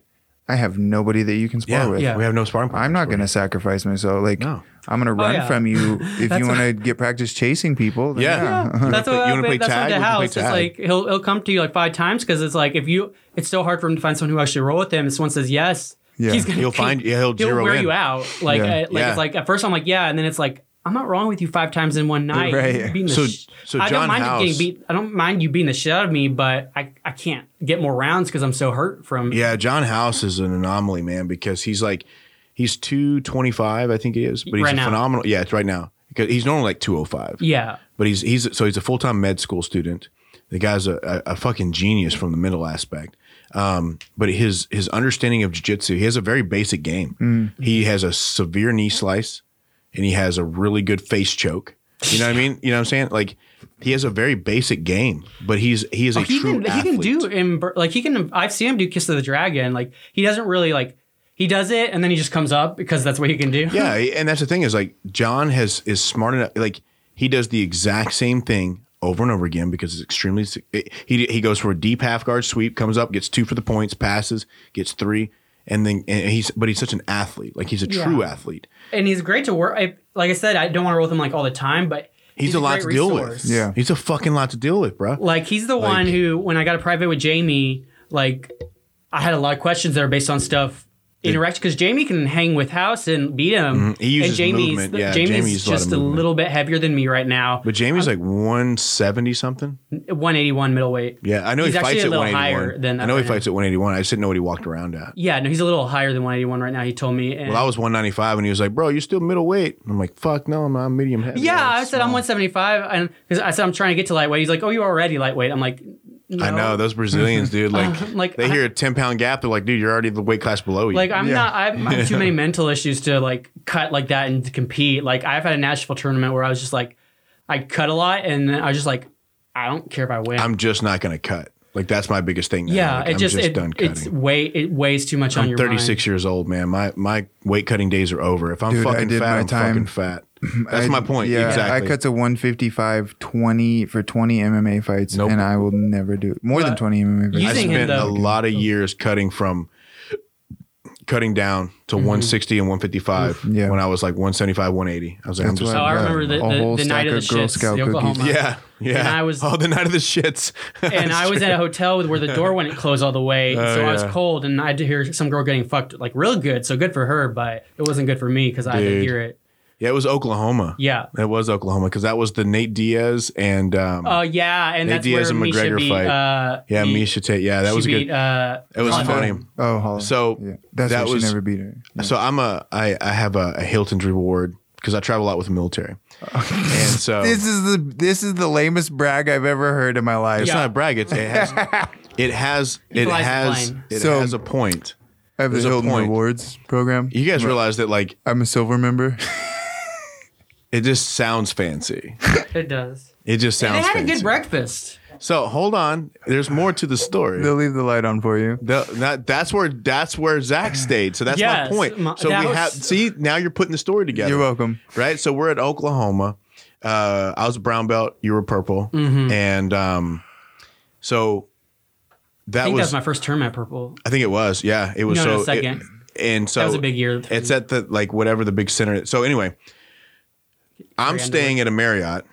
Speaker 1: I have nobody that you can spar
Speaker 2: Yeah,
Speaker 1: with.
Speaker 2: we have no sparring.
Speaker 1: I'm not going to sacrifice myself. Like
Speaker 2: No.
Speaker 1: I'm going to run
Speaker 3: Oh, yeah.
Speaker 1: from you
Speaker 3: (laughs)
Speaker 1: if you want to get practice chasing people. then (laughs)
Speaker 2: Yeah.
Speaker 3: Yeah, that's
Speaker 2: You wanna
Speaker 3: what
Speaker 2: play- you
Speaker 3: you
Speaker 2: wanna play
Speaker 3: that's
Speaker 2: tag?
Speaker 3: what the
Speaker 2: We can play
Speaker 3: house. It's
Speaker 2: tag.
Speaker 3: like he'll he'll come to you like five times because it's like if you it's so hard for him to find someone who actually roll with him. If someone says yes,
Speaker 1: Yeah.
Speaker 3: he's gonna
Speaker 2: He'll find- yeah, he'll zero
Speaker 3: wear
Speaker 2: in.
Speaker 3: you out. Like
Speaker 1: Yeah.
Speaker 3: uh, like
Speaker 2: Yeah.
Speaker 3: it's like at first I'm like yeah, and then it's like I'm not wrong with you five times in one night.
Speaker 1: Right.
Speaker 3: You're beating the
Speaker 2: So-
Speaker 3: sh-
Speaker 2: so
Speaker 3: I
Speaker 2: John
Speaker 3: don't mind you
Speaker 2: House-
Speaker 3: getting beat. I don't mind you beating the shit out of me, but I I can't get more rounds because I'm so hurt from
Speaker 2: Yeah, John House is an anomaly, man, because he's like he's two twenty five, I think he is, but he's
Speaker 3: Right
Speaker 2: a
Speaker 3: now.
Speaker 2: phenomenal. Yeah, it's right now because he's normally like two oh five.
Speaker 3: yeah.
Speaker 2: but he's he's so he's a full time med school student. The guy's a, a, a fucking genius from the mental aspect. Um, but his his understanding of jiu-jitsu, he has a very basic game.
Speaker 3: Mm.
Speaker 2: He has a severe knee slice and he has a really good face choke. You know what I mean? You know what I'm saying? Like he has a very basic game, but he's he is a
Speaker 3: Oh, he
Speaker 2: true
Speaker 3: can he can do
Speaker 2: athlete.
Speaker 3: em- like he can I've seen him do Kiss of the Dragon like he doesn't really like he does it and then he just comes up because that's what he can do.
Speaker 2: yeah, and that's the thing is like John has is smart enough. Like he does the exact same thing over and over again because it's extremely. It, he he goes for a deep half guard sweep, comes up, gets two for the points, passes, gets three, and then and he's but he's such an athlete. Like he's a true
Speaker 3: Yeah.
Speaker 2: athlete.
Speaker 3: and he's great to work. I, like I said, I don't want to roll with him like all the time, but
Speaker 2: He's, a, lot
Speaker 3: great
Speaker 2: to deal
Speaker 3: resource.
Speaker 2: with.
Speaker 1: Yeah.
Speaker 2: he's a fucking lot to deal with, bro.
Speaker 3: like he's the one who, when I got a private with Jamie, like I had a lot of questions that are based on stuff interaction because Jamie can hang with House and beat him.
Speaker 2: Mm-hmm. He uses
Speaker 3: and Jamie's
Speaker 2: movement. Yeah,
Speaker 3: Jamie's
Speaker 2: Jamie uses a lot of
Speaker 3: just a,
Speaker 2: movement.
Speaker 3: little bit heavier than me right now.
Speaker 2: But Jamie's like one seventy something.
Speaker 3: 181 middleweight.
Speaker 2: Yeah, I know
Speaker 3: He's
Speaker 2: he
Speaker 3: actually
Speaker 2: fights
Speaker 3: a
Speaker 2: at
Speaker 3: little
Speaker 2: one eighty
Speaker 3: higher
Speaker 2: one.
Speaker 3: than
Speaker 2: I know he
Speaker 3: I am.
Speaker 2: fights at one eighty one. I just didn't know what he walked around at.
Speaker 3: Yeah, no, he's a little higher than 181 right now. He told me. And
Speaker 2: Well, I was 195 and he was like, Bro, you're still middleweight. I'm like, Fuck, no, I'm, I'm medium heavy.
Speaker 3: yeah, I
Speaker 2: It's
Speaker 3: said I'm 175, and because I said I'm trying to get to lightweight. He's like, "Oh, you're already lightweight." I'm like, no.
Speaker 2: I
Speaker 3: (laughs)
Speaker 2: know those Brazilians, dude. Like,
Speaker 3: like,
Speaker 2: they
Speaker 3: I-
Speaker 2: hear a ten pound gap, they're like, dude, you're already the weight class below you.
Speaker 3: Like I'm
Speaker 1: Yeah.
Speaker 3: not. I have, I
Speaker 2: (laughs)
Speaker 3: have too many mental issues to like cut like that and to compete. Like I've had a Nashville tournament where I was just like, I cut a lot, and then I was just like, I don't care if I win.
Speaker 2: I'm just not gonna cut. Like that's my biggest thing. Now.
Speaker 3: yeah,
Speaker 2: Like,
Speaker 3: it
Speaker 2: I'm
Speaker 3: just, it,
Speaker 2: done
Speaker 3: it's
Speaker 2: cutting.
Speaker 3: way it weighs too much on
Speaker 2: I'm
Speaker 3: your
Speaker 2: 36
Speaker 3: mind.
Speaker 2: years old, man. My my weight cutting days are over. If I'm
Speaker 1: Dude, I
Speaker 2: fucking
Speaker 1: did
Speaker 2: fat,
Speaker 1: my
Speaker 2: I'm fucking
Speaker 1: time.
Speaker 2: fat.
Speaker 1: (clears throat)
Speaker 2: That's
Speaker 1: I-
Speaker 2: my point.
Speaker 1: I
Speaker 2: exactly.
Speaker 1: cut to 155 20 for 20 MMA fights,
Speaker 2: Nope.
Speaker 1: and I will never do more than
Speaker 3: But
Speaker 1: 20 MMA fights.
Speaker 3: you
Speaker 2: I
Speaker 3: Using him,
Speaker 2: spent a
Speaker 3: though.
Speaker 2: lot of years cutting from cutting down to
Speaker 3: Mm-hmm.
Speaker 2: 160 and 155
Speaker 1: Yeah.
Speaker 2: when I was like 175, 180. I was like, I'm
Speaker 1: That's
Speaker 2: just
Speaker 1: why
Speaker 3: Oh, I
Speaker 1: Yeah.
Speaker 3: remember the,
Speaker 1: A
Speaker 3: the,
Speaker 1: whole
Speaker 3: the night
Speaker 1: stack
Speaker 3: of the
Speaker 1: of Girl
Speaker 3: shits,
Speaker 1: Scout
Speaker 3: the Oklahoma.
Speaker 1: cookies.
Speaker 2: Yeah, yeah.
Speaker 3: And
Speaker 2: (laughs)
Speaker 3: I was-
Speaker 2: oh the night of the shits. (laughs)
Speaker 3: And I was at a hotel where the door wouldn't close all the way,
Speaker 2: (laughs)
Speaker 3: and
Speaker 2: Oh,
Speaker 3: so I was
Speaker 2: yeah.
Speaker 3: cold, and I had to hear some girl getting fucked like real good. So good for her, but it wasn't good for me because I had to
Speaker 2: Dude.
Speaker 3: hear it.
Speaker 2: Yeah, it was Oklahoma.
Speaker 3: Yeah.
Speaker 2: It was Oklahoma because that was the Nate Diaz and um,
Speaker 3: Oh yeah,
Speaker 2: Nate
Speaker 3: and that's
Speaker 2: Diaz
Speaker 3: where
Speaker 2: and
Speaker 3: Misha
Speaker 2: McGregor
Speaker 3: beat,
Speaker 2: fight.
Speaker 3: Uh,
Speaker 2: yeah
Speaker 3: beat-
Speaker 2: Misha Tate. Yeah, that
Speaker 3: she
Speaker 2: was a good.
Speaker 3: beat, uh,
Speaker 2: it was
Speaker 3: Holland.
Speaker 2: funny.
Speaker 1: Oh, Holland.
Speaker 2: So,
Speaker 1: yeah. that's
Speaker 2: that
Speaker 1: why she
Speaker 2: was-
Speaker 1: never beat her.
Speaker 3: uh,
Speaker 1: Yeah.
Speaker 2: So I'm a I I have a, a Hilton's reward because I travel a lot with the military, and so
Speaker 1: this is the this is the lamest brag I've ever heard in my life.
Speaker 2: it's
Speaker 3: Yeah.
Speaker 2: not a brag. It's, it
Speaker 1: (laughs)
Speaker 2: has it has it
Speaker 3: flies the
Speaker 2: has
Speaker 3: plane.
Speaker 2: it
Speaker 1: So-
Speaker 2: has a point.
Speaker 1: I have the
Speaker 2: There's a
Speaker 1: Hilton
Speaker 2: point.
Speaker 1: Rewards program.
Speaker 2: You guys realize that like
Speaker 1: I'm a silver member.
Speaker 2: it just sounds fancy.
Speaker 3: It does.
Speaker 2: It just
Speaker 3: And
Speaker 2: sounds.
Speaker 3: they had a
Speaker 2: fancy.
Speaker 3: good breakfast.
Speaker 2: So hold on, there's more to the story.
Speaker 1: (laughs) They'll leave the light on for you.
Speaker 2: The- that, that's where that's where Zach stayed. So that's
Speaker 3: Yes,
Speaker 2: my point.
Speaker 3: my-
Speaker 2: so we
Speaker 3: that was-
Speaker 2: have see now you're putting the story together.
Speaker 1: You're welcome.
Speaker 2: Right. So we're at Oklahoma. Uh, I was a brown belt. You were purple.
Speaker 3: Mm-hmm.
Speaker 2: And um, so
Speaker 3: I
Speaker 2: that
Speaker 3: think that
Speaker 2: was.
Speaker 3: was my first term at Purple.
Speaker 2: I think it was. Yeah, it was.
Speaker 3: No,
Speaker 2: so
Speaker 3: no, second.
Speaker 2: it- and so
Speaker 3: that was a big year.
Speaker 2: It's at the like whatever the big center. So anyway, I'm
Speaker 3: Very
Speaker 2: staying at a Marriott,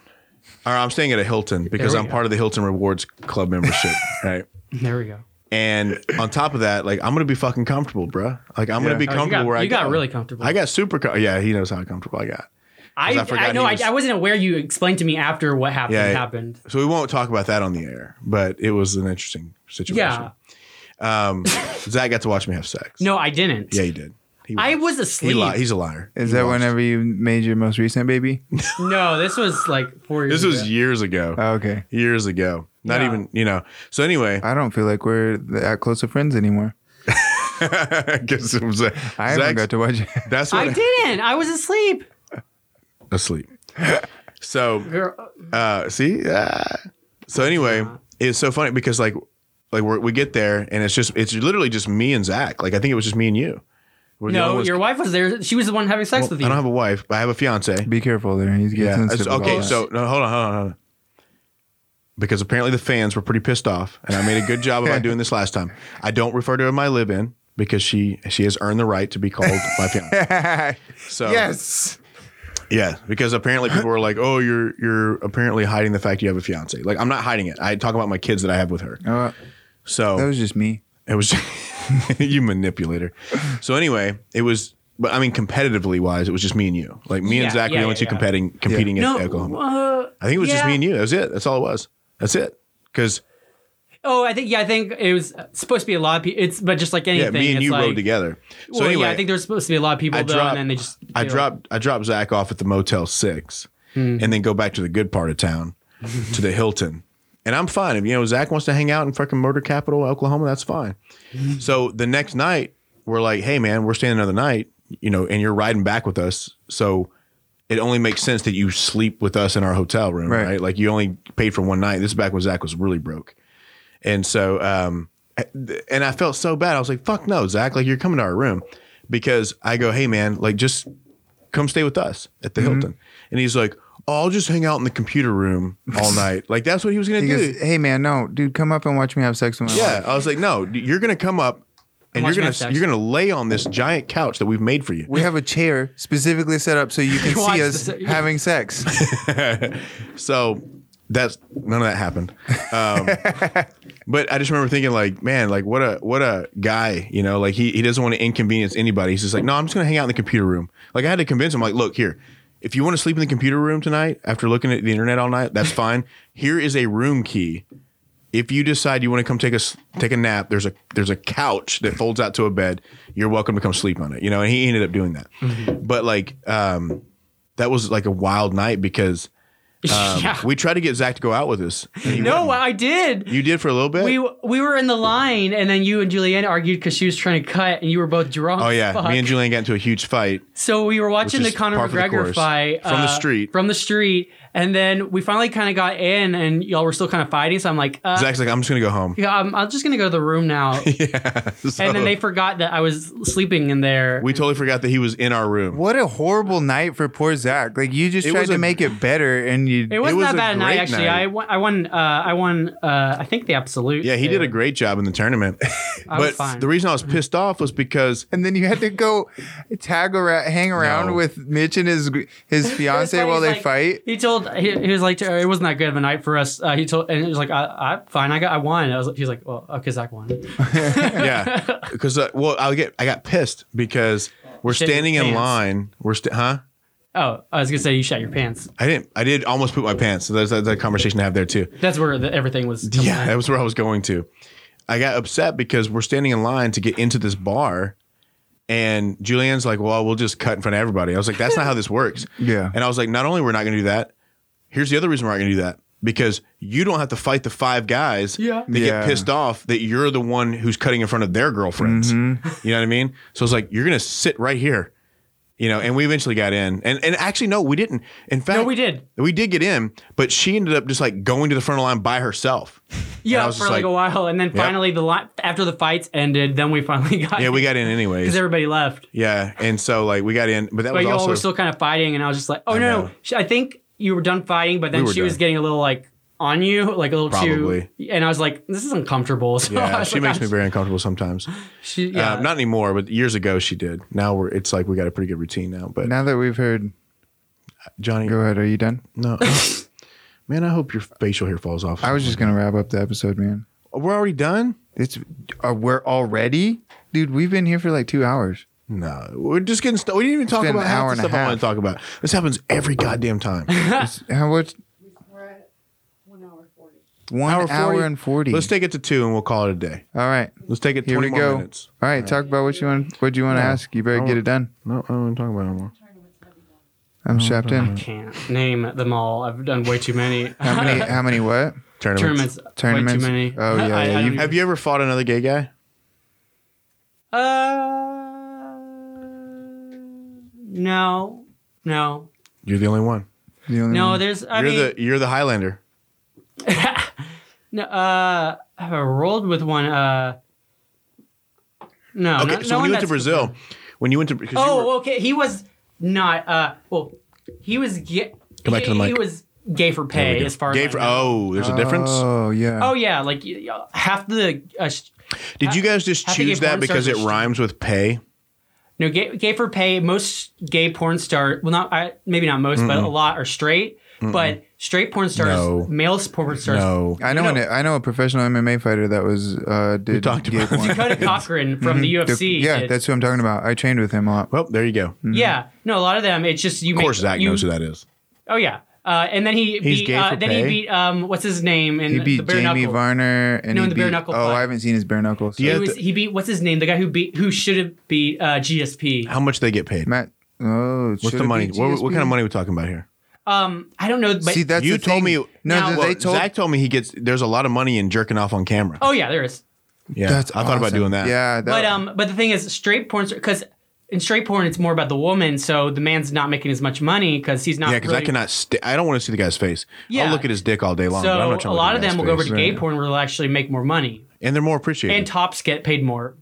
Speaker 2: or I'm staying at a Hilton because
Speaker 3: we
Speaker 2: I'm
Speaker 3: go.
Speaker 2: part of the Hilton Rewards Club membership. (laughs) right.
Speaker 3: there we go.
Speaker 2: And on top of that, like I'm gonna be fucking comfortable, bruh. Like I'm gonna
Speaker 1: Yeah.
Speaker 2: be
Speaker 1: Oh,
Speaker 3: Oh, you
Speaker 2: comfortable
Speaker 3: got,
Speaker 2: where I
Speaker 3: you got
Speaker 2: go.
Speaker 3: really comfortable.
Speaker 2: I got super. Com- yeah, he knows how comfortable I got.
Speaker 3: I,
Speaker 2: 'cause I
Speaker 3: I,
Speaker 2: forgot
Speaker 3: know.
Speaker 2: he
Speaker 3: I,
Speaker 2: was-
Speaker 3: I wasn't aware. You explained to me after what happened.
Speaker 2: Yeah, yeah.
Speaker 3: happened.
Speaker 2: So we won't talk about that on the air, but it was an interesting situation.
Speaker 3: Yeah.
Speaker 2: Yeah. Um, (laughs) Zach got to watch me have sex.
Speaker 3: No, I didn't.
Speaker 2: Yeah, he did. He
Speaker 3: I
Speaker 2: watched.
Speaker 3: was
Speaker 2: He
Speaker 3: asleep.
Speaker 2: li- he's a liar.
Speaker 1: Is
Speaker 2: He
Speaker 1: that
Speaker 2: watched.
Speaker 1: whenever you made your most recent (laughs) baby?
Speaker 3: no, this was like four years.
Speaker 2: This was
Speaker 3: ago.
Speaker 2: years ago.
Speaker 1: Oh, okay.
Speaker 2: years ago. Not
Speaker 3: Yeah.
Speaker 2: even you know. So anyway, (laughs)
Speaker 1: I don't feel like we're that close of friends anymore.
Speaker 2: because it was a,
Speaker 1: I haven't
Speaker 2: Zach's-
Speaker 1: got to watch it.
Speaker 2: That's what
Speaker 3: I didn't. I was asleep.
Speaker 2: asleep. So
Speaker 3: Girl,
Speaker 2: Uh, see, Ah. so anyway, it's so funny because like, like we're, we get there and it's just it's literally just me and Zach. Like I think it was just me and you. We're the only
Speaker 3: no,
Speaker 2: ones-
Speaker 3: your wife was there. She was the one having sex
Speaker 2: Well,
Speaker 3: with
Speaker 2: I
Speaker 3: you.
Speaker 2: don't have a wife, but I have a fiance.
Speaker 1: Be careful there. He's getting
Speaker 2: Yeah.
Speaker 1: sensitive.
Speaker 2: it's- okay.
Speaker 1: about
Speaker 3: (laughs)
Speaker 2: So no, hold on, hold on, hold on. Because apparently the fans were pretty pissed off, and I made a good
Speaker 1: (laughs)
Speaker 2: job about doing this last time. I don't refer to her as my live-in because she she has earned the right to be called
Speaker 1: (laughs)
Speaker 2: my fiance.
Speaker 1: that.
Speaker 2: So
Speaker 1: yes.
Speaker 2: Yeah, because apparently people were like, "Oh, you're you're apparently hiding the fact you have a fiance." Like I'm not hiding it. I talk about my kids that I have with her.
Speaker 1: Oh,
Speaker 2: So
Speaker 1: that was just me.
Speaker 2: it was (laughs) you manipulator. So anyway, it was. But I mean, competitively wise, it was just me and you. Like me
Speaker 3: Yeah,
Speaker 2: and Zach were
Speaker 3: yeah,
Speaker 2: the only
Speaker 3: yeah,
Speaker 2: two
Speaker 3: yeah.
Speaker 2: competing competing
Speaker 3: no,
Speaker 2: at Oklahoma.
Speaker 3: uh,
Speaker 2: I think it was just
Speaker 3: yeah.
Speaker 2: me and you. That was it. That's all it was. That's it. Because
Speaker 3: Oh, I think yeah, I think it was supposed to be a lot of people. It's but just like anything,
Speaker 2: yeah, me and
Speaker 3: it's
Speaker 2: you
Speaker 3: like,
Speaker 2: rode together. So
Speaker 3: well,
Speaker 2: anyway,
Speaker 3: yeah, I think there's supposed to be a lot of people
Speaker 2: I
Speaker 3: though,
Speaker 2: dropped-
Speaker 3: and then they just
Speaker 2: I
Speaker 3: they were
Speaker 2: dropped I dropped Zach off at the Motel Six, and then go back to the good part of town, to the Hilton, and I'm fine. If you know Zach wants to hang out in fucking Murder Capital, Oklahoma, that's fine. so the next night, we're like, hey man, we're staying another night, you know, and you're riding back with us, so it only makes sense that you sleep with us in our hotel room,
Speaker 1: Right.
Speaker 2: right? Like you only paid for one night. This is back when Zach was really broke, and so um, and I felt so bad. I was like, fuck no, Zach, like you're coming to our room because I go, hey man, like just come stay with us at the
Speaker 1: Mm-hmm.
Speaker 2: Hilton. And he's like, oh, I'll just hang out in the computer room all
Speaker 1: (laughs)
Speaker 2: night. Like that's what he was gonna
Speaker 1: He
Speaker 2: do.
Speaker 1: goes, "Hey man, no, dude, come up and watch me have sex with my wife."
Speaker 2: yeah, I was like, no, d- you're gonna come up and
Speaker 3: And
Speaker 2: you're
Speaker 3: watch me
Speaker 2: gonna
Speaker 3: have sex.
Speaker 2: you're gonna lay on this giant couch that we've made for you.
Speaker 1: We have a chair specifically set up so
Speaker 3: (laughs)
Speaker 1: you can
Speaker 3: Watch
Speaker 1: see
Speaker 3: the
Speaker 1: us
Speaker 3: se-
Speaker 1: having sex.
Speaker 3: (laughs)
Speaker 2: So that's none of that happened. Um, but I just remember thinking, like, man, like what a what a guy, you know, like he he doesn't want to inconvenience anybody. He's just like, no, I'm just gonna hang out in the computer room. Like I had to convince him, like, look here, if you want to sleep in the computer room tonight after looking at the internet all night, that's fine. Here is a room key. If you decide you want to come take a s- take a nap, there's a there's a couch that folds out to a bed. You're welcome to come sleep on it. You know, and he ended up doing that. But like, um, that was like a wild night because
Speaker 3: (laughs) yeah.
Speaker 2: (laughs) we tried to get Zach to go out with us. And he
Speaker 3: no,
Speaker 2: wouldn't.
Speaker 3: I did.
Speaker 2: you did for a little bit.
Speaker 3: we we were in the line, and then you and Julianne argued because she was trying to cut, and you were both drunk.
Speaker 2: oh
Speaker 3: as
Speaker 2: yeah,
Speaker 3: fuck.
Speaker 2: me and Julian got into a huge fight.
Speaker 3: So we were watching
Speaker 2: Which
Speaker 3: the
Speaker 2: is
Speaker 3: Conor
Speaker 2: par for the
Speaker 3: McGregor
Speaker 2: course.
Speaker 3: fight uh,
Speaker 2: From the street.
Speaker 3: From the street, and then we finally kind of got in, and y'all were still kind of fighting. So I'm like, uh,
Speaker 2: Zach's like, I'm just gonna go home.
Speaker 3: yeah, I'm, I'm just gonna go to the
Speaker 2: (laughs)
Speaker 3: room now.
Speaker 2: Yeah. So
Speaker 3: (laughs) And then they forgot that I was sleeping in there.
Speaker 2: we totally forgot that he was in our room.
Speaker 1: what a horrible night for poor Zach. Like you just
Speaker 2: It
Speaker 1: tried
Speaker 2: was
Speaker 1: to
Speaker 2: a-
Speaker 1: make it better, and you.
Speaker 3: It wasn't
Speaker 2: was a
Speaker 3: that bad a night
Speaker 2: great
Speaker 3: actually.
Speaker 2: night.
Speaker 3: I won. I won. Uh, I won. Uh, I think the absolute.
Speaker 2: Yeah, he did
Speaker 3: there.
Speaker 2: a great job in the
Speaker 3: (laughs)
Speaker 2: tournament. (laughs)
Speaker 3: I was
Speaker 2: but
Speaker 3: fine.
Speaker 2: the reason I was pissed off was because
Speaker 1: and then you had to go tag around, hang around
Speaker 2: No.
Speaker 1: with Mitch and his his
Speaker 3: (laughs) It was
Speaker 1: fiance
Speaker 3: funny,
Speaker 1: while they
Speaker 3: he's like-
Speaker 1: fight.
Speaker 3: He told he, he was like it wasn't that good of a night for us. Uh, he told and he was like I, I fine I got I won. I was he's like well okay Zach won. (laughs)
Speaker 2: yeah, because uh, well, I get I got pissed because we're
Speaker 3: Shit in
Speaker 2: standing
Speaker 3: your
Speaker 2: in
Speaker 3: pants.
Speaker 2: line. We're st- huh?
Speaker 3: Oh, I was gonna say you shot your pants.
Speaker 2: I didn't. I did almost poop my pants. So there's that, that conversation I have there too.
Speaker 3: That's where the, everything was. coming
Speaker 2: Yeah,
Speaker 3: in.
Speaker 2: that was where I was going to. I got upset because we're standing in line to get into this bar, and Julianne's like, "Well, we'll just cut in front of everybody." I was like, "That's not how this works."
Speaker 1: Yeah.
Speaker 2: And I was like, "Not only we're not going to do that, here's the other reason we're not going to do that because you don't have to fight the five guys
Speaker 3: Yeah.
Speaker 2: that
Speaker 1: Yeah.
Speaker 2: get pissed off that you're the one who's cutting in front of their girlfriends. You know what I mean? So it's like you're going to sit right here." You know, and we eventually got in, and and actually no, we didn't. In fact,
Speaker 3: we did.
Speaker 2: We did get in, but she ended up just like going to the front of the line by herself. And I
Speaker 3: Yeah,
Speaker 2: was
Speaker 3: for
Speaker 2: just
Speaker 3: like, a while, and then
Speaker 2: Yep.
Speaker 3: finally the line after the fights ended, then we finally (laughs) got
Speaker 2: Yeah, we got in anyways.
Speaker 3: because everybody left.
Speaker 2: yeah, and so like we got in, but that
Speaker 3: But
Speaker 2: was
Speaker 3: you all
Speaker 2: also
Speaker 3: were still kind of fighting, and I was just like, oh no,
Speaker 2: know.
Speaker 3: no, She- I think you were done fighting, but then
Speaker 2: We were
Speaker 3: she was
Speaker 2: done.
Speaker 3: getting a little like on you, like a little
Speaker 2: Probably.
Speaker 3: too, and I was like, this is uncomfortable. (laughs)
Speaker 2: (laughs)
Speaker 3: So I
Speaker 2: yeah.
Speaker 3: was
Speaker 2: She
Speaker 3: like,
Speaker 2: makes me Um,
Speaker 3: I'm-
Speaker 2: very uncomfortable
Speaker 3: (laughs)
Speaker 2: sometimes.
Speaker 3: She, yeah,
Speaker 2: Yeah. not anymore, but years ago she did. Now we're it's like we got a pretty good routine now. But
Speaker 1: Now that we've heard,
Speaker 2: Johnny,
Speaker 1: go ahead. Are you done? (laughs)
Speaker 2: no, man, I hope your facial hair falls off.
Speaker 1: I was just gonna wrap up the episode, man.
Speaker 2: we're already done.
Speaker 1: It's uh, we're already, dude. We've been here for like two hours.
Speaker 2: No, we're just getting. St- we didn't even talk
Speaker 1: been an
Speaker 2: about half
Speaker 1: hour
Speaker 2: the
Speaker 1: and a
Speaker 2: stuff I
Speaker 1: half.
Speaker 2: want to talk about. This happens every goddamn time.
Speaker 1: How much?
Speaker 5: We're at one hour forty.
Speaker 1: One hour,
Speaker 2: 40.
Speaker 1: and 40
Speaker 2: Let's take it to two and we'll call it a day.
Speaker 1: All right,
Speaker 2: Let's take it
Speaker 1: here
Speaker 2: twenty
Speaker 1: we
Speaker 2: more
Speaker 1: go.
Speaker 2: minutes.
Speaker 1: All right, talk about what you want. What you want to ask? You better get it done.
Speaker 2: No, I don't want to talk about it anymore.
Speaker 5: Tournament's heavy.
Speaker 1: I'm strapped in.
Speaker 3: can't name them all. I've done way too many
Speaker 1: How many? How many? What?
Speaker 2: Tournaments.
Speaker 3: (laughs) tournaments. Way
Speaker 1: Tournaments?
Speaker 3: too many.
Speaker 1: Oh, yeah,
Speaker 3: (laughs) I-
Speaker 1: yeah,
Speaker 3: I
Speaker 1: you've-
Speaker 3: don't
Speaker 2: Have you ever fought another gay guy?
Speaker 3: Uh, no, no,
Speaker 2: You're the only one.
Speaker 1: The only
Speaker 3: no.
Speaker 1: one?
Speaker 3: There's,
Speaker 2: Mm.
Speaker 3: I
Speaker 2: you're
Speaker 3: mean,
Speaker 2: the you're the Highlander.
Speaker 3: no, uh, have I rolled with one? Uh, no.
Speaker 2: Okay, so when
Speaker 3: no, no one
Speaker 2: you went to
Speaker 3: that's-
Speaker 2: Brazil, when you went to because you
Speaker 3: Oh,
Speaker 2: were-
Speaker 3: okay. He was not. Uh, well, he was gay.
Speaker 2: Come back to the
Speaker 3: he- He
Speaker 2: mic.
Speaker 3: was gay for
Speaker 2: There we
Speaker 3: pay,
Speaker 2: go.
Speaker 3: as far
Speaker 2: gay
Speaker 3: as
Speaker 2: for,
Speaker 3: I know.
Speaker 2: oh, there's a difference.
Speaker 1: Oh yeah.
Speaker 3: Oh yeah, like y- y- half the uh, sh-
Speaker 2: Did you guys just
Speaker 3: I think
Speaker 2: choose
Speaker 3: if
Speaker 2: that
Speaker 3: one
Speaker 2: because it
Speaker 3: starts with-
Speaker 2: rhymes with pay?
Speaker 3: No, gay, gay for pay. Most gay porn star, well, not I, maybe not most, but a lot are straight. But straight porn stars,
Speaker 2: No.
Speaker 3: male porn stars.
Speaker 2: No,
Speaker 1: I know.
Speaker 3: No.
Speaker 1: An, I know a professional MMA fighter that was uh, did
Speaker 2: talked
Speaker 1: gay
Speaker 2: about
Speaker 1: porn.
Speaker 2: (laughs)
Speaker 3: Dakota Cochran from the
Speaker 2: mm-hmm.
Speaker 1: The-
Speaker 3: UFC.
Speaker 1: Yeah,
Speaker 3: did-
Speaker 1: that's who I'm talking about. I trained with him a lot.
Speaker 2: Well, there you go.
Speaker 3: yeah. No, a lot of them. It's just you.
Speaker 2: mm-hmm. Of course, Zach
Speaker 3: you,
Speaker 2: knows who that is.
Speaker 3: Oh yeah. Uh, and then he
Speaker 2: He's
Speaker 3: beat.
Speaker 2: gay
Speaker 3: uh,
Speaker 2: for
Speaker 3: then
Speaker 2: pay?
Speaker 3: he beat. Um, what's his name? In
Speaker 1: He
Speaker 3: the
Speaker 1: beat
Speaker 3: bare
Speaker 1: Jamie
Speaker 3: knuckle.
Speaker 1: Varner and
Speaker 3: No,
Speaker 1: he
Speaker 3: in the bare
Speaker 1: beat-
Speaker 3: knuckle
Speaker 1: Oh,
Speaker 3: fight.
Speaker 1: I haven't seen his bare knuckles.
Speaker 2: Yeah.
Speaker 3: He, was, he beat what's his name? The guy who beat who should have beat uh, GSP.
Speaker 2: How much they get paid?
Speaker 1: Matt. Oh,
Speaker 2: What's the money? What, what kind of money are we talking about here?
Speaker 3: Um, I don't know. But
Speaker 1: See, that's
Speaker 2: you
Speaker 1: the
Speaker 2: told
Speaker 1: thing.
Speaker 2: me.
Speaker 1: No,
Speaker 3: Now-
Speaker 1: th-
Speaker 2: well,
Speaker 1: they told.
Speaker 2: Zach told me he gets. There's a lot of money in jerking off on camera.
Speaker 3: oh yeah, there is.
Speaker 2: yeah,
Speaker 1: that's
Speaker 2: I thought about
Speaker 1: awesome.
Speaker 2: doing that.
Speaker 1: Yeah, that,
Speaker 3: But um, but the thing is, straight porn because in straight porn it's more about the woman, so the man's not making as much money because he's not.
Speaker 2: yeah, because I
Speaker 3: really-
Speaker 2: cannot. St- I don't want to see the guy's face.
Speaker 3: Yeah.
Speaker 2: I'll look at his dick all day long. but I'm not
Speaker 3: So
Speaker 2: trying
Speaker 3: a
Speaker 2: to look
Speaker 3: lot
Speaker 2: at
Speaker 3: of
Speaker 2: the
Speaker 3: them will
Speaker 2: guy's
Speaker 3: go over to
Speaker 2: face.
Speaker 3: gay porn where they'll actually make more money,
Speaker 2: and they're more appreciated.
Speaker 3: and tops get paid more.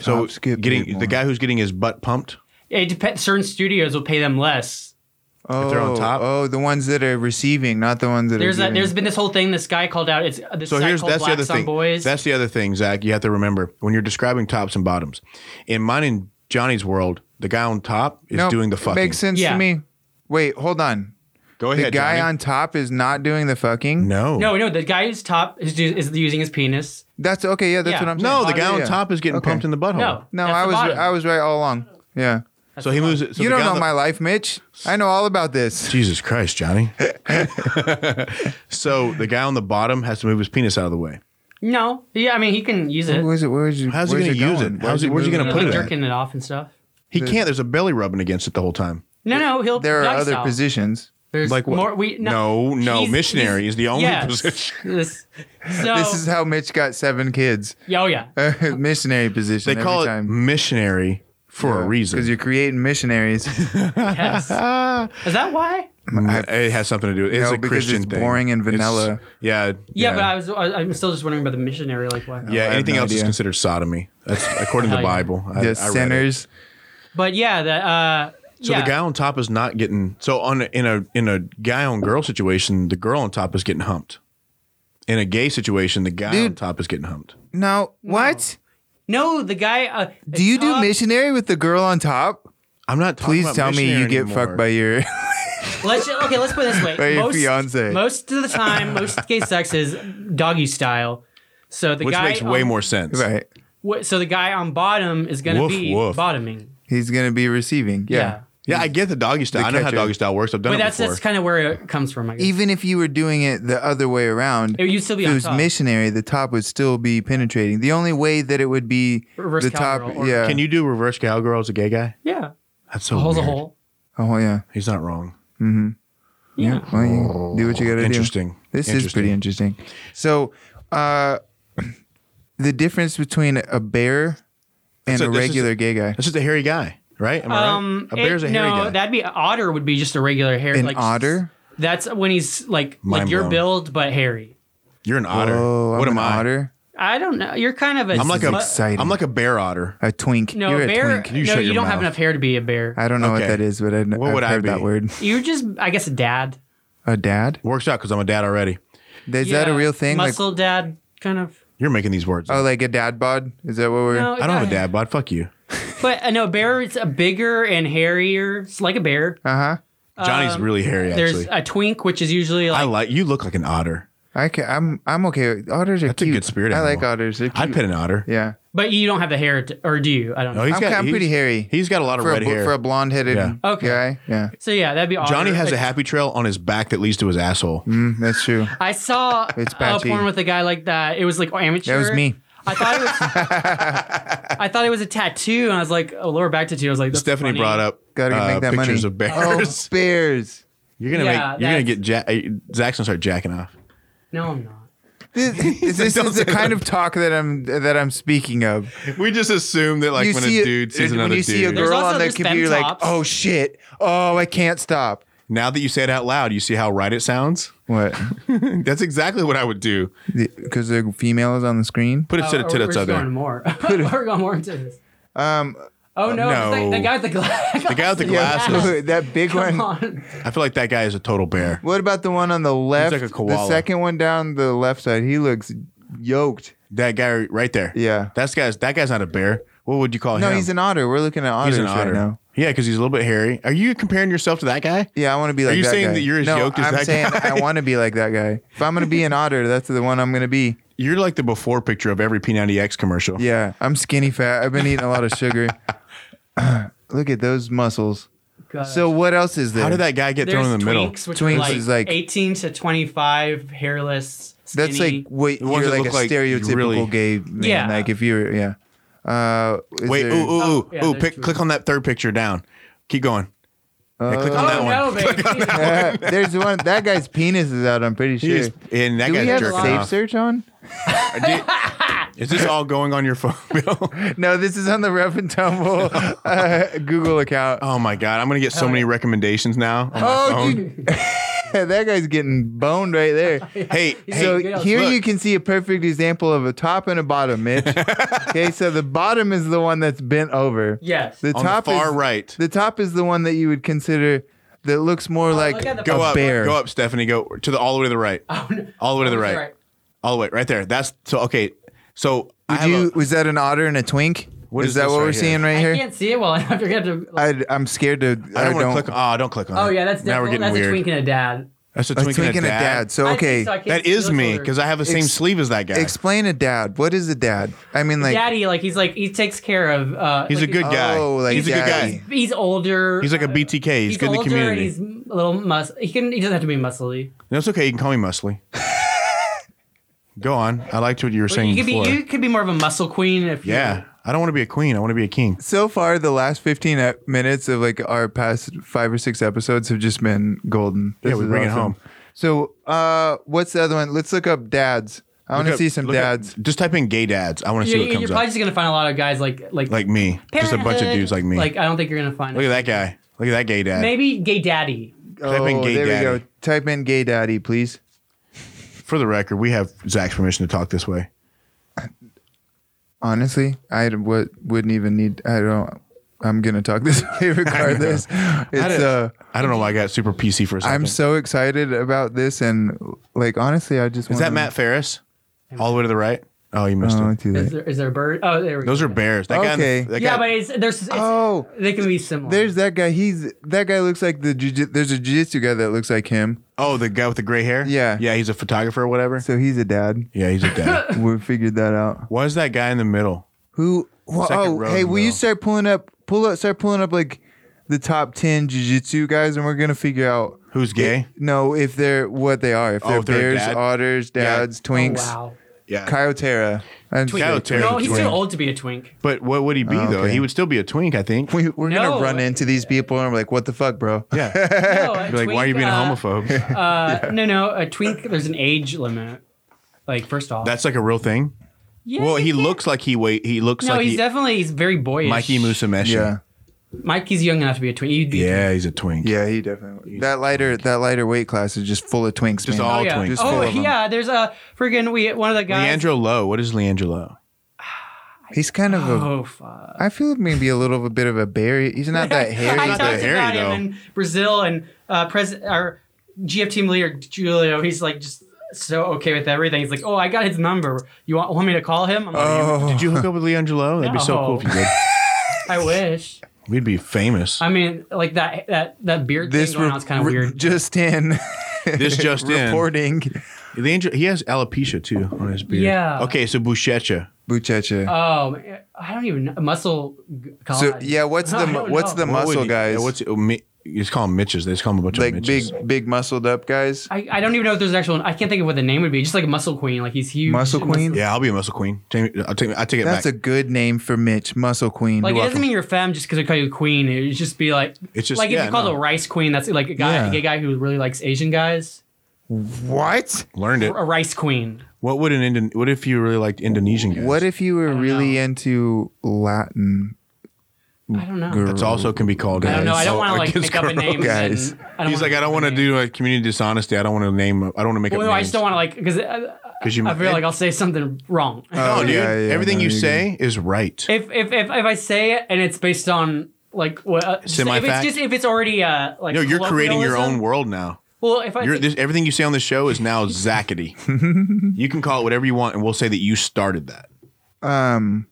Speaker 2: so
Speaker 1: Tops get paid
Speaker 2: getting
Speaker 1: more.
Speaker 2: the guy who's getting his butt pumped.
Speaker 3: It depends. Certain studios will pay them less.
Speaker 1: oh,
Speaker 2: they're on top.
Speaker 1: Oh, the ones that are receiving, not the ones that
Speaker 3: There's
Speaker 1: are.
Speaker 3: a,
Speaker 1: giving.
Speaker 3: there's been this whole thing. This guy called out. It's uh, this
Speaker 2: So
Speaker 3: site
Speaker 2: here's
Speaker 3: called
Speaker 2: that's the
Speaker 3: Blacks
Speaker 2: other
Speaker 3: on
Speaker 2: thing.
Speaker 3: Boys.
Speaker 2: That's the other thing, Zach. You have to remember when you're describing tops and bottoms. In mine and Johnny's world, the guy on top is
Speaker 1: Nope,
Speaker 2: doing the
Speaker 1: it
Speaker 2: fucking.
Speaker 1: Makes sense to
Speaker 3: Yeah.
Speaker 1: me. Wait, hold on.
Speaker 2: Go
Speaker 1: The
Speaker 2: ahead,
Speaker 1: guy
Speaker 2: Johnny.
Speaker 1: on top is not doing the fucking.
Speaker 2: No,
Speaker 3: no, no. The guy who's top is, do- is using his penis.
Speaker 1: That's okay. Yeah, that's
Speaker 3: Yeah.
Speaker 1: what I'm saying.
Speaker 2: no. The guy on
Speaker 1: Yeah.
Speaker 2: top is getting
Speaker 1: Okay.
Speaker 2: pumped in the butthole.
Speaker 3: No,
Speaker 1: No,
Speaker 3: that's
Speaker 1: I
Speaker 3: the
Speaker 1: was
Speaker 3: bottom.
Speaker 1: I was right all along. Yeah.
Speaker 2: So he moves it. So
Speaker 1: you
Speaker 2: the
Speaker 1: don't
Speaker 2: guy
Speaker 1: know
Speaker 2: on the-
Speaker 1: my life, Mitch. I know all about this.
Speaker 2: (laughs) Jesus Christ, Johnny. so the guy on the bottom has to move his penis out of the way.
Speaker 3: no. Yeah, I mean he can use it.
Speaker 1: Where's it? Where's it?
Speaker 2: How's he
Speaker 1: where's
Speaker 2: gonna use
Speaker 1: going?
Speaker 2: it? How's he- where's he
Speaker 1: moving
Speaker 2: gonna
Speaker 3: You
Speaker 2: put
Speaker 3: know,
Speaker 2: it
Speaker 3: like
Speaker 2: at?
Speaker 3: jerking it off and stuff.
Speaker 2: He can't. There's a belly rubbing against it the whole time.
Speaker 3: No, no. He'll.
Speaker 1: There are
Speaker 3: dog
Speaker 1: other
Speaker 3: style.
Speaker 1: positions.
Speaker 3: There's
Speaker 2: Like what?
Speaker 3: more. We
Speaker 2: No, no,
Speaker 3: he's-
Speaker 2: missionary
Speaker 3: he's-
Speaker 2: is the only
Speaker 3: yes.
Speaker 2: position.
Speaker 3: This, so
Speaker 1: This is how Mitch got seven kids. (laughs)
Speaker 3: yeah, oh yeah.
Speaker 1: missionary position.
Speaker 2: They call
Speaker 1: every
Speaker 2: it
Speaker 1: time.
Speaker 2: missionary for a
Speaker 1: Because
Speaker 2: reason. Ah.
Speaker 1: you're creating
Speaker 2: (laughs)
Speaker 1: missionaries.
Speaker 3: Yes. is that why?
Speaker 2: it has something to do. It's
Speaker 1: Mm. No,
Speaker 2: a
Speaker 1: because
Speaker 2: Christian
Speaker 1: it's
Speaker 2: thing.
Speaker 1: boring and
Speaker 2: It's-
Speaker 1: vanilla.
Speaker 2: yeah,
Speaker 3: Yeah, but I was I, I'm still just wondering about the missionary. Like why?
Speaker 2: Yeah,
Speaker 1: have
Speaker 2: anything
Speaker 1: no
Speaker 2: else is
Speaker 1: idea.
Speaker 2: considered sodomy.
Speaker 3: (laughs)
Speaker 2: That's according to the
Speaker 3: Hell yeah.
Speaker 2: Bible. I, I read
Speaker 1: the
Speaker 2: it.
Speaker 1: sinners.
Speaker 3: But yeah, that. Uh,
Speaker 2: So
Speaker 3: yeah.
Speaker 2: the guy on top is not getting. So on a- in a in a guy on girl situation, the girl on top is getting humped. In a gay situation, the guy on
Speaker 1: Dude.
Speaker 2: top is getting humped.
Speaker 1: No. What?
Speaker 3: No, the guy. Uh,
Speaker 1: Do you do
Speaker 3: top-
Speaker 1: missionary with the girl on top?
Speaker 2: I'm not. Talking
Speaker 1: Please
Speaker 2: about
Speaker 1: tell me
Speaker 2: missionary
Speaker 1: you get
Speaker 2: anymore.
Speaker 1: fucked by your. (laughs)
Speaker 3: Let's ju- okay. Let's put it
Speaker 2: (laughs)
Speaker 3: this way.
Speaker 1: By your
Speaker 3: most,
Speaker 1: fiancé.
Speaker 3: Most of the time, most gay sex is doggy style. So the
Speaker 2: which
Speaker 3: guy
Speaker 2: makes way
Speaker 3: on-
Speaker 2: more sense.
Speaker 1: right.
Speaker 3: wh- So the guy on bottom is gonna
Speaker 2: Woof,
Speaker 3: be
Speaker 2: woof.
Speaker 3: bottoming.
Speaker 1: He's gonna be receiving. Yeah.
Speaker 2: Yeah, I get the doggy style.
Speaker 1: The
Speaker 2: I know how
Speaker 1: catcher.
Speaker 2: doggy style works. I've done
Speaker 3: But
Speaker 2: it
Speaker 3: that's
Speaker 2: before.
Speaker 3: that's kind of where it comes from. I guess.
Speaker 1: Even if you were doing it the other way around,
Speaker 3: It used to be
Speaker 1: if
Speaker 3: on
Speaker 1: it was
Speaker 3: top.
Speaker 1: missionary, the top would still be penetrating. The only way that it would be
Speaker 3: Reverse
Speaker 1: the top,
Speaker 3: cowgirl or-
Speaker 1: yeah.
Speaker 2: Can you do reverse cowgirl as a gay guy?
Speaker 3: yeah,
Speaker 2: That's so
Speaker 3: a hole's a
Speaker 2: weird.
Speaker 3: hole.
Speaker 1: oh yeah,
Speaker 2: He's not wrong.
Speaker 1: mm-hmm.
Speaker 3: Yeah.
Speaker 1: Well, you do what you got to do.
Speaker 2: Interesting.
Speaker 1: This is pretty interesting. So, uh, the difference between a bear and
Speaker 2: So
Speaker 1: a
Speaker 2: this is-
Speaker 1: regular gay guy.
Speaker 2: That's just a hairy guy, right? Am I
Speaker 3: Um,
Speaker 2: right? A bear's a
Speaker 3: it-
Speaker 2: hairy
Speaker 3: no,
Speaker 2: guy.
Speaker 3: that'd be otter. Would be just a regular hair.
Speaker 1: An
Speaker 3: like,
Speaker 1: otter.
Speaker 3: That's when he's like
Speaker 2: Mind
Speaker 3: like your
Speaker 2: blown.
Speaker 3: build, but hairy.
Speaker 2: You're an otter.
Speaker 1: Oh, I'm
Speaker 2: what
Speaker 1: an
Speaker 2: am I?
Speaker 1: otter.
Speaker 3: I don't know. You're kind of a.
Speaker 2: I'm like
Speaker 1: is
Speaker 2: a
Speaker 1: exciting.
Speaker 2: am like a bear otter.
Speaker 1: A twink.
Speaker 3: no
Speaker 1: You're
Speaker 3: a
Speaker 1: a
Speaker 3: bear.
Speaker 1: twink.
Speaker 2: You
Speaker 3: no,
Speaker 2: shut
Speaker 3: you
Speaker 2: your
Speaker 3: don't have
Speaker 2: mouth.
Speaker 3: enough hair to be a bear.
Speaker 1: I don't know
Speaker 2: Okay.
Speaker 1: what that is, but I,
Speaker 2: What
Speaker 1: I've
Speaker 2: would I
Speaker 1: heard that
Speaker 2: be?
Speaker 1: word.
Speaker 3: You're just, I guess, a dad.
Speaker 1: A dad?
Speaker 2: Works out because I'm a dad already.
Speaker 1: Is that a
Speaker 3: Yeah.
Speaker 1: real thing?
Speaker 3: Muscle dad, kind of.
Speaker 2: You're making these words.
Speaker 1: Like, oh, like a dad bod? Is that what we're?
Speaker 3: No,
Speaker 2: I don't have a dad bod. Fuck you.
Speaker 3: But uh, no, bear. It's a bigger and hairier. It's like a bear.
Speaker 1: Uh huh.
Speaker 2: Johnny's
Speaker 3: Um,
Speaker 2: really hairy.
Speaker 3: There's
Speaker 2: Actually,
Speaker 3: a twink, which is usually
Speaker 2: I
Speaker 3: like
Speaker 2: like you. Look like an otter.
Speaker 1: I can, I'm I'm okay. with- Otters are
Speaker 2: That's a
Speaker 1: cute.
Speaker 2: good spirit
Speaker 1: I like
Speaker 2: animal.
Speaker 1: otters. They're
Speaker 2: I'd
Speaker 1: cute.
Speaker 2: pet an otter.
Speaker 1: yeah.
Speaker 3: But you don't have the hair, to, or do you? I don't know.
Speaker 2: No, he's
Speaker 1: I'm
Speaker 2: got.
Speaker 1: kinda
Speaker 2: he's-
Speaker 1: pretty hairy.
Speaker 2: He's got a lot of
Speaker 1: For
Speaker 2: red
Speaker 1: a,
Speaker 2: hair.
Speaker 1: for a blonde headed
Speaker 2: Yeah.
Speaker 3: Okay.
Speaker 1: guy. Yeah.
Speaker 3: so yeah, that'd be otter.
Speaker 2: Johnny has a
Speaker 3: Like,
Speaker 2: happy trail on his back that leads to his asshole.
Speaker 1: Mm, that's
Speaker 2: (laughs)
Speaker 1: true.
Speaker 3: I saw
Speaker 1: It's
Speaker 3: a
Speaker 1: patchy.
Speaker 3: porn with a guy like that. It was like amateur.
Speaker 1: That was me.
Speaker 3: I thought it was.
Speaker 2: (laughs)
Speaker 3: I thought it was a tattoo, and I was like, a lower back tattoo. I was like, that's
Speaker 2: Stephanie
Speaker 3: funny.
Speaker 2: brought up
Speaker 1: Gotta
Speaker 2: uh,
Speaker 1: make that
Speaker 2: pictures
Speaker 1: money.
Speaker 2: of bears.
Speaker 1: Oh, bears.
Speaker 2: (laughs) You're gonna
Speaker 3: Yeah,
Speaker 2: make. You're gonna
Speaker 3: that's-
Speaker 2: get. Ja- uh, Zach's gonna start jacking off.
Speaker 3: No, I'm not.
Speaker 2: (laughs)
Speaker 1: This, this
Speaker 2: Don't
Speaker 1: is the
Speaker 2: say
Speaker 1: kind of talk that I'm that I'm speaking of.
Speaker 2: We just assume that like
Speaker 1: you
Speaker 2: when
Speaker 1: see
Speaker 2: a
Speaker 1: it-
Speaker 2: dude sees
Speaker 1: when
Speaker 2: another
Speaker 1: you see a
Speaker 2: dude.
Speaker 3: There's
Speaker 1: girl
Speaker 3: also-
Speaker 1: on that
Speaker 3: there's
Speaker 1: computer,
Speaker 3: fem
Speaker 1: you're like,
Speaker 3: tops.
Speaker 1: oh shit, oh I can't stop.
Speaker 2: now that you say it out loud, you see how right it sounds. (laughs)
Speaker 1: What?
Speaker 2: That's exactly what I would do.
Speaker 1: Because the female is on the screen.
Speaker 2: Put a set
Speaker 3: Oh,
Speaker 2: of
Speaker 3: we're-
Speaker 2: titties
Speaker 3: we're
Speaker 2: out
Speaker 3: going
Speaker 2: there.
Speaker 3: more. (laughs) we're going more into this.
Speaker 1: Um,
Speaker 3: Oh no,
Speaker 2: uh, no.
Speaker 3: it's like the guy with the (laughs) glass.
Speaker 2: The guy with the
Speaker 1: yeah,
Speaker 2: glasses.
Speaker 3: (laughs)
Speaker 1: (laughs) that big
Speaker 3: Come
Speaker 1: one.
Speaker 3: on.
Speaker 2: I feel like that guy is a total bear.
Speaker 1: What about the one on the left?
Speaker 2: like a
Speaker 1: The
Speaker 2: koala.
Speaker 1: second one down the left side. He looks yoked.
Speaker 2: That guy right there.
Speaker 1: Yeah.
Speaker 2: That's guy's. That guy's not a bear. What would you call
Speaker 1: No,
Speaker 2: Oh, him?
Speaker 1: he's an otter. We're looking at otters
Speaker 2: He's an
Speaker 1: right
Speaker 2: otter.
Speaker 1: now.
Speaker 2: Yeah, because he's a little bit hairy. Are you comparing yourself to that guy?
Speaker 1: Yeah, I want to be like.
Speaker 2: you
Speaker 1: that
Speaker 2: saying
Speaker 1: guy.
Speaker 2: that you're as
Speaker 1: no,
Speaker 2: yoked as
Speaker 1: I'm
Speaker 2: that
Speaker 1: saying
Speaker 2: guy?
Speaker 1: I want to be like that guy. If I'm gonna be an otter, that's the one I'm gonna be.
Speaker 2: You're like the before picture of every P90X commercial.
Speaker 1: Yeah, I'm skinny fat. I've been eating a lot of sugar. (laughs) Look at those muscles.
Speaker 3: God.
Speaker 1: So what else is there?
Speaker 2: How did that guy get
Speaker 3: There's
Speaker 2: thrown in the middle?
Speaker 3: twinks, which
Speaker 1: Twinks
Speaker 3: are like
Speaker 1: is like-
Speaker 3: 18 to 25, hairless, skinny.
Speaker 1: That's like wait,
Speaker 2: The ones
Speaker 1: you're
Speaker 2: that
Speaker 1: like a
Speaker 2: look like
Speaker 1: stereotypical
Speaker 2: really-
Speaker 1: gay man.
Speaker 3: Yeah.
Speaker 1: Like if you're yeah. Uh, is
Speaker 2: Wait,
Speaker 1: there-
Speaker 2: ooh, ooh, ooh,
Speaker 3: Oh, yeah,
Speaker 2: ooh!
Speaker 3: there's
Speaker 2: Pick,
Speaker 3: two.
Speaker 2: click on that third picture down. Keep going. Yeah, click on
Speaker 3: oh
Speaker 2: that one.
Speaker 3: no, baby.
Speaker 2: (laughs)
Speaker 1: Yeah, (laughs) there's one. That guy's penis is out. I'm pretty sure.
Speaker 2: He's- and that
Speaker 1: Do we
Speaker 2: guy's
Speaker 1: have
Speaker 2: jerking
Speaker 1: safe
Speaker 2: off.
Speaker 1: search on?
Speaker 2: Did- is this all going on your phone, (laughs) Bill?
Speaker 1: No, this is on the Rough and
Speaker 2: (laughs)
Speaker 1: Tumble uh, Google account.
Speaker 2: Oh my god, I'm gonna get so many recommendations now. On my
Speaker 1: Oh,
Speaker 2: phone.
Speaker 1: dude. (laughs) that guy's getting boned right there.
Speaker 2: Hey,
Speaker 3: He's
Speaker 2: hey,
Speaker 1: So
Speaker 3: good.
Speaker 1: here
Speaker 2: Look.
Speaker 1: you can see a perfect example of a top and a bottom,
Speaker 2: (laughs)
Speaker 1: Mitch. okay, so the bottom is the one that's bent over.
Speaker 3: yes.
Speaker 1: The
Speaker 2: on the
Speaker 1: top
Speaker 2: far
Speaker 1: is
Speaker 2: right.
Speaker 1: the top is the one that you would consider that looks more like
Speaker 3: Oh, look at the
Speaker 2: Go
Speaker 1: a
Speaker 2: up,
Speaker 1: bear.
Speaker 2: go up, Stephanie. Go to the all the way to the
Speaker 3: (laughs)
Speaker 2: right,
Speaker 3: Oh, no.
Speaker 2: all the way to the
Speaker 3: That's
Speaker 2: right,
Speaker 3: right.
Speaker 2: all the way right there. That's so okay. So I
Speaker 1: Would
Speaker 2: have
Speaker 1: you,
Speaker 2: a-
Speaker 1: was that an otter and a twink?
Speaker 2: What
Speaker 1: Is
Speaker 2: is
Speaker 1: that
Speaker 2: this
Speaker 1: what
Speaker 2: right
Speaker 1: we're
Speaker 2: here?
Speaker 1: seeing right
Speaker 3: I
Speaker 1: here?
Speaker 3: can't see it well (laughs) enough. You're gonna have to.
Speaker 1: I, I'm scared to.
Speaker 2: I
Speaker 1: I
Speaker 2: don't want to
Speaker 1: don't.
Speaker 2: click. Oh, don't click on.
Speaker 3: oh
Speaker 2: it.
Speaker 3: yeah, that's
Speaker 2: now we're
Speaker 3: definitely-
Speaker 2: getting
Speaker 3: that's
Speaker 2: weird.
Speaker 3: a twink and a dad.
Speaker 2: That's a
Speaker 1: a
Speaker 2: twink,
Speaker 1: twink
Speaker 2: and a dad.
Speaker 1: So
Speaker 3: I
Speaker 1: okay,
Speaker 3: think so. I can't
Speaker 2: That
Speaker 3: see
Speaker 2: is
Speaker 3: those
Speaker 2: me
Speaker 3: older-
Speaker 2: because I have the same
Speaker 1: Ex-
Speaker 2: sleeve as that guy.
Speaker 1: explain a dad. What is a dad? I mean, like
Speaker 3: daddy, like he's like he takes care of. Uh,
Speaker 2: he's
Speaker 3: like,
Speaker 2: a good guy.
Speaker 1: Oh, like
Speaker 2: he's a good
Speaker 1: daddy.
Speaker 2: guy.
Speaker 3: He's older. Uh,
Speaker 2: He's like a BTK. He's,
Speaker 3: He's
Speaker 2: good in
Speaker 3: older
Speaker 2: the
Speaker 3: and
Speaker 2: community.
Speaker 3: he's a little mus. He can. He doesn't have to be muscly.
Speaker 2: That's okay. You can call me
Speaker 3: (laughs)
Speaker 2: Muscly. Go on. I liked what you were saying
Speaker 3: you could
Speaker 2: before.
Speaker 3: be. You could be more of a muscle queen if.
Speaker 2: yeah.
Speaker 3: You,
Speaker 2: I don't want to be a queen. I want to be a king.
Speaker 1: so far the last 15 e- minutes of like our past five or six episodes have just been golden
Speaker 2: Yeah, we
Speaker 1: is
Speaker 2: bring it home.
Speaker 1: so uh what's the other one let's look up dads i want
Speaker 2: Look
Speaker 1: to
Speaker 2: up-
Speaker 1: see some
Speaker 2: look up-
Speaker 1: dads
Speaker 2: just type in gay dads. I want to
Speaker 3: you,
Speaker 2: see
Speaker 3: you're
Speaker 2: what comes
Speaker 3: probably
Speaker 2: up.
Speaker 3: just gonna find a lot of guys like like
Speaker 2: Like me. Just a bunch of
Speaker 3: parenthood.
Speaker 2: dudes like me.
Speaker 3: Like I don't think you're gonna find.
Speaker 2: Look at that
Speaker 3: it.
Speaker 2: guy. Look at that gay dad.
Speaker 3: Maybe gay daddy.
Speaker 2: Type in gay
Speaker 1: Oh, there we
Speaker 2: daddy.
Speaker 1: go type in gay daddy please
Speaker 2: For the record, we have Zach's permission to talk this way.
Speaker 1: honestly i would, wouldn't even need i don't i'm gonna talk (laughs) this
Speaker 2: (laughs)
Speaker 1: way regardless it's
Speaker 2: did-
Speaker 1: uh
Speaker 2: I don't know why I got super PC for a 2nd
Speaker 1: i'm so excited about this and like honestly i just
Speaker 2: Is that Matt Ferris? All the way to the right? Oh, you missed
Speaker 1: oh,
Speaker 2: it.
Speaker 1: too
Speaker 3: Is
Speaker 1: late.
Speaker 3: there, is there a bird? Oh, there we
Speaker 2: Those
Speaker 3: go.
Speaker 2: are bears. That guy.
Speaker 1: Okay.
Speaker 2: That
Speaker 3: yeah,
Speaker 2: guy,
Speaker 3: but it's, there's. It's,
Speaker 1: oh
Speaker 3: they can be similar.
Speaker 1: There's that guy. He's that guy looks like the jiu- there's a jiu-jitsu guy that looks like him.
Speaker 2: oh, the guy with the gray hair.
Speaker 1: Yeah.
Speaker 2: Yeah, he's a photographer or whatever.
Speaker 1: So he's a
Speaker 2: (laughs)
Speaker 1: dad.
Speaker 2: Yeah, he's a
Speaker 1: (laughs)
Speaker 2: dad.
Speaker 1: we figured that out.
Speaker 2: Why is that guy in the middle?
Speaker 1: Who? wha-
Speaker 2: Second
Speaker 1: oh,
Speaker 2: row
Speaker 1: hey,
Speaker 2: in the
Speaker 1: will you
Speaker 2: middle.
Speaker 1: start pulling up? Pull up. Start pulling up like the top ten jujitsu guys, and we're gonna figure out
Speaker 2: Who's gay?
Speaker 1: no if they're what they are. If
Speaker 2: Oh,
Speaker 1: they're,
Speaker 2: if they're a
Speaker 1: bears,
Speaker 2: dad?
Speaker 1: otters,
Speaker 2: Yeah.
Speaker 1: dads, twinks,
Speaker 3: Oh, wow.
Speaker 2: Yeah.
Speaker 1: Kyotera, and
Speaker 2: Kyotera.
Speaker 3: No, he's too
Speaker 2: Twink.
Speaker 3: old to be
Speaker 2: (laughs)
Speaker 3: a twink.
Speaker 2: But what would he be
Speaker 1: Oh,
Speaker 2: though?
Speaker 1: okay.
Speaker 2: He would still be a twink, I
Speaker 1: (laughs)
Speaker 2: think.
Speaker 1: We, we're
Speaker 3: No.
Speaker 1: gonna run into these people, and we're like, "What the fuck, bro?" (laughs)
Speaker 2: Yeah.
Speaker 3: No, a
Speaker 2: Be like, why are you
Speaker 3: twink,
Speaker 2: being a
Speaker 3: uh, (laughs)
Speaker 2: homophobe?
Speaker 3: Uh, No, no, a twink. There's an age limit. Like first off,
Speaker 2: That's like a real thing.
Speaker 3: yeah,
Speaker 2: Well,
Speaker 3: you
Speaker 2: he
Speaker 3: can't-
Speaker 2: looks like he wait. He looks
Speaker 3: No,
Speaker 2: like
Speaker 3: he's
Speaker 2: he,
Speaker 3: definitely he's very boyish.
Speaker 2: Mikey Musumeci.
Speaker 1: yeah,
Speaker 3: Mikey's young enough to be a twink. He'd be a
Speaker 2: Yeah, he's a twink.
Speaker 1: yeah. He definitely that lighter that lighter weight class is just full of twinks.
Speaker 2: Just
Speaker 1: man.
Speaker 2: all
Speaker 3: Oh, yeah.
Speaker 2: twinks.
Speaker 1: Just full
Speaker 3: oh
Speaker 1: of 'em.
Speaker 3: yeah, there's a friggin' we one of the guys.
Speaker 2: Leandro Lowe. What is Leandro
Speaker 1: He's kind of a.
Speaker 3: Oh fuck.
Speaker 1: I feel maybe a little bit of a berry. He's not
Speaker 2: (laughs)
Speaker 1: that hairy.
Speaker 2: not
Speaker 3: I talked
Speaker 2: that
Speaker 3: about
Speaker 2: hairy, though.
Speaker 3: him in Brazil and uh, pres- our GF team leader Julio. He's like just so okay with everything. He's like, oh, I got his number. You want, want me to call him? I'm like,
Speaker 2: Lowe?
Speaker 1: Oh.
Speaker 2: Did you
Speaker 3: (laughs)
Speaker 2: hook up with Leandro Lowe? That'd be so
Speaker 3: No.
Speaker 2: cool if you did.
Speaker 3: I wish.
Speaker 2: We'd be famous.
Speaker 3: I mean, like that that that beard
Speaker 1: this
Speaker 3: thing going
Speaker 1: re-
Speaker 3: on is kind of
Speaker 1: re-
Speaker 3: weird.
Speaker 1: Just in.
Speaker 2: (laughs)
Speaker 1: (laughs)
Speaker 2: This just in.
Speaker 1: reporting.
Speaker 2: Leandro, he has alopecia too on his beard.
Speaker 3: Yeah.
Speaker 2: Okay, so Buchecha.
Speaker 1: Buchecha.
Speaker 2: Uh,
Speaker 3: Oh, man, I don't even know. muscle. g- God.
Speaker 1: so yeah, what's
Speaker 3: (laughs) I
Speaker 1: the
Speaker 3: don't
Speaker 1: what's
Speaker 3: know.
Speaker 1: the muscle guys?
Speaker 2: What's oh, Mi- you just call them Mitches? They just call them a bunch
Speaker 1: like
Speaker 2: of
Speaker 1: big
Speaker 2: Mitches.
Speaker 1: big muscled up guys?
Speaker 3: I, I don't even know if there's an actual. I can't think of what the name would be. Just like Muscle Queen, like he's huge.
Speaker 1: Muscle Queen?
Speaker 2: Yeah, I'll be a muscle queen. Take me- I'll take. I take it
Speaker 1: That's
Speaker 2: back.
Speaker 1: a good name for Mitch, Muscle Queen.
Speaker 3: Like it
Speaker 2: You're
Speaker 3: doesn't mean you're femme just because they call you queen. It would just be like
Speaker 2: It's just-
Speaker 3: like if
Speaker 2: yeah,
Speaker 3: you call
Speaker 2: no.
Speaker 3: it a rice queen, that's like a guy,
Speaker 1: Yeah.
Speaker 3: a gay guy who really likes Asian guys.
Speaker 1: what?
Speaker 2: Learned it.
Speaker 3: A rice queen.
Speaker 2: What would an Indon? What if you really liked Indonesian guys?
Speaker 1: What if you were
Speaker 3: don't
Speaker 1: really into Latin?
Speaker 3: I don't know.
Speaker 1: girl?
Speaker 2: That's also can be called.
Speaker 3: I don't know. I don't
Speaker 2: Oh,
Speaker 3: want to like
Speaker 2: against
Speaker 3: make up a
Speaker 2: girl
Speaker 3: name.
Speaker 1: guys.
Speaker 3: And then, I don't
Speaker 2: He's like,
Speaker 3: wanna make
Speaker 2: I
Speaker 3: up
Speaker 2: don't
Speaker 3: a
Speaker 2: want to
Speaker 3: name.
Speaker 2: do a community dishonesty. I don't want to name. I don't want to make
Speaker 3: Well,
Speaker 2: up.
Speaker 3: I
Speaker 2: names.
Speaker 3: just don't want to like because I,
Speaker 2: Because you,
Speaker 3: I feel like I'll say something wrong.
Speaker 2: (laughs) no,
Speaker 1: Oh,
Speaker 2: dude.
Speaker 1: yeah, yeah,
Speaker 2: Everything
Speaker 1: no,
Speaker 2: you
Speaker 1: you're
Speaker 2: say is right.
Speaker 3: if, if if if I say it and it's based on like what uh, just- if it's
Speaker 2: Semi-fact?
Speaker 3: just if it's already uh like
Speaker 2: no, you're creating your own
Speaker 3: colloquialism.
Speaker 2: world now.
Speaker 3: Well, if I
Speaker 2: You're,
Speaker 3: think-
Speaker 2: this, everything you say on the show is now
Speaker 1: (laughs)
Speaker 2: Zackety. you can call it whatever you want, and we'll say that you started that.
Speaker 1: Um,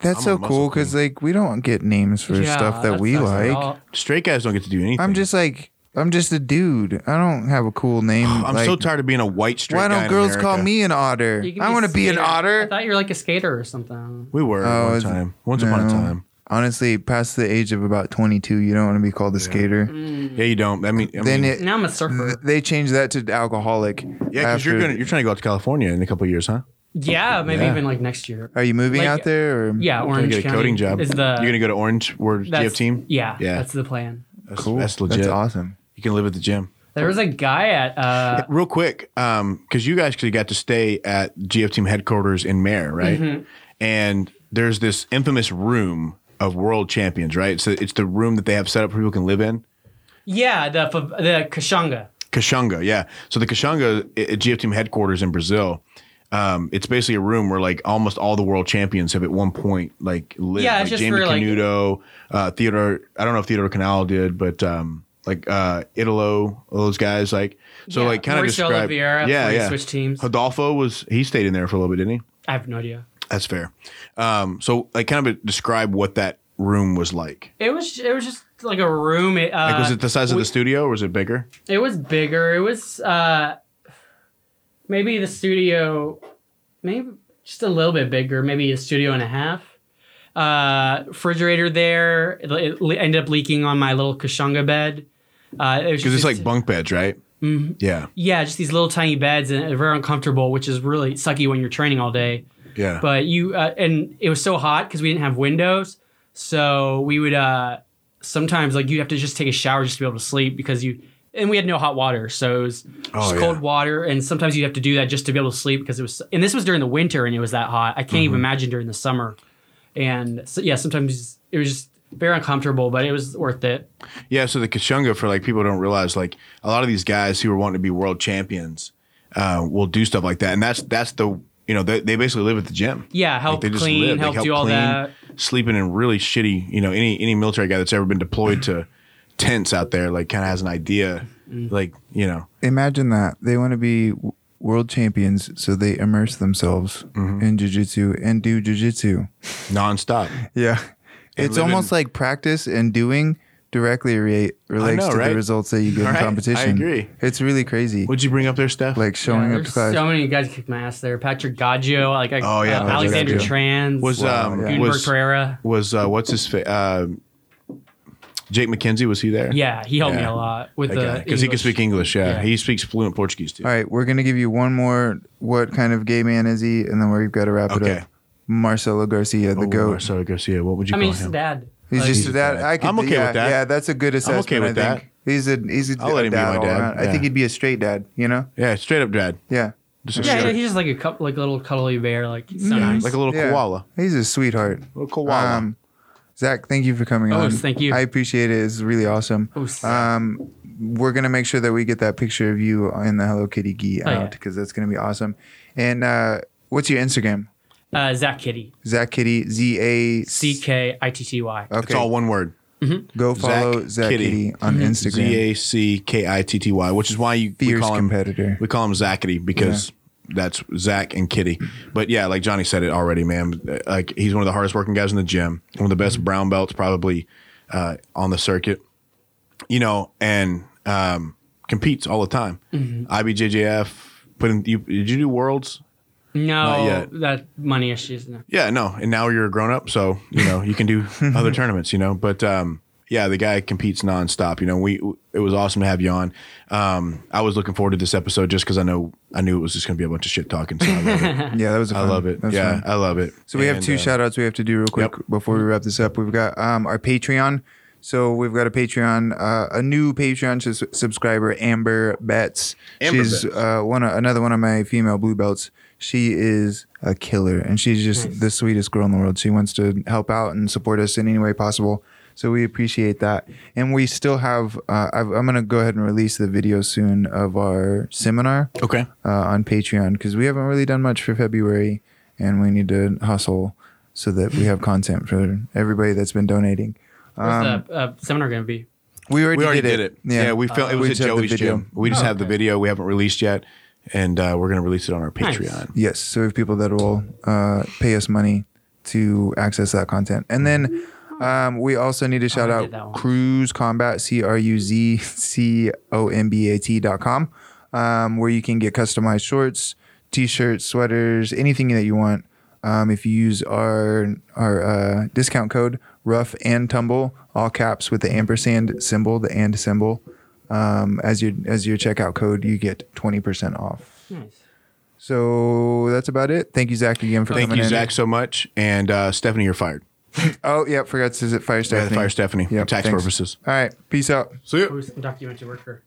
Speaker 1: that's
Speaker 2: I'm a
Speaker 1: so
Speaker 2: muscle
Speaker 1: cool because like we don't get names for
Speaker 3: yeah,
Speaker 1: stuff that we
Speaker 3: sucks at
Speaker 1: like.
Speaker 3: all.
Speaker 2: Straight guys don't get to do anything.
Speaker 1: I'm just like I'm just a dude. I don't have a cool name.
Speaker 2: (sighs) I'm
Speaker 1: like,
Speaker 2: so tired of being a white straight.
Speaker 1: Why
Speaker 2: guy
Speaker 1: don't
Speaker 2: in
Speaker 1: girls
Speaker 2: America.
Speaker 1: call me an otter?
Speaker 3: You can
Speaker 1: I want to be an
Speaker 3: skater. I
Speaker 1: otter.
Speaker 3: thought you were like a skater or something.
Speaker 2: We were
Speaker 1: Oh,
Speaker 2: at one
Speaker 1: is it-
Speaker 2: time. Once upon a
Speaker 1: No.
Speaker 2: time.
Speaker 1: Honestly, past the age of about 22, you don't want to be called a skater.
Speaker 3: Mm.
Speaker 2: Yeah, you don't. I mean, I
Speaker 1: Then
Speaker 2: mean-
Speaker 1: it,
Speaker 3: Now I'm a
Speaker 1: th-
Speaker 3: surfer.
Speaker 1: they changed that to alcoholic.
Speaker 2: yeah, because you're
Speaker 1: after-
Speaker 2: gonna you're trying to go out to California in a couple of years, huh?
Speaker 3: Yeah, maybe
Speaker 2: Yeah.
Speaker 3: even like next year.
Speaker 1: Are you moving
Speaker 3: like-
Speaker 1: out there? Or?
Speaker 3: Yeah,
Speaker 2: Trying
Speaker 3: Orange
Speaker 2: to get a
Speaker 3: County
Speaker 2: coding job.
Speaker 3: is the
Speaker 2: you're gonna go to Orange Word
Speaker 3: that's-
Speaker 2: GF team.
Speaker 3: Yeah,
Speaker 2: Yeah.
Speaker 3: that's the plan.
Speaker 2: That's,
Speaker 1: cool.
Speaker 2: that's legit.
Speaker 1: awesome.
Speaker 2: You can live at the gym.
Speaker 3: There was a guy
Speaker 2: (laughs)
Speaker 3: at uh,
Speaker 2: Real quick, um, because you guys actually got to stay at GF team headquarters in Mare, right? And there's this infamous room of world champions, right? So it's the room that they have set up for people can live in.
Speaker 3: yeah the fa- the Kashanga.
Speaker 2: Kashanga, yeah. So the Kashanga at GF Team headquarters in Brazil, um, it's basically a room where like almost all the world champions have at one point like lived.
Speaker 3: Yeah, it's
Speaker 2: like
Speaker 3: just
Speaker 2: Jamie
Speaker 3: for, like-
Speaker 2: Canuto, uh, Theodore. I don't know if Theodore Canal did, but um, like uh, Italo, all those guys. Like so,
Speaker 3: Yeah,
Speaker 2: like kind of
Speaker 3: Mauricio
Speaker 2: describe.
Speaker 3: Oliveira,
Speaker 2: yeah,
Speaker 3: when he
Speaker 2: yeah.
Speaker 3: switched teams.
Speaker 2: Rodolfo was he stayed in there for a little bit, didn't he?
Speaker 3: I have no idea.
Speaker 2: That's fair. Um, so like kind of describe what that room was like.
Speaker 3: It was it was just like a room. It, uh,
Speaker 2: Like was it the size of the studio or was it bigger?
Speaker 3: It was bigger. It was uh, maybe the studio, maybe just a little bit bigger. Maybe a studio and a half. Uh, refrigerator there. It, it le- ended up leaking on my little Kashanga bed. Uh, it was
Speaker 2: Because it's
Speaker 3: just-
Speaker 2: like bunk beds, right? Mm-hmm. Yeah,
Speaker 3: yeah, just these little tiny beds and they're very uncomfortable, which is really sucky when you're training all day.
Speaker 2: yeah.
Speaker 3: But you uh, and it was so hot because we didn't have windows, so we would uh, sometimes like you have to just take a shower just to be able to sleep because you and we had no hot water, so it was just
Speaker 2: Oh, yeah.
Speaker 3: cold water. And sometimes you have to do that just to be able to sleep because it was and this was during the winter and it was that hot. I can't even
Speaker 2: Mm-hmm.
Speaker 3: imagine during the summer. And so, yeah, sometimes it was just very uncomfortable, but it was worth it.
Speaker 2: Yeah, so the Kashunga for like people don't realize like a lot of these guys who are wanting to be world champions uh, will do stuff like that, and that's that's the you know they, they basically live at the gym.
Speaker 3: Yeah, help
Speaker 2: they just
Speaker 3: clean,
Speaker 2: live. They
Speaker 3: help, do all
Speaker 2: clean,
Speaker 3: that.
Speaker 2: Sleeping in really shitty, you know, any any military guy that's ever been deployed to tents out there like kind of has an idea,
Speaker 3: Mm.
Speaker 2: like you know,
Speaker 1: Imagine that. They want to be w- world champions, so they immerse themselves
Speaker 2: Mm-hmm.
Speaker 1: in jujitsu and do jujitsu.
Speaker 2: nonstop.
Speaker 1: Yeah. It's
Speaker 2: live
Speaker 1: almost
Speaker 2: in-
Speaker 1: like practice and doing directly re- relates
Speaker 2: know,
Speaker 1: to
Speaker 2: right?
Speaker 1: the results that you get in
Speaker 2: (laughs) Right? I
Speaker 1: competition.
Speaker 2: agree.
Speaker 1: It's really crazy.
Speaker 2: What'd you bring up there, Steph?
Speaker 1: like showing
Speaker 3: Yeah,
Speaker 1: up to
Speaker 3: there's
Speaker 1: class.
Speaker 3: So many guys kicked my ass there. Patrick Gaggio, like I,
Speaker 2: Oh, yeah,
Speaker 3: uh,
Speaker 2: Patrick
Speaker 3: Alexander
Speaker 1: Gaggio.
Speaker 3: Trans,
Speaker 2: was
Speaker 1: Wow,
Speaker 2: um
Speaker 1: yeah.
Speaker 3: Gutenberg
Speaker 2: was
Speaker 3: Pereira.
Speaker 2: was uh, what's his fa- uh, Jake McKenzie was he there?
Speaker 3: Yeah, he helped me
Speaker 2: Yeah.
Speaker 3: a lot with the
Speaker 2: because he can
Speaker 3: English.
Speaker 2: speak English. Yeah.
Speaker 3: Yeah.
Speaker 2: he speaks fluent Portuguese too.
Speaker 1: All right, we're gonna give you one more. What kind of gay man is he? And then we've got to wrap it
Speaker 2: Okay.
Speaker 1: up. Marcelo Garcia, the
Speaker 2: Oh,
Speaker 1: goat.
Speaker 2: Marcelo Garcia. What would you
Speaker 3: I
Speaker 2: call
Speaker 3: mean, he's
Speaker 2: him?
Speaker 3: his dad.
Speaker 1: He's
Speaker 3: Like,
Speaker 1: just
Speaker 2: He's
Speaker 1: that.
Speaker 2: a dad.
Speaker 1: I could,
Speaker 2: I'm okay with
Speaker 1: yeah,
Speaker 2: that.
Speaker 1: Yeah, that's a good assessment.
Speaker 2: okay with
Speaker 1: I think. He's a he's a
Speaker 2: I'll let him be
Speaker 1: dad
Speaker 2: my
Speaker 1: all
Speaker 2: dad.
Speaker 1: around. I
Speaker 2: Yeah.
Speaker 1: think he'd be a straight dad. You know?
Speaker 2: Yeah, straight up dad.
Speaker 1: Yeah,
Speaker 2: Just a
Speaker 3: yeah, yeah,
Speaker 2: straight-
Speaker 3: he's just like a cup, like a little cuddly bear, like he's so
Speaker 2: yeah,
Speaker 3: nice.
Speaker 2: like a little
Speaker 1: Yeah.
Speaker 2: koala. Um,
Speaker 1: He's a sweetheart. Um,
Speaker 2: Little koala.
Speaker 1: Zach, thank you for coming
Speaker 3: Oh,
Speaker 1: on.
Speaker 3: thank you.
Speaker 1: I appreciate it. It's really awesome.
Speaker 3: Oh, s-
Speaker 1: Um, we're gonna make sure that we get that picture of you in the Hello Kitty gi
Speaker 3: Oh, yeah.
Speaker 1: out because that's gonna be awesome. And uh, what's your Instagram?
Speaker 3: uh, Zach Kitty,
Speaker 1: Zach Kitty Z A
Speaker 3: C K I T T Y.
Speaker 1: Okay,
Speaker 2: It's all one word.
Speaker 1: go follow Zach,
Speaker 2: Zach
Speaker 1: Kitty.
Speaker 2: Kitty.
Speaker 1: on
Speaker 3: Mm-hmm.
Speaker 1: Instagram.
Speaker 2: Z a c k i t t y, which is why you we
Speaker 1: Fierce
Speaker 2: call him
Speaker 1: competitor.
Speaker 3: (laughs)
Speaker 2: We call him Zachity because that's Zach and Kitty. But yeah, like Johnny said it already, man. Like he's one of the hardest working guys in the gym, one of the best brown belts probably uh, on the circuit. You know, and um, competes all the time.
Speaker 3: Mm-hmm.
Speaker 2: IBJJF. Put in, you, did you do worlds? Not
Speaker 3: No,
Speaker 2: yet.
Speaker 3: that money issues. No.
Speaker 2: Yeah, no. And now you're a grown up, so you know you
Speaker 1: (laughs)
Speaker 2: can do
Speaker 1: Mm-hmm.
Speaker 2: other tournaments, you know. But um, yeah, the guy competes nonstop. You know, we it was awesome to have you on. Um, I was looking forward to this episode just because I know I knew it was just gonna be a bunch of shit talking. So I love
Speaker 1: (laughs)
Speaker 2: it.
Speaker 1: Yeah, that was. A
Speaker 2: I
Speaker 1: fun-
Speaker 2: love it.
Speaker 1: that was
Speaker 2: yeah,
Speaker 1: fun.
Speaker 2: I love it.
Speaker 1: So we have
Speaker 2: And,
Speaker 1: two
Speaker 2: uh,
Speaker 1: shout outs we have to do real quick
Speaker 2: Yep.
Speaker 1: before we wrap this up. We've got um, our Patreon. So we've got a Patreon, uh, a new Patreon sus- subscriber, Amber Betts.
Speaker 2: Amber
Speaker 1: she's
Speaker 2: Betts.
Speaker 1: Uh, one of, another one of my female blue belts. She is a killer, and she's just
Speaker 3: Nice.
Speaker 1: the sweetest girl in the world. She wants to help out and support us in any way possible. So we appreciate that, and we still have. Uh, I've, I'm going to go ahead and release the video soon of our seminar
Speaker 2: Okay.
Speaker 1: uh, on Patreon because we haven't really done much for February, and we need to hustle so that we have content for everybody that's been donating. Um,
Speaker 3: Where's
Speaker 2: Um,
Speaker 3: the uh, seminar going to be?
Speaker 1: We already,
Speaker 2: We already
Speaker 1: did, it. Uh,
Speaker 2: Yeah, we filmed. it was
Speaker 1: We
Speaker 2: at
Speaker 1: just have the
Speaker 2: Joey's
Speaker 1: video.
Speaker 2: gym. We just
Speaker 3: Oh,
Speaker 2: have the
Speaker 3: okay.
Speaker 2: video. We haven't released yet, and uh, we're gonna release it on our
Speaker 3: Nice.
Speaker 2: Patreon.
Speaker 1: Yes, so we have people that will uh, pay us money to access that content, and then um, we also need to shout
Speaker 3: Oh, I did that
Speaker 1: out
Speaker 3: one.
Speaker 1: Cruise Combat C R U Z C O M B A T dot com, um, where you can get customized shorts, t-shirts, sweaters, anything that you want. Um, if you use our our uh, discount code rough and tumble, all caps with the ampersand symbol, the and symbol, um, as your as your checkout code, you get twenty percent off.
Speaker 3: Nice.
Speaker 1: So that's about it. Thank you, Zach, again for
Speaker 2: Thank
Speaker 1: coming
Speaker 2: you,
Speaker 1: in.
Speaker 2: Zach, so much. And uh, Stephanie, you're fired.
Speaker 1: Oh, yeah, forgot to visit Fire
Speaker 2: Yeah,
Speaker 1: Stephanie.
Speaker 2: fire Stephanie
Speaker 1: Yep,
Speaker 2: for tax
Speaker 1: thanks.
Speaker 2: purposes.
Speaker 1: All right, peace out.
Speaker 2: See ya.
Speaker 3: Who's a documentary worker?